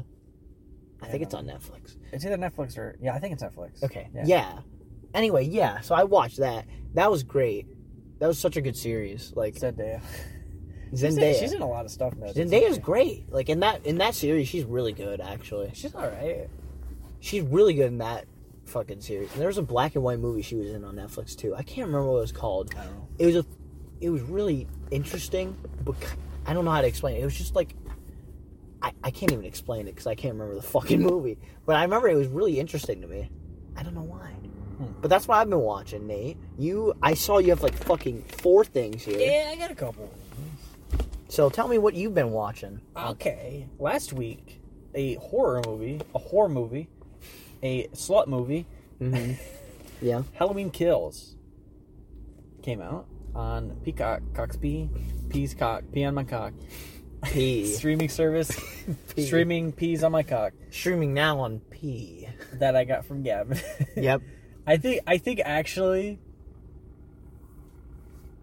[SPEAKER 1] I
[SPEAKER 2] Yeah,
[SPEAKER 1] think
[SPEAKER 2] I
[SPEAKER 1] it's on Netflix.
[SPEAKER 2] It's either Netflix or yeah, I think it's Netflix.
[SPEAKER 1] Okay.
[SPEAKER 2] Yeah.
[SPEAKER 1] Yeah. Anyway, yeah. So I watched that. That was great. That was such a good series. Like
[SPEAKER 2] Zendaya. She's in,
[SPEAKER 1] Zendaya.
[SPEAKER 2] she's in a lot of stuff now.
[SPEAKER 1] Zendaya's great. Like in that in that series, she's really good. Actually,
[SPEAKER 2] She's all right.
[SPEAKER 1] she's really good in that fucking series. And there was a black and white movie she was in on Netflix too. I can't remember what it was called.
[SPEAKER 2] I don't know.
[SPEAKER 1] It was a, it was really interesting, but k- I don't know how to explain it. It was just like. I, I can't even explain it because I can't remember the fucking movie. But I remember it was really interesting to me. I don't know why.
[SPEAKER 2] Hmm.
[SPEAKER 1] But that's what I've been watching, Nate. You, I saw you have like fucking four things here.
[SPEAKER 2] Yeah, I got a couple.
[SPEAKER 1] So tell me what you've been watching.
[SPEAKER 2] Okay. Last week, a horror movie, a horror movie, a slut movie, Mm-hmm.
[SPEAKER 1] Yeah.
[SPEAKER 2] Halloween Kills, came out on Peacock, Cox P, Peas Cock, P on my cock,
[SPEAKER 1] P.
[SPEAKER 2] streaming service,
[SPEAKER 1] P.
[SPEAKER 2] streaming peas on my cock
[SPEAKER 1] Streaming now on P.
[SPEAKER 2] that I got from Gavin.
[SPEAKER 1] Yep.
[SPEAKER 2] I think I think actually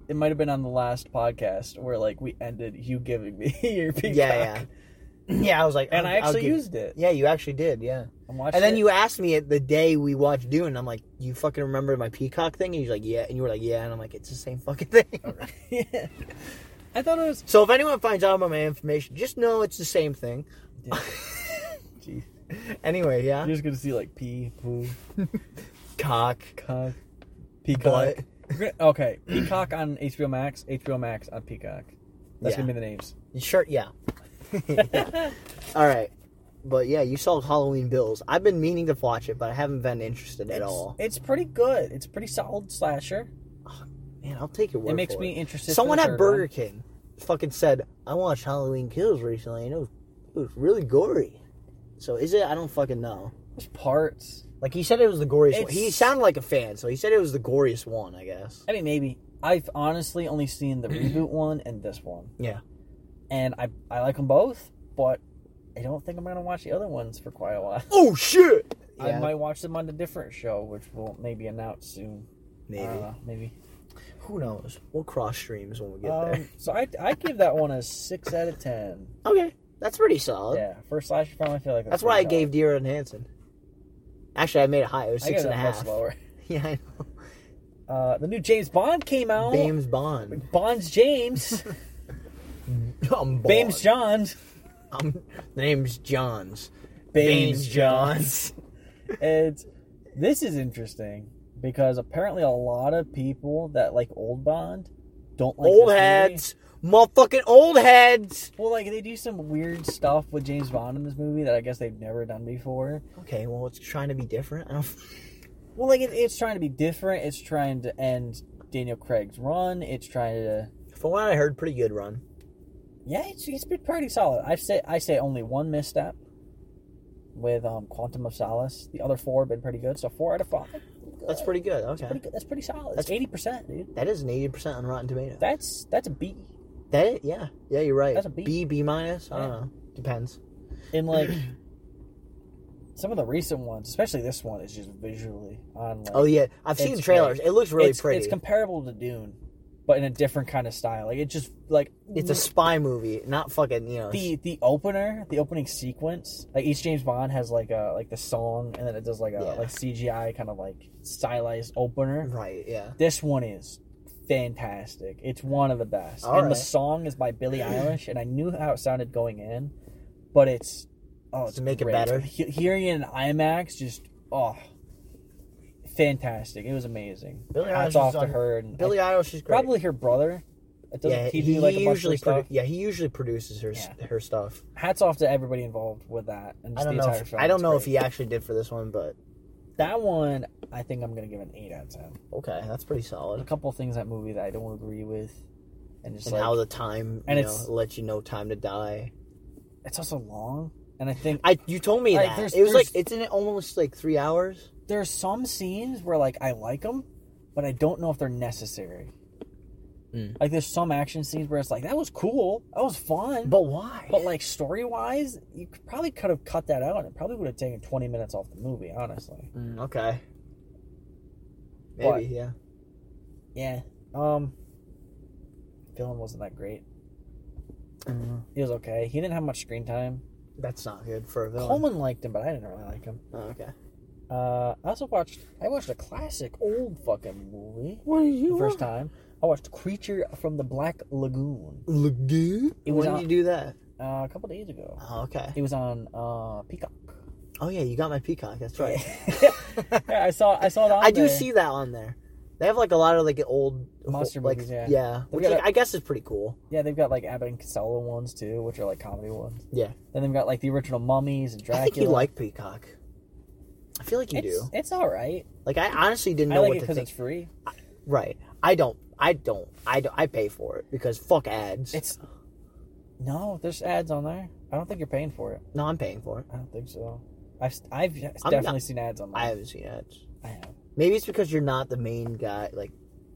[SPEAKER 2] it might have been on the last podcast where like we ended you giving me your peacock.
[SPEAKER 1] Yeah, yeah. Yeah, I was like,
[SPEAKER 2] And
[SPEAKER 1] I'll-
[SPEAKER 2] I
[SPEAKER 1] I'll
[SPEAKER 2] actually
[SPEAKER 1] give-
[SPEAKER 2] used it.
[SPEAKER 1] Yeah, you actually did, yeah.
[SPEAKER 2] I'm watching
[SPEAKER 1] And then
[SPEAKER 2] it.
[SPEAKER 1] you asked me at the day we watched Dune, and I'm like, you fucking remember my peacock thing? And you're like, yeah. And you were like, yeah. And I'm like, it's the same fucking thing.
[SPEAKER 2] Yeah. I thought it was
[SPEAKER 1] So if anyone finds out about my information, just know it's the same thing.
[SPEAKER 2] Jeez.
[SPEAKER 1] Anyway, yeah.
[SPEAKER 2] You're just gonna see like pee, poo,
[SPEAKER 1] Cock.
[SPEAKER 2] cock, peacock.
[SPEAKER 1] Butt.
[SPEAKER 2] We're gonna- Okay, peacock on HBO Max, HBO Max on peacock. That's
[SPEAKER 1] Yeah.
[SPEAKER 2] gonna be the names.
[SPEAKER 1] Sure, yeah. All right. But yeah, you saw Halloween Bills. I've been meaning to watch it, but I haven't been interested at
[SPEAKER 2] it's,
[SPEAKER 1] all.
[SPEAKER 2] It's pretty good. It's a pretty solid slasher.
[SPEAKER 1] Man, I'll take your word
[SPEAKER 2] it makes
[SPEAKER 1] for
[SPEAKER 2] me
[SPEAKER 1] it.
[SPEAKER 2] interested. for
[SPEAKER 1] Someone
[SPEAKER 2] the
[SPEAKER 1] at
[SPEAKER 2] third
[SPEAKER 1] Burger
[SPEAKER 2] one.
[SPEAKER 1] King fucking said, I watched Halloween Kills recently and it was, it was really gory. So is it? I don't fucking know.
[SPEAKER 2] There's parts.
[SPEAKER 1] Like he said it was the goriest one. He
[SPEAKER 2] It's-
[SPEAKER 1] sounded like a fan, so he said it was the goriest one, I guess.
[SPEAKER 2] I mean, maybe I've honestly only seen the reboot one and this one,
[SPEAKER 1] Yeah.
[SPEAKER 2] and I I like them both, but I don't think I'm gonna watch the other ones for quite a while.
[SPEAKER 1] Oh shit!
[SPEAKER 2] I
[SPEAKER 1] Yeah,
[SPEAKER 2] might watch them on a different show, which will maybe announce soon. I
[SPEAKER 1] maybe.
[SPEAKER 2] don't know, maybe.
[SPEAKER 1] Who knows? We'll cross streams when we get there.
[SPEAKER 2] Um, so I I give that one a six out of ten.
[SPEAKER 1] Okay. That's pretty solid.
[SPEAKER 2] Yeah, first slasher film. I feel like
[SPEAKER 1] That's why I
[SPEAKER 2] pretty
[SPEAKER 1] gave Deer and Hanson. Actually, I made it high. It was
[SPEAKER 2] solid. I
[SPEAKER 1] six
[SPEAKER 2] gave
[SPEAKER 1] and a
[SPEAKER 2] that much
[SPEAKER 1] half.
[SPEAKER 2] lower.
[SPEAKER 1] Yeah, I know.
[SPEAKER 2] Uh, the new James Bond came out.
[SPEAKER 1] Bames Bond.
[SPEAKER 2] Bond's James.
[SPEAKER 1] I'm Bond.
[SPEAKER 2] Bames Johns.
[SPEAKER 1] I'm, the name's Johns.
[SPEAKER 2] Bames
[SPEAKER 1] Johns.
[SPEAKER 2] And this is interesting because apparently a lot of people that like old Bond don't like
[SPEAKER 1] old
[SPEAKER 2] this movie.
[SPEAKER 1] heads. Motherfucking old heads.
[SPEAKER 2] Well, like they do some weird stuff with James Bond in this movie that I guess they've never done before.
[SPEAKER 1] Okay, well, it's trying to be different. I don't,
[SPEAKER 2] Well, like it, it's trying to be different. It's trying to end Daniel Craig's run. It's trying to
[SPEAKER 1] from what I heard, pretty good run.
[SPEAKER 2] yeah, it's, it's been pretty solid. I say I say only one misstep, with um, Quantum of Solace. The other four have been pretty good. So four out of five.
[SPEAKER 1] That's pretty good. Okay.
[SPEAKER 2] Pretty good. That's pretty solid.
[SPEAKER 1] That's-
[SPEAKER 2] That's eighty percent, dude.
[SPEAKER 1] That is an eighty percent on Rotten Tomato. That,
[SPEAKER 2] That's that's a B.
[SPEAKER 1] is- yeah, yeah, you're right.
[SPEAKER 2] That's a B.
[SPEAKER 1] B B minus. I don't
[SPEAKER 2] Yeah.
[SPEAKER 1] know. Depends.
[SPEAKER 2] And like some of the recent ones, especially this one, is just visually on. Like,
[SPEAKER 1] Oh yeah, I've seen
[SPEAKER 2] It's
[SPEAKER 1] the trailers.
[SPEAKER 2] great.
[SPEAKER 1] It looks really
[SPEAKER 2] it's,
[SPEAKER 1] pretty.
[SPEAKER 2] It's
[SPEAKER 1] It's,
[SPEAKER 2] comparable to Dune, but in a different kind of style. Like it just like
[SPEAKER 1] a spy movie, not fucking you know.
[SPEAKER 2] the the opener, the opening sequence. Like each James Bond has like a like the song, and then it does like a
[SPEAKER 1] Yeah.
[SPEAKER 2] like CGI kind of like stylized opener.
[SPEAKER 1] right. Yeah.
[SPEAKER 2] This one is fantastic. It's one of the best.
[SPEAKER 1] All
[SPEAKER 2] and the
[SPEAKER 1] right.
[SPEAKER 2] song is by Billie Eilish, and I knew how it sounded going in, but it's oh, it's
[SPEAKER 1] To make it
[SPEAKER 2] great.
[SPEAKER 1] better.
[SPEAKER 2] He- hearing it in IMAX, just oh, fantastic. It was amazing.
[SPEAKER 1] Billie
[SPEAKER 2] Hats
[SPEAKER 1] Eilish
[SPEAKER 2] off
[SPEAKER 1] is
[SPEAKER 2] to
[SPEAKER 1] on-
[SPEAKER 2] her. And
[SPEAKER 1] Billie
[SPEAKER 2] I-
[SPEAKER 1] Eilish is great.
[SPEAKER 2] probably her brother. It doesn't
[SPEAKER 1] Yeah,
[SPEAKER 2] he,
[SPEAKER 1] he,
[SPEAKER 2] do like a bunch
[SPEAKER 1] usually
[SPEAKER 2] of stuff.
[SPEAKER 1] produ- yeah he usually produces her
[SPEAKER 2] Yeah.
[SPEAKER 1] her stuff.
[SPEAKER 2] Hats off to everybody involved with that and just
[SPEAKER 1] I don't
[SPEAKER 2] the
[SPEAKER 1] know.
[SPEAKER 2] entire
[SPEAKER 1] If,
[SPEAKER 2] film.
[SPEAKER 1] I don't
[SPEAKER 2] It's
[SPEAKER 1] know if
[SPEAKER 2] great.
[SPEAKER 1] he actually did for this one, but
[SPEAKER 2] that one. I think I'm gonna give an eight out of ten.
[SPEAKER 1] okay, that's pretty
[SPEAKER 2] A
[SPEAKER 1] solid.
[SPEAKER 2] couple things that movie that I don't agree with, and just
[SPEAKER 1] And
[SPEAKER 2] like
[SPEAKER 1] how the time
[SPEAKER 2] and
[SPEAKER 1] you know
[SPEAKER 2] it's-
[SPEAKER 1] lets you know time to die.
[SPEAKER 2] it's also long. And I think
[SPEAKER 1] I you told me
[SPEAKER 2] Like,
[SPEAKER 1] that
[SPEAKER 2] there's-
[SPEAKER 1] it was like
[SPEAKER 2] there's-
[SPEAKER 1] it's in it almost like three hours.
[SPEAKER 2] there are some scenes where like I like them, but I don't know if they're necessary.
[SPEAKER 1] Mm.
[SPEAKER 2] Like there's some action scenes where it's like that was cool, that was fun, but,
[SPEAKER 1] But why?
[SPEAKER 2] like story wise, you could- probably could have cut that out, and it probably would have taken 20 minutes off the movie. Honestly,
[SPEAKER 1] Mm, okay. Maybe
[SPEAKER 2] But-
[SPEAKER 1] yeah.
[SPEAKER 2] yeah. Um, villain wasn't that great. He was okay. He didn't have much screen time.
[SPEAKER 1] That's not good for a villain.
[SPEAKER 2] Coleman liked him, but I didn't really like him.
[SPEAKER 1] Oh, okay.
[SPEAKER 2] Uh, I also watched. I watched a classic old fucking movie.
[SPEAKER 1] What did
[SPEAKER 2] the
[SPEAKER 1] you
[SPEAKER 2] first time. I watched Creature from the Black Lagoon
[SPEAKER 1] Lagoon?
[SPEAKER 2] It
[SPEAKER 1] When
[SPEAKER 2] was
[SPEAKER 1] did
[SPEAKER 2] on-
[SPEAKER 1] you do that?
[SPEAKER 2] uh, a couple days ago.
[SPEAKER 1] Oh, okay.
[SPEAKER 2] It was on uh, Peacock.
[SPEAKER 1] Oh yeah, you got my peacock. That's right.
[SPEAKER 2] yeah, I saw. I saw it on.
[SPEAKER 1] I do
[SPEAKER 2] there.
[SPEAKER 1] see that on there. They have like a lot of like old
[SPEAKER 2] Monster
[SPEAKER 1] like,
[SPEAKER 2] movies, yeah.
[SPEAKER 1] which
[SPEAKER 2] got
[SPEAKER 1] like,
[SPEAKER 2] a-
[SPEAKER 1] I guess is pretty cool.
[SPEAKER 2] Yeah, they've got like Abbott and Costello ones too, which are like comedy ones.
[SPEAKER 1] Yeah,
[SPEAKER 2] Then they've got like the original Mummies and Dracula.
[SPEAKER 1] I think you like peacock. I feel like you
[SPEAKER 2] it's,
[SPEAKER 1] do.
[SPEAKER 2] It's all right.
[SPEAKER 1] Like I honestly didn't
[SPEAKER 2] I
[SPEAKER 1] know
[SPEAKER 2] like it
[SPEAKER 1] what to
[SPEAKER 2] because
[SPEAKER 1] think.
[SPEAKER 2] it's free.
[SPEAKER 1] Right. I don't. I don't. I don't. I pay for it because fuck ads.
[SPEAKER 2] It's no, there's ads on there. I don't think you're paying for it.
[SPEAKER 1] no, I'm paying for it.
[SPEAKER 2] I don't think so. I've I've definitely seen ads on there.
[SPEAKER 1] I haven't seen ads.
[SPEAKER 2] I have.
[SPEAKER 1] Maybe it's because you're not the main guy, like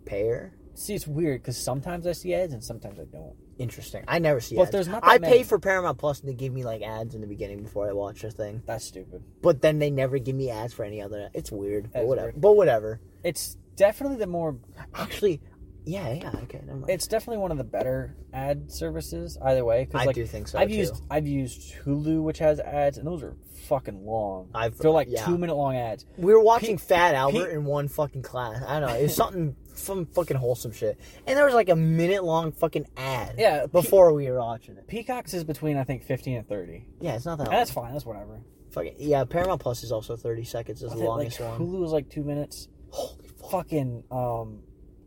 [SPEAKER 1] payer.
[SPEAKER 2] See, it's weird because sometimes I see ads and sometimes I don't.
[SPEAKER 1] Interesting. I never see
[SPEAKER 2] But
[SPEAKER 1] ads.
[SPEAKER 2] there's not
[SPEAKER 1] I
[SPEAKER 2] that
[SPEAKER 1] pay
[SPEAKER 2] many.
[SPEAKER 1] for Paramount Plus and they give me like ads in the beginning before I watch the thing.
[SPEAKER 2] That's stupid.
[SPEAKER 1] But then they never give me ads for any other. It's weird.
[SPEAKER 2] That
[SPEAKER 1] But
[SPEAKER 2] is
[SPEAKER 1] whatever.
[SPEAKER 2] weird.
[SPEAKER 1] But whatever.
[SPEAKER 2] It's definitely the more.
[SPEAKER 1] Actually, yeah, yeah. Okay, never mind.
[SPEAKER 2] It's definitely one of the better ad services. Either way, because
[SPEAKER 1] I
[SPEAKER 2] like
[SPEAKER 1] do think so.
[SPEAKER 2] I've
[SPEAKER 1] too.
[SPEAKER 2] used I've used Hulu, which has ads, and those are fucking long.
[SPEAKER 1] I've-
[SPEAKER 2] They're like
[SPEAKER 1] yeah.
[SPEAKER 2] two minute long ads.
[SPEAKER 1] We were watching Fat Albert
[SPEAKER 2] Pete-
[SPEAKER 1] in one fucking class. I don't know. It was something, some fucking wholesome shit. And there was like a minute long fucking ad.
[SPEAKER 2] Yeah, Pete-
[SPEAKER 1] Before we were watching it.
[SPEAKER 2] Peacocks is between I think fifteen and thirty.
[SPEAKER 1] Yeah, it's not that
[SPEAKER 2] And
[SPEAKER 1] long.
[SPEAKER 2] that's fine. That's whatever.
[SPEAKER 1] Fucking, yeah, Paramount Plus is also 30 seconds. Is
[SPEAKER 2] I
[SPEAKER 1] the
[SPEAKER 2] think, like
[SPEAKER 1] longest one.
[SPEAKER 2] Hulu was like two minutes.
[SPEAKER 1] Holy fuck.
[SPEAKER 2] Fucking um,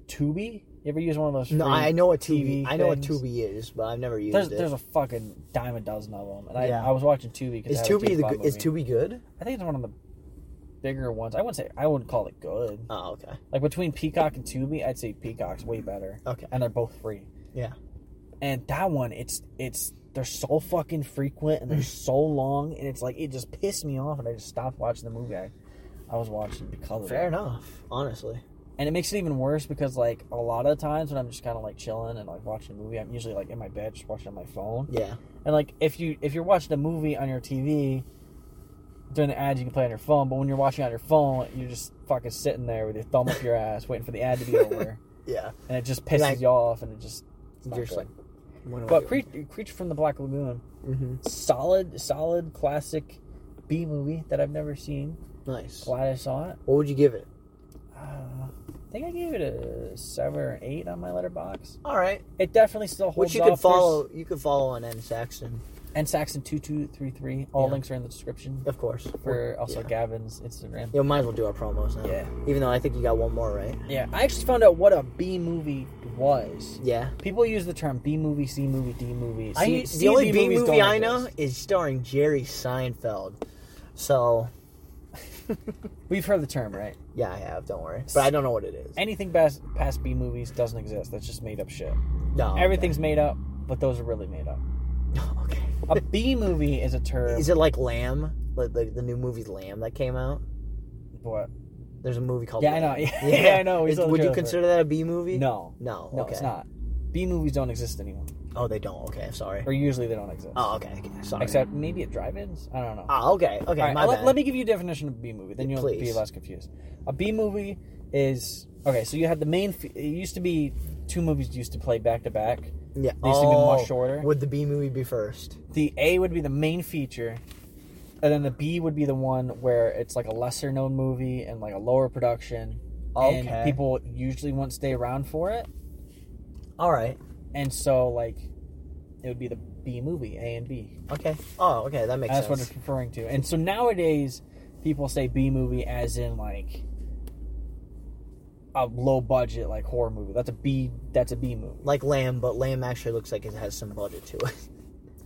[SPEAKER 2] Tubi. You ever use one of those?
[SPEAKER 1] No,
[SPEAKER 2] free
[SPEAKER 1] I know what Tubi. I know
[SPEAKER 2] things?
[SPEAKER 1] what Tubi is, but I've never used
[SPEAKER 2] There's,
[SPEAKER 1] it.
[SPEAKER 2] there's a fucking dime a dozen of them, and I,
[SPEAKER 1] Yeah.
[SPEAKER 2] I was watching Tubi because
[SPEAKER 1] is Tubi the good- is
[SPEAKER 2] Tubi.
[SPEAKER 1] Tubi good?
[SPEAKER 2] I think it's one of the bigger ones. I wouldn't say I wouldn't call it good.
[SPEAKER 1] Oh, okay.
[SPEAKER 2] Like between Peacock and Tubi, I'd say Peacock's way better.
[SPEAKER 1] Okay.
[SPEAKER 2] And they're both free.
[SPEAKER 1] Yeah.
[SPEAKER 2] And that one, it's it's they're so fucking frequent and they're
[SPEAKER 1] Mm.
[SPEAKER 2] so long, and it's like it just pissed me off, and I just stopped watching the movie I, I was watching because of
[SPEAKER 1] Fair
[SPEAKER 2] it.
[SPEAKER 1] enough. Honestly.
[SPEAKER 2] And it makes it even worse because like a lot of the times when I'm just kind of like chilling and like watching a movie, I'm usually like in my bed just watching on my phone.
[SPEAKER 1] Yeah.
[SPEAKER 2] And like if you if you're watching a movie on your TV during the ads you can play on your phone, but when you're watching on your phone, you're just fucking sitting there with your thumb up your ass waiting for the ad to be over.
[SPEAKER 1] Yeah.
[SPEAKER 2] And it just pisses
[SPEAKER 1] Like-
[SPEAKER 2] you off and it just it's not
[SPEAKER 1] You're just
[SPEAKER 2] good.
[SPEAKER 1] like. what am I
[SPEAKER 2] But
[SPEAKER 1] doing?
[SPEAKER 2] Cre- Creature from the Black Lagoon,
[SPEAKER 1] Mhm.
[SPEAKER 2] solid solid classic B movie that I've never seen.
[SPEAKER 1] Nice.
[SPEAKER 2] Glad I saw it.
[SPEAKER 1] What would you give it?
[SPEAKER 2] Uh, I think I gave it a seven or eight on my letterbox.
[SPEAKER 1] All right.
[SPEAKER 2] It definitely still holds
[SPEAKER 1] Which you
[SPEAKER 2] up.
[SPEAKER 1] could follow. You could follow on N Saxon,
[SPEAKER 2] There's- and Saxon two two three three. All
[SPEAKER 1] Yeah.
[SPEAKER 2] links are in the description.
[SPEAKER 1] of course.
[SPEAKER 2] for also
[SPEAKER 1] yeah.
[SPEAKER 2] Gavin's Instagram.
[SPEAKER 1] You might as well do our promos now.
[SPEAKER 2] Yeah.
[SPEAKER 1] Even though I think you got one more, right?
[SPEAKER 2] Yeah, I actually found out what a B movie was.
[SPEAKER 1] Yeah.
[SPEAKER 2] People use the term B movie, C movie, D movie. C,
[SPEAKER 1] I,
[SPEAKER 2] C
[SPEAKER 1] the only B
[SPEAKER 2] movies
[SPEAKER 1] movie
[SPEAKER 2] don't
[SPEAKER 1] I know
[SPEAKER 2] exist.
[SPEAKER 1] is starring Jerry Seinfeld. So
[SPEAKER 2] We've heard the term, right?
[SPEAKER 1] yeah, I have. Don't worry. But I don't know what it is.
[SPEAKER 2] Anything past, past B movies doesn't exist. That's just made up shit.
[SPEAKER 1] No. okay.
[SPEAKER 2] Everything's made up, but those are really made up.
[SPEAKER 1] okay.
[SPEAKER 2] A B movie is a term.
[SPEAKER 1] Is it like Lamb? like the, the new movie Lamb that came out?
[SPEAKER 2] What?
[SPEAKER 1] There's a movie called.
[SPEAKER 2] Yeah, I know.
[SPEAKER 1] Lamb.
[SPEAKER 2] Yeah, I know. We
[SPEAKER 1] Is-
[SPEAKER 2] saw the
[SPEAKER 1] would you
[SPEAKER 2] trailer for it.
[SPEAKER 1] consider that a B movie?
[SPEAKER 2] No,
[SPEAKER 1] No.
[SPEAKER 2] no,
[SPEAKER 1] okay.
[SPEAKER 2] it's not. B movies don't exist anymore,
[SPEAKER 1] Oh, they don't. Okay, sorry.
[SPEAKER 2] or usually they don't exist.
[SPEAKER 1] Oh, okay. okay sorry.
[SPEAKER 2] Except maybe at drive-ins. I don't know.
[SPEAKER 1] Ah, okay. Okay.
[SPEAKER 2] All right,
[SPEAKER 1] my
[SPEAKER 2] let,
[SPEAKER 1] bad.
[SPEAKER 2] let me give you a definition of B movie. Then you'll be
[SPEAKER 1] Please.
[SPEAKER 2] less confused. A B movie is okay. So you had the main. F- it used to be two movies used to play back to back.
[SPEAKER 1] Yeah. Oh,
[SPEAKER 2] They used to be much shorter.
[SPEAKER 1] Would the B movie be first?
[SPEAKER 2] The A would be the main feature, and then the B would be the one where it's like a lesser known movie and like a lower production.
[SPEAKER 1] Okay.
[SPEAKER 2] And people usually won't stay around for it,
[SPEAKER 1] All right.
[SPEAKER 2] and so like it would be the B movie, A and B.
[SPEAKER 1] Okay. Oh, okay. That makes
[SPEAKER 2] That's what
[SPEAKER 1] sense.
[SPEAKER 2] it's referring to. And so nowadays, people say B movie as in like a low budget like horror movie. That's a B. That's a B movie.
[SPEAKER 1] like Lamb, but Lamb actually looks like it has some budget to it.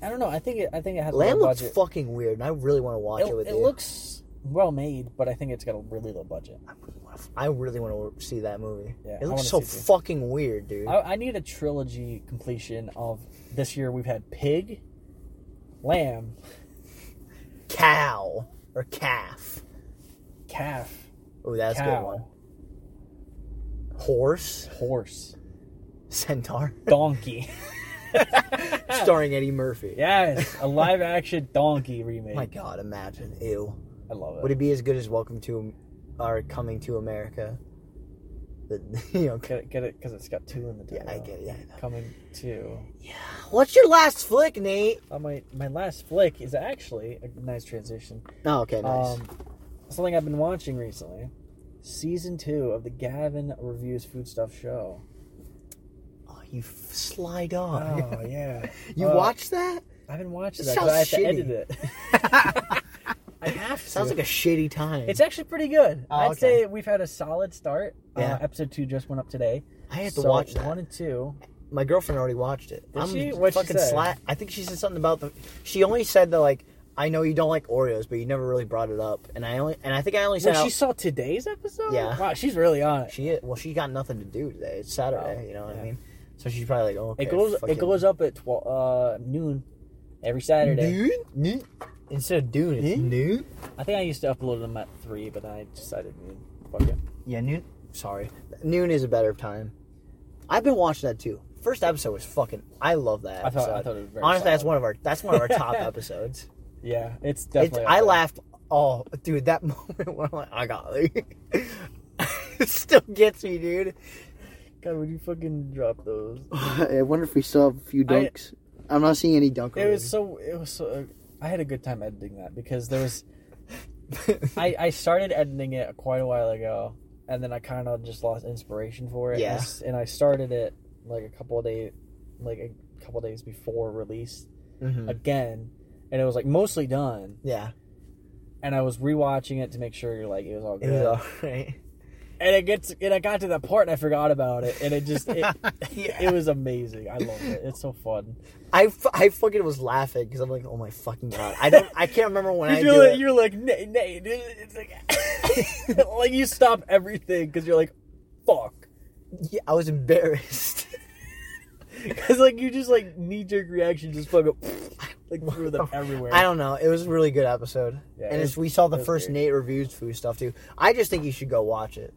[SPEAKER 2] I don't know. I think it. I think it has
[SPEAKER 1] Lamb
[SPEAKER 2] low
[SPEAKER 1] looks
[SPEAKER 2] budget.
[SPEAKER 1] fucking weird, and I really want to watch
[SPEAKER 2] it
[SPEAKER 1] it, with
[SPEAKER 2] it
[SPEAKER 1] you.
[SPEAKER 2] looks well made, but I think it's got a really low budget.
[SPEAKER 1] I really wanna- I really want to see that movie.
[SPEAKER 2] Yeah, I
[SPEAKER 1] it looks so
[SPEAKER 2] wanna see it too.
[SPEAKER 1] fucking weird, dude.
[SPEAKER 2] I, I need a trilogy completion of this year. We've had Pig, Lamb,
[SPEAKER 1] Cow or calf.
[SPEAKER 2] Calf,
[SPEAKER 1] Oh, that's a good one.
[SPEAKER 2] Cow,
[SPEAKER 1] Horse,
[SPEAKER 2] Horse,
[SPEAKER 1] centaur,
[SPEAKER 2] Donkey.
[SPEAKER 1] starring Eddie Murphy.
[SPEAKER 2] yes, a live action Donkey remake.
[SPEAKER 1] My God, imagine. Ew.
[SPEAKER 2] I love it.
[SPEAKER 1] Would it be as good as Welcome to or Coming to America? The, you know,
[SPEAKER 2] Get it, get it, because it's got two in the
[SPEAKER 1] Yeah,
[SPEAKER 2] title.
[SPEAKER 1] I get it. Yeah, I know.
[SPEAKER 2] Coming to
[SPEAKER 1] What's your last flick, Nate?
[SPEAKER 2] uh, my my last flick is actually a nice transition.
[SPEAKER 1] Oh, okay, nice.
[SPEAKER 2] Um, something I've been watching recently, season two of the Gavin reviews foodstuff show.
[SPEAKER 1] oh, you f- sly dog.
[SPEAKER 2] Oh yeah,
[SPEAKER 1] you
[SPEAKER 2] uh,
[SPEAKER 1] watched that?
[SPEAKER 2] I've been watching
[SPEAKER 1] It
[SPEAKER 2] that. 'cause
[SPEAKER 1] sounds
[SPEAKER 2] I have to
[SPEAKER 1] shitty.
[SPEAKER 2] edit it. I have to.
[SPEAKER 1] Sounds like a shitty time.
[SPEAKER 2] it's actually pretty good.
[SPEAKER 1] Oh,
[SPEAKER 2] I'd
[SPEAKER 1] okay.
[SPEAKER 2] say we've had a solid start.
[SPEAKER 1] Yeah.
[SPEAKER 2] Uh, episode two just went up today.
[SPEAKER 1] I have to
[SPEAKER 2] So
[SPEAKER 1] watch that.
[SPEAKER 2] one and two.
[SPEAKER 1] My girlfriend already watched it.
[SPEAKER 2] Did she? What'd she
[SPEAKER 1] fucking
[SPEAKER 2] say?
[SPEAKER 1] sla- I think she said something about the. She only said that like I know you don't like Oreos, but you never really brought it up. And I only and I think I only said
[SPEAKER 2] Wait,
[SPEAKER 1] how-
[SPEAKER 2] she saw today's episode.
[SPEAKER 1] Yeah.
[SPEAKER 2] Wow, she's really on it.
[SPEAKER 1] she well she got nothing to do today. It's Saturday,
[SPEAKER 2] Oh,
[SPEAKER 1] you know what
[SPEAKER 2] yeah.
[SPEAKER 1] I mean. So she's probably like, oh, okay,
[SPEAKER 2] It goes.
[SPEAKER 1] fucking-
[SPEAKER 2] It goes up at twelve uh, noon every Saturday.
[SPEAKER 1] Noon? Noon? Instead of noon, it's
[SPEAKER 2] Noon?
[SPEAKER 1] noon.
[SPEAKER 2] I think I used to upload them at three, but then I decided noon. Fuck it.
[SPEAKER 1] Yeah, noon. Sorry, noon is a better time. I've been watching that too. First episode was fucking. I love that.
[SPEAKER 2] I thought- I
[SPEAKER 1] episode.
[SPEAKER 2] thought it was very
[SPEAKER 1] honestly that's
[SPEAKER 2] solid.
[SPEAKER 1] one of our that's one of our top episodes.
[SPEAKER 2] Yeah, it's
[SPEAKER 1] It's,
[SPEAKER 2] definitely. up
[SPEAKER 1] I
[SPEAKER 2] there.
[SPEAKER 1] laughed. Oh, dude, that moment where I'm like, I got like, it still gets me, dude.
[SPEAKER 2] God, would you fucking drop those?
[SPEAKER 1] I wonder if we still have a few
[SPEAKER 2] I-
[SPEAKER 1] I, am not seeing any dunkers.
[SPEAKER 2] It was so. It was so. I had a good time editing that because there was. I I started editing it quite a while ago, and then I kind of just lost inspiration for it. And I
[SPEAKER 1] Yeah.
[SPEAKER 2] s- And I started it like a couple of days, like a couple of days before release
[SPEAKER 1] Hmm.
[SPEAKER 2] Mm-hmm. again, and it was like mostly done.
[SPEAKER 1] Yeah,
[SPEAKER 2] and I was rewatching it to make sure like it was all
[SPEAKER 1] it
[SPEAKER 2] good.
[SPEAKER 1] was all right.
[SPEAKER 2] and it gets and I got to that part and I forgot about it and it just it,
[SPEAKER 1] Yeah.
[SPEAKER 2] it was amazing. I love it. It's so fun.
[SPEAKER 1] I, fu- I fucking was laughing because I'm like, oh my fucking god, I don't, I can't remember when I
[SPEAKER 2] you're,
[SPEAKER 1] do
[SPEAKER 2] like,
[SPEAKER 1] it.
[SPEAKER 2] you're like nay nay. dude." It's like like you stop everything because you're like fuck
[SPEAKER 1] Yeah, I was embarrassed.
[SPEAKER 2] because like you just like knee jerk reaction just fucking like threw them everywhere.
[SPEAKER 1] I don't know. It was a really good episode,
[SPEAKER 2] Yeah, it
[SPEAKER 1] and it's,
[SPEAKER 2] was-
[SPEAKER 1] we saw the
[SPEAKER 2] it was
[SPEAKER 1] first
[SPEAKER 2] weird.
[SPEAKER 1] Nate reviews food stuff too. I just think you should go watch it.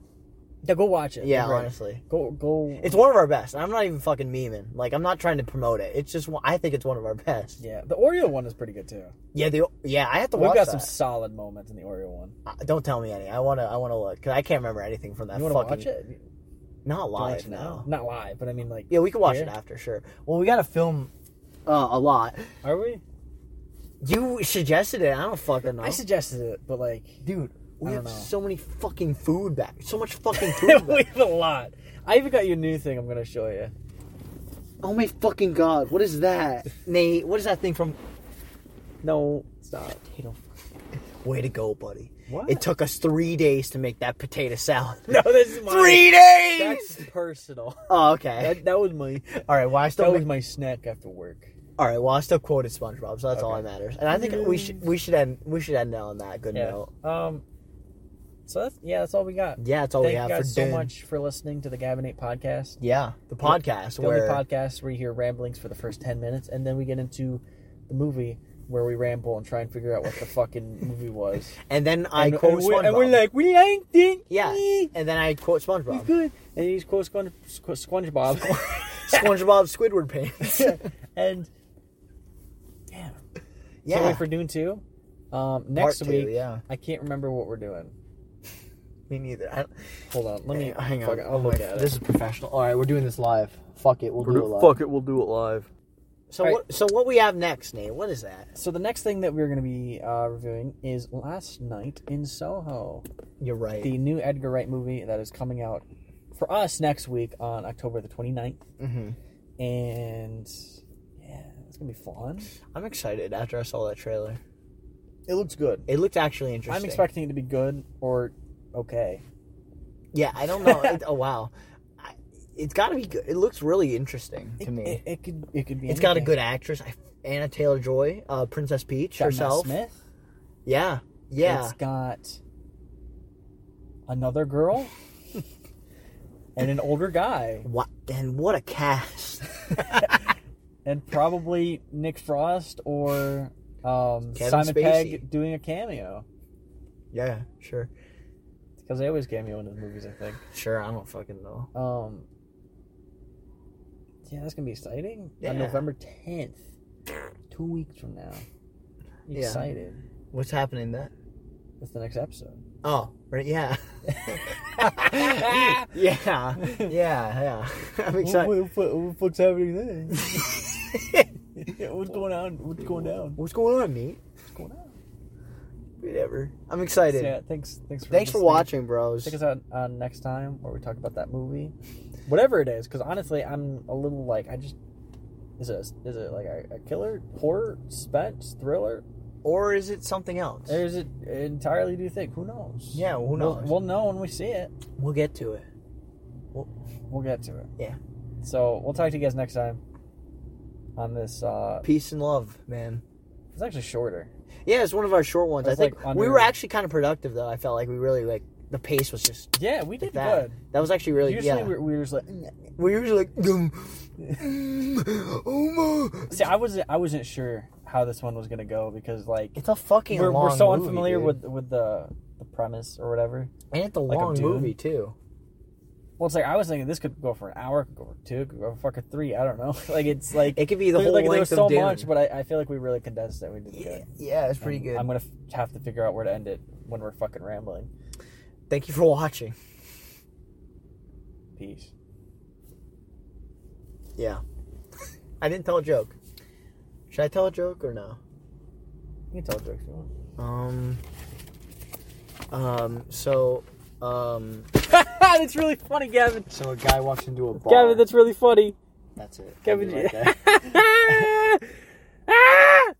[SPEAKER 2] yeah, go watch it.
[SPEAKER 1] Yeah,
[SPEAKER 2] Right.
[SPEAKER 1] honestly.
[SPEAKER 2] go go.
[SPEAKER 1] It's one of our best. and I'm not even fucking memeing. Like I'm not trying to promote it. It's just one, I think it's one of our best.
[SPEAKER 2] yeah, the Oreo one is pretty good too.
[SPEAKER 1] Yeah, the yeah. I have to
[SPEAKER 2] We've
[SPEAKER 1] watch
[SPEAKER 2] got some
[SPEAKER 1] that.
[SPEAKER 2] solid moments in the Oreo one.
[SPEAKER 1] Uh, Don't tell me any. I wanna I wanna look 'cause I can't remember anything from that.
[SPEAKER 2] You want to
[SPEAKER 1] fucking,
[SPEAKER 2] watch it?
[SPEAKER 1] Not
[SPEAKER 2] Watch
[SPEAKER 1] live
[SPEAKER 2] it
[SPEAKER 1] now.
[SPEAKER 2] Not live, but I mean like
[SPEAKER 1] Yeah, we can watch
[SPEAKER 2] Here?
[SPEAKER 1] it after. Sure. Well, we gotta film uh, a lot.
[SPEAKER 2] Are we?
[SPEAKER 1] You suggested it. I don't fucking know.
[SPEAKER 2] I suggested it, but like
[SPEAKER 1] Dude, we
[SPEAKER 2] I
[SPEAKER 1] have
[SPEAKER 2] don't know.
[SPEAKER 1] so many fucking food back. So much fucking
[SPEAKER 2] we
[SPEAKER 1] food back.
[SPEAKER 2] have a lot. I even got you a new thing I'm gonna show you.
[SPEAKER 1] oh my fucking god! What is that, Nate? What is that thing from?
[SPEAKER 2] No, stop.
[SPEAKER 1] Potato. Way to go, buddy.
[SPEAKER 2] What?
[SPEAKER 1] It took us three days to make that potato salad.
[SPEAKER 2] No, this is mine.
[SPEAKER 1] Three days.
[SPEAKER 2] That's personal.
[SPEAKER 1] Oh, okay.
[SPEAKER 2] That, that was my
[SPEAKER 1] all right. Well, I
[SPEAKER 2] that
[SPEAKER 1] still
[SPEAKER 2] was my snack after work.
[SPEAKER 1] all right. Well, I still quoted SpongeBob, so that's all
[SPEAKER 2] Okay.
[SPEAKER 1] that matters. And I think we should we should end we should end it on that good
[SPEAKER 2] Yeah.
[SPEAKER 1] note.
[SPEAKER 2] Um. So that's yeah, that's all we got.
[SPEAKER 1] Oh, Yeah, that's all
[SPEAKER 2] Thank
[SPEAKER 1] we have
[SPEAKER 2] you
[SPEAKER 1] for
[SPEAKER 2] guys so
[SPEAKER 1] dinner.
[SPEAKER 2] much for listening to the Gabinate podcast.
[SPEAKER 1] Yeah, the podcast
[SPEAKER 2] The only
[SPEAKER 1] where
[SPEAKER 2] podcast where you hear ramblings for the first ten minutes, and then we get into the movie where we ramble and try and figure out what the fucking movie was.
[SPEAKER 1] And then I
[SPEAKER 2] and,
[SPEAKER 1] quote
[SPEAKER 2] and
[SPEAKER 1] SpongeBob.
[SPEAKER 2] we're, and we're like, we ain't think
[SPEAKER 1] yeah.
[SPEAKER 2] we
[SPEAKER 1] And then I quote SpongeBob.
[SPEAKER 2] good. And he's quote Sponge, Squ- SpongeBob,
[SPEAKER 1] SpongeBob Squidward pants.
[SPEAKER 2] and yeah,
[SPEAKER 1] yeah.
[SPEAKER 2] Can't wait for Dune two. Um, next
[SPEAKER 1] Part two,
[SPEAKER 2] week,
[SPEAKER 1] yeah.
[SPEAKER 2] I can't remember what we're doing.
[SPEAKER 1] Me neither. I don't,
[SPEAKER 2] Hold on, let me
[SPEAKER 1] Hey, Eh, hang
[SPEAKER 2] fuck
[SPEAKER 1] on.
[SPEAKER 2] it, I'll look at it.
[SPEAKER 1] This is professional. All right, we're doing this live. Fuck it, we'll do it live.
[SPEAKER 4] it, we'll do it live.
[SPEAKER 1] So
[SPEAKER 2] All right.
[SPEAKER 1] what? So what we have next, Nate? What is that?
[SPEAKER 2] So the next thing that we're going to be uh, reviewing is Last Night in Soho,
[SPEAKER 1] You're right.
[SPEAKER 2] the new Edgar Wright movie that is coming out for us next week on October the 29th.
[SPEAKER 1] hmm
[SPEAKER 2] and yeah, it's gonna be fun.
[SPEAKER 1] I'm excited after I saw that trailer.
[SPEAKER 2] It looks good.
[SPEAKER 1] It looked actually interesting.
[SPEAKER 2] I'm expecting it to be good or okay.
[SPEAKER 1] Yeah, I don't know. it, oh wow, I, it's got to be good. It looks really interesting to
[SPEAKER 2] it,
[SPEAKER 1] me.
[SPEAKER 2] it, it could it could be.
[SPEAKER 1] It's got a
[SPEAKER 2] anything.
[SPEAKER 1] good actress, I- Anna Taylor Joy, uh, Princess Peach
[SPEAKER 2] It's got Matt
[SPEAKER 1] herself.
[SPEAKER 2] Smith.
[SPEAKER 1] Yeah, yeah.
[SPEAKER 2] It's got another girl and an older guy
[SPEAKER 1] What and what a cast!
[SPEAKER 2] and probably Nick Frost or um,
[SPEAKER 1] Kevin
[SPEAKER 2] Simon
[SPEAKER 1] Spacey.
[SPEAKER 2] Pegg doing a cameo
[SPEAKER 1] yeah, sure,
[SPEAKER 2] because they always cameo in his movies. I think.
[SPEAKER 1] sure. I don't fucking know.
[SPEAKER 2] Um, yeah, that's gonna be exciting. On
[SPEAKER 1] Yeah.
[SPEAKER 2] November tenth, two weeks from now. You
[SPEAKER 1] Yeah.
[SPEAKER 2] Excited.
[SPEAKER 1] What's happening then?
[SPEAKER 2] That's the next episode.
[SPEAKER 1] Oh, right, yeah.
[SPEAKER 2] Ah!
[SPEAKER 1] yeah, yeah, yeah. I'm excited.
[SPEAKER 2] What, what, what the fuck's happening then? yeah, what's going on? What's going down?
[SPEAKER 1] What's going on, Nate?
[SPEAKER 2] What's going on?
[SPEAKER 1] Whatever. I'm
[SPEAKER 2] So,
[SPEAKER 1] excited.
[SPEAKER 2] yeah, thanks, thanks for
[SPEAKER 1] Thanks for
[SPEAKER 2] listening.
[SPEAKER 1] watching, bros.
[SPEAKER 2] Check us out uh, next time where we talk about that movie, whatever it is. Because honestly, I'm a little like I just is it is it like a, a killer horror suspense thriller
[SPEAKER 1] Or is it something else?
[SPEAKER 2] Or is it an entirely new thing? Who knows?
[SPEAKER 1] Yeah, who
[SPEAKER 2] We'll-
[SPEAKER 1] knows?
[SPEAKER 2] We'll, know when we see it.
[SPEAKER 1] We'll get to it.
[SPEAKER 2] We'll get to it.
[SPEAKER 1] Yeah.
[SPEAKER 2] So we'll talk to you guys next time on this. Uh,
[SPEAKER 1] Peace and love, man.
[SPEAKER 2] it's actually shorter.
[SPEAKER 1] Yeah, it's one of our short ones. I
[SPEAKER 2] That's
[SPEAKER 1] think
[SPEAKER 2] like
[SPEAKER 1] we
[SPEAKER 2] under-
[SPEAKER 1] were actually kind of productive, though. I felt like we really like the pace was just
[SPEAKER 2] Yeah, we did
[SPEAKER 1] that.
[SPEAKER 2] good.
[SPEAKER 1] That was actually really
[SPEAKER 2] Usually
[SPEAKER 1] yeah.
[SPEAKER 2] we're, we're just like.
[SPEAKER 1] We're usually like, "Dum, mm, oh my."
[SPEAKER 2] See, I was I wasn't sure how this one was gonna go because like
[SPEAKER 1] It's a fucking
[SPEAKER 2] we're,
[SPEAKER 1] long
[SPEAKER 2] we're so
[SPEAKER 1] movie,
[SPEAKER 2] unfamiliar
[SPEAKER 1] dude.
[SPEAKER 2] with with the the premise or whatever.
[SPEAKER 1] and it's a
[SPEAKER 2] like a
[SPEAKER 1] long
[SPEAKER 2] dude.
[SPEAKER 1] movie too.
[SPEAKER 2] Well, it's like I was thinking this could go for an hour, could go for two, could go for fucking three. I don't know. Like it's like
[SPEAKER 1] It could be the whole
[SPEAKER 2] like,
[SPEAKER 1] length
[SPEAKER 2] there was
[SPEAKER 1] of
[SPEAKER 2] so
[SPEAKER 1] Dune.
[SPEAKER 2] much, but I, I feel like we really condensed it. We did good.
[SPEAKER 1] Yeah, yeah, it's pretty
[SPEAKER 2] And
[SPEAKER 1] good.
[SPEAKER 2] I'm gonna f- have to figure out where to end it when we're fucking rambling.
[SPEAKER 1] Thank you for watching.
[SPEAKER 2] Peace.
[SPEAKER 1] Yeah, I didn't tell a joke. Should I tell a joke or no?
[SPEAKER 2] You can tell jokes if you want.
[SPEAKER 1] Um. Um. So. Um.
[SPEAKER 2] that's really funny, Gavin.
[SPEAKER 1] So a guy walks into a bar.
[SPEAKER 2] Gavin, that's really funny.
[SPEAKER 1] that's it.
[SPEAKER 2] Gavin,
[SPEAKER 1] Right there.
[SPEAKER 2] Ah!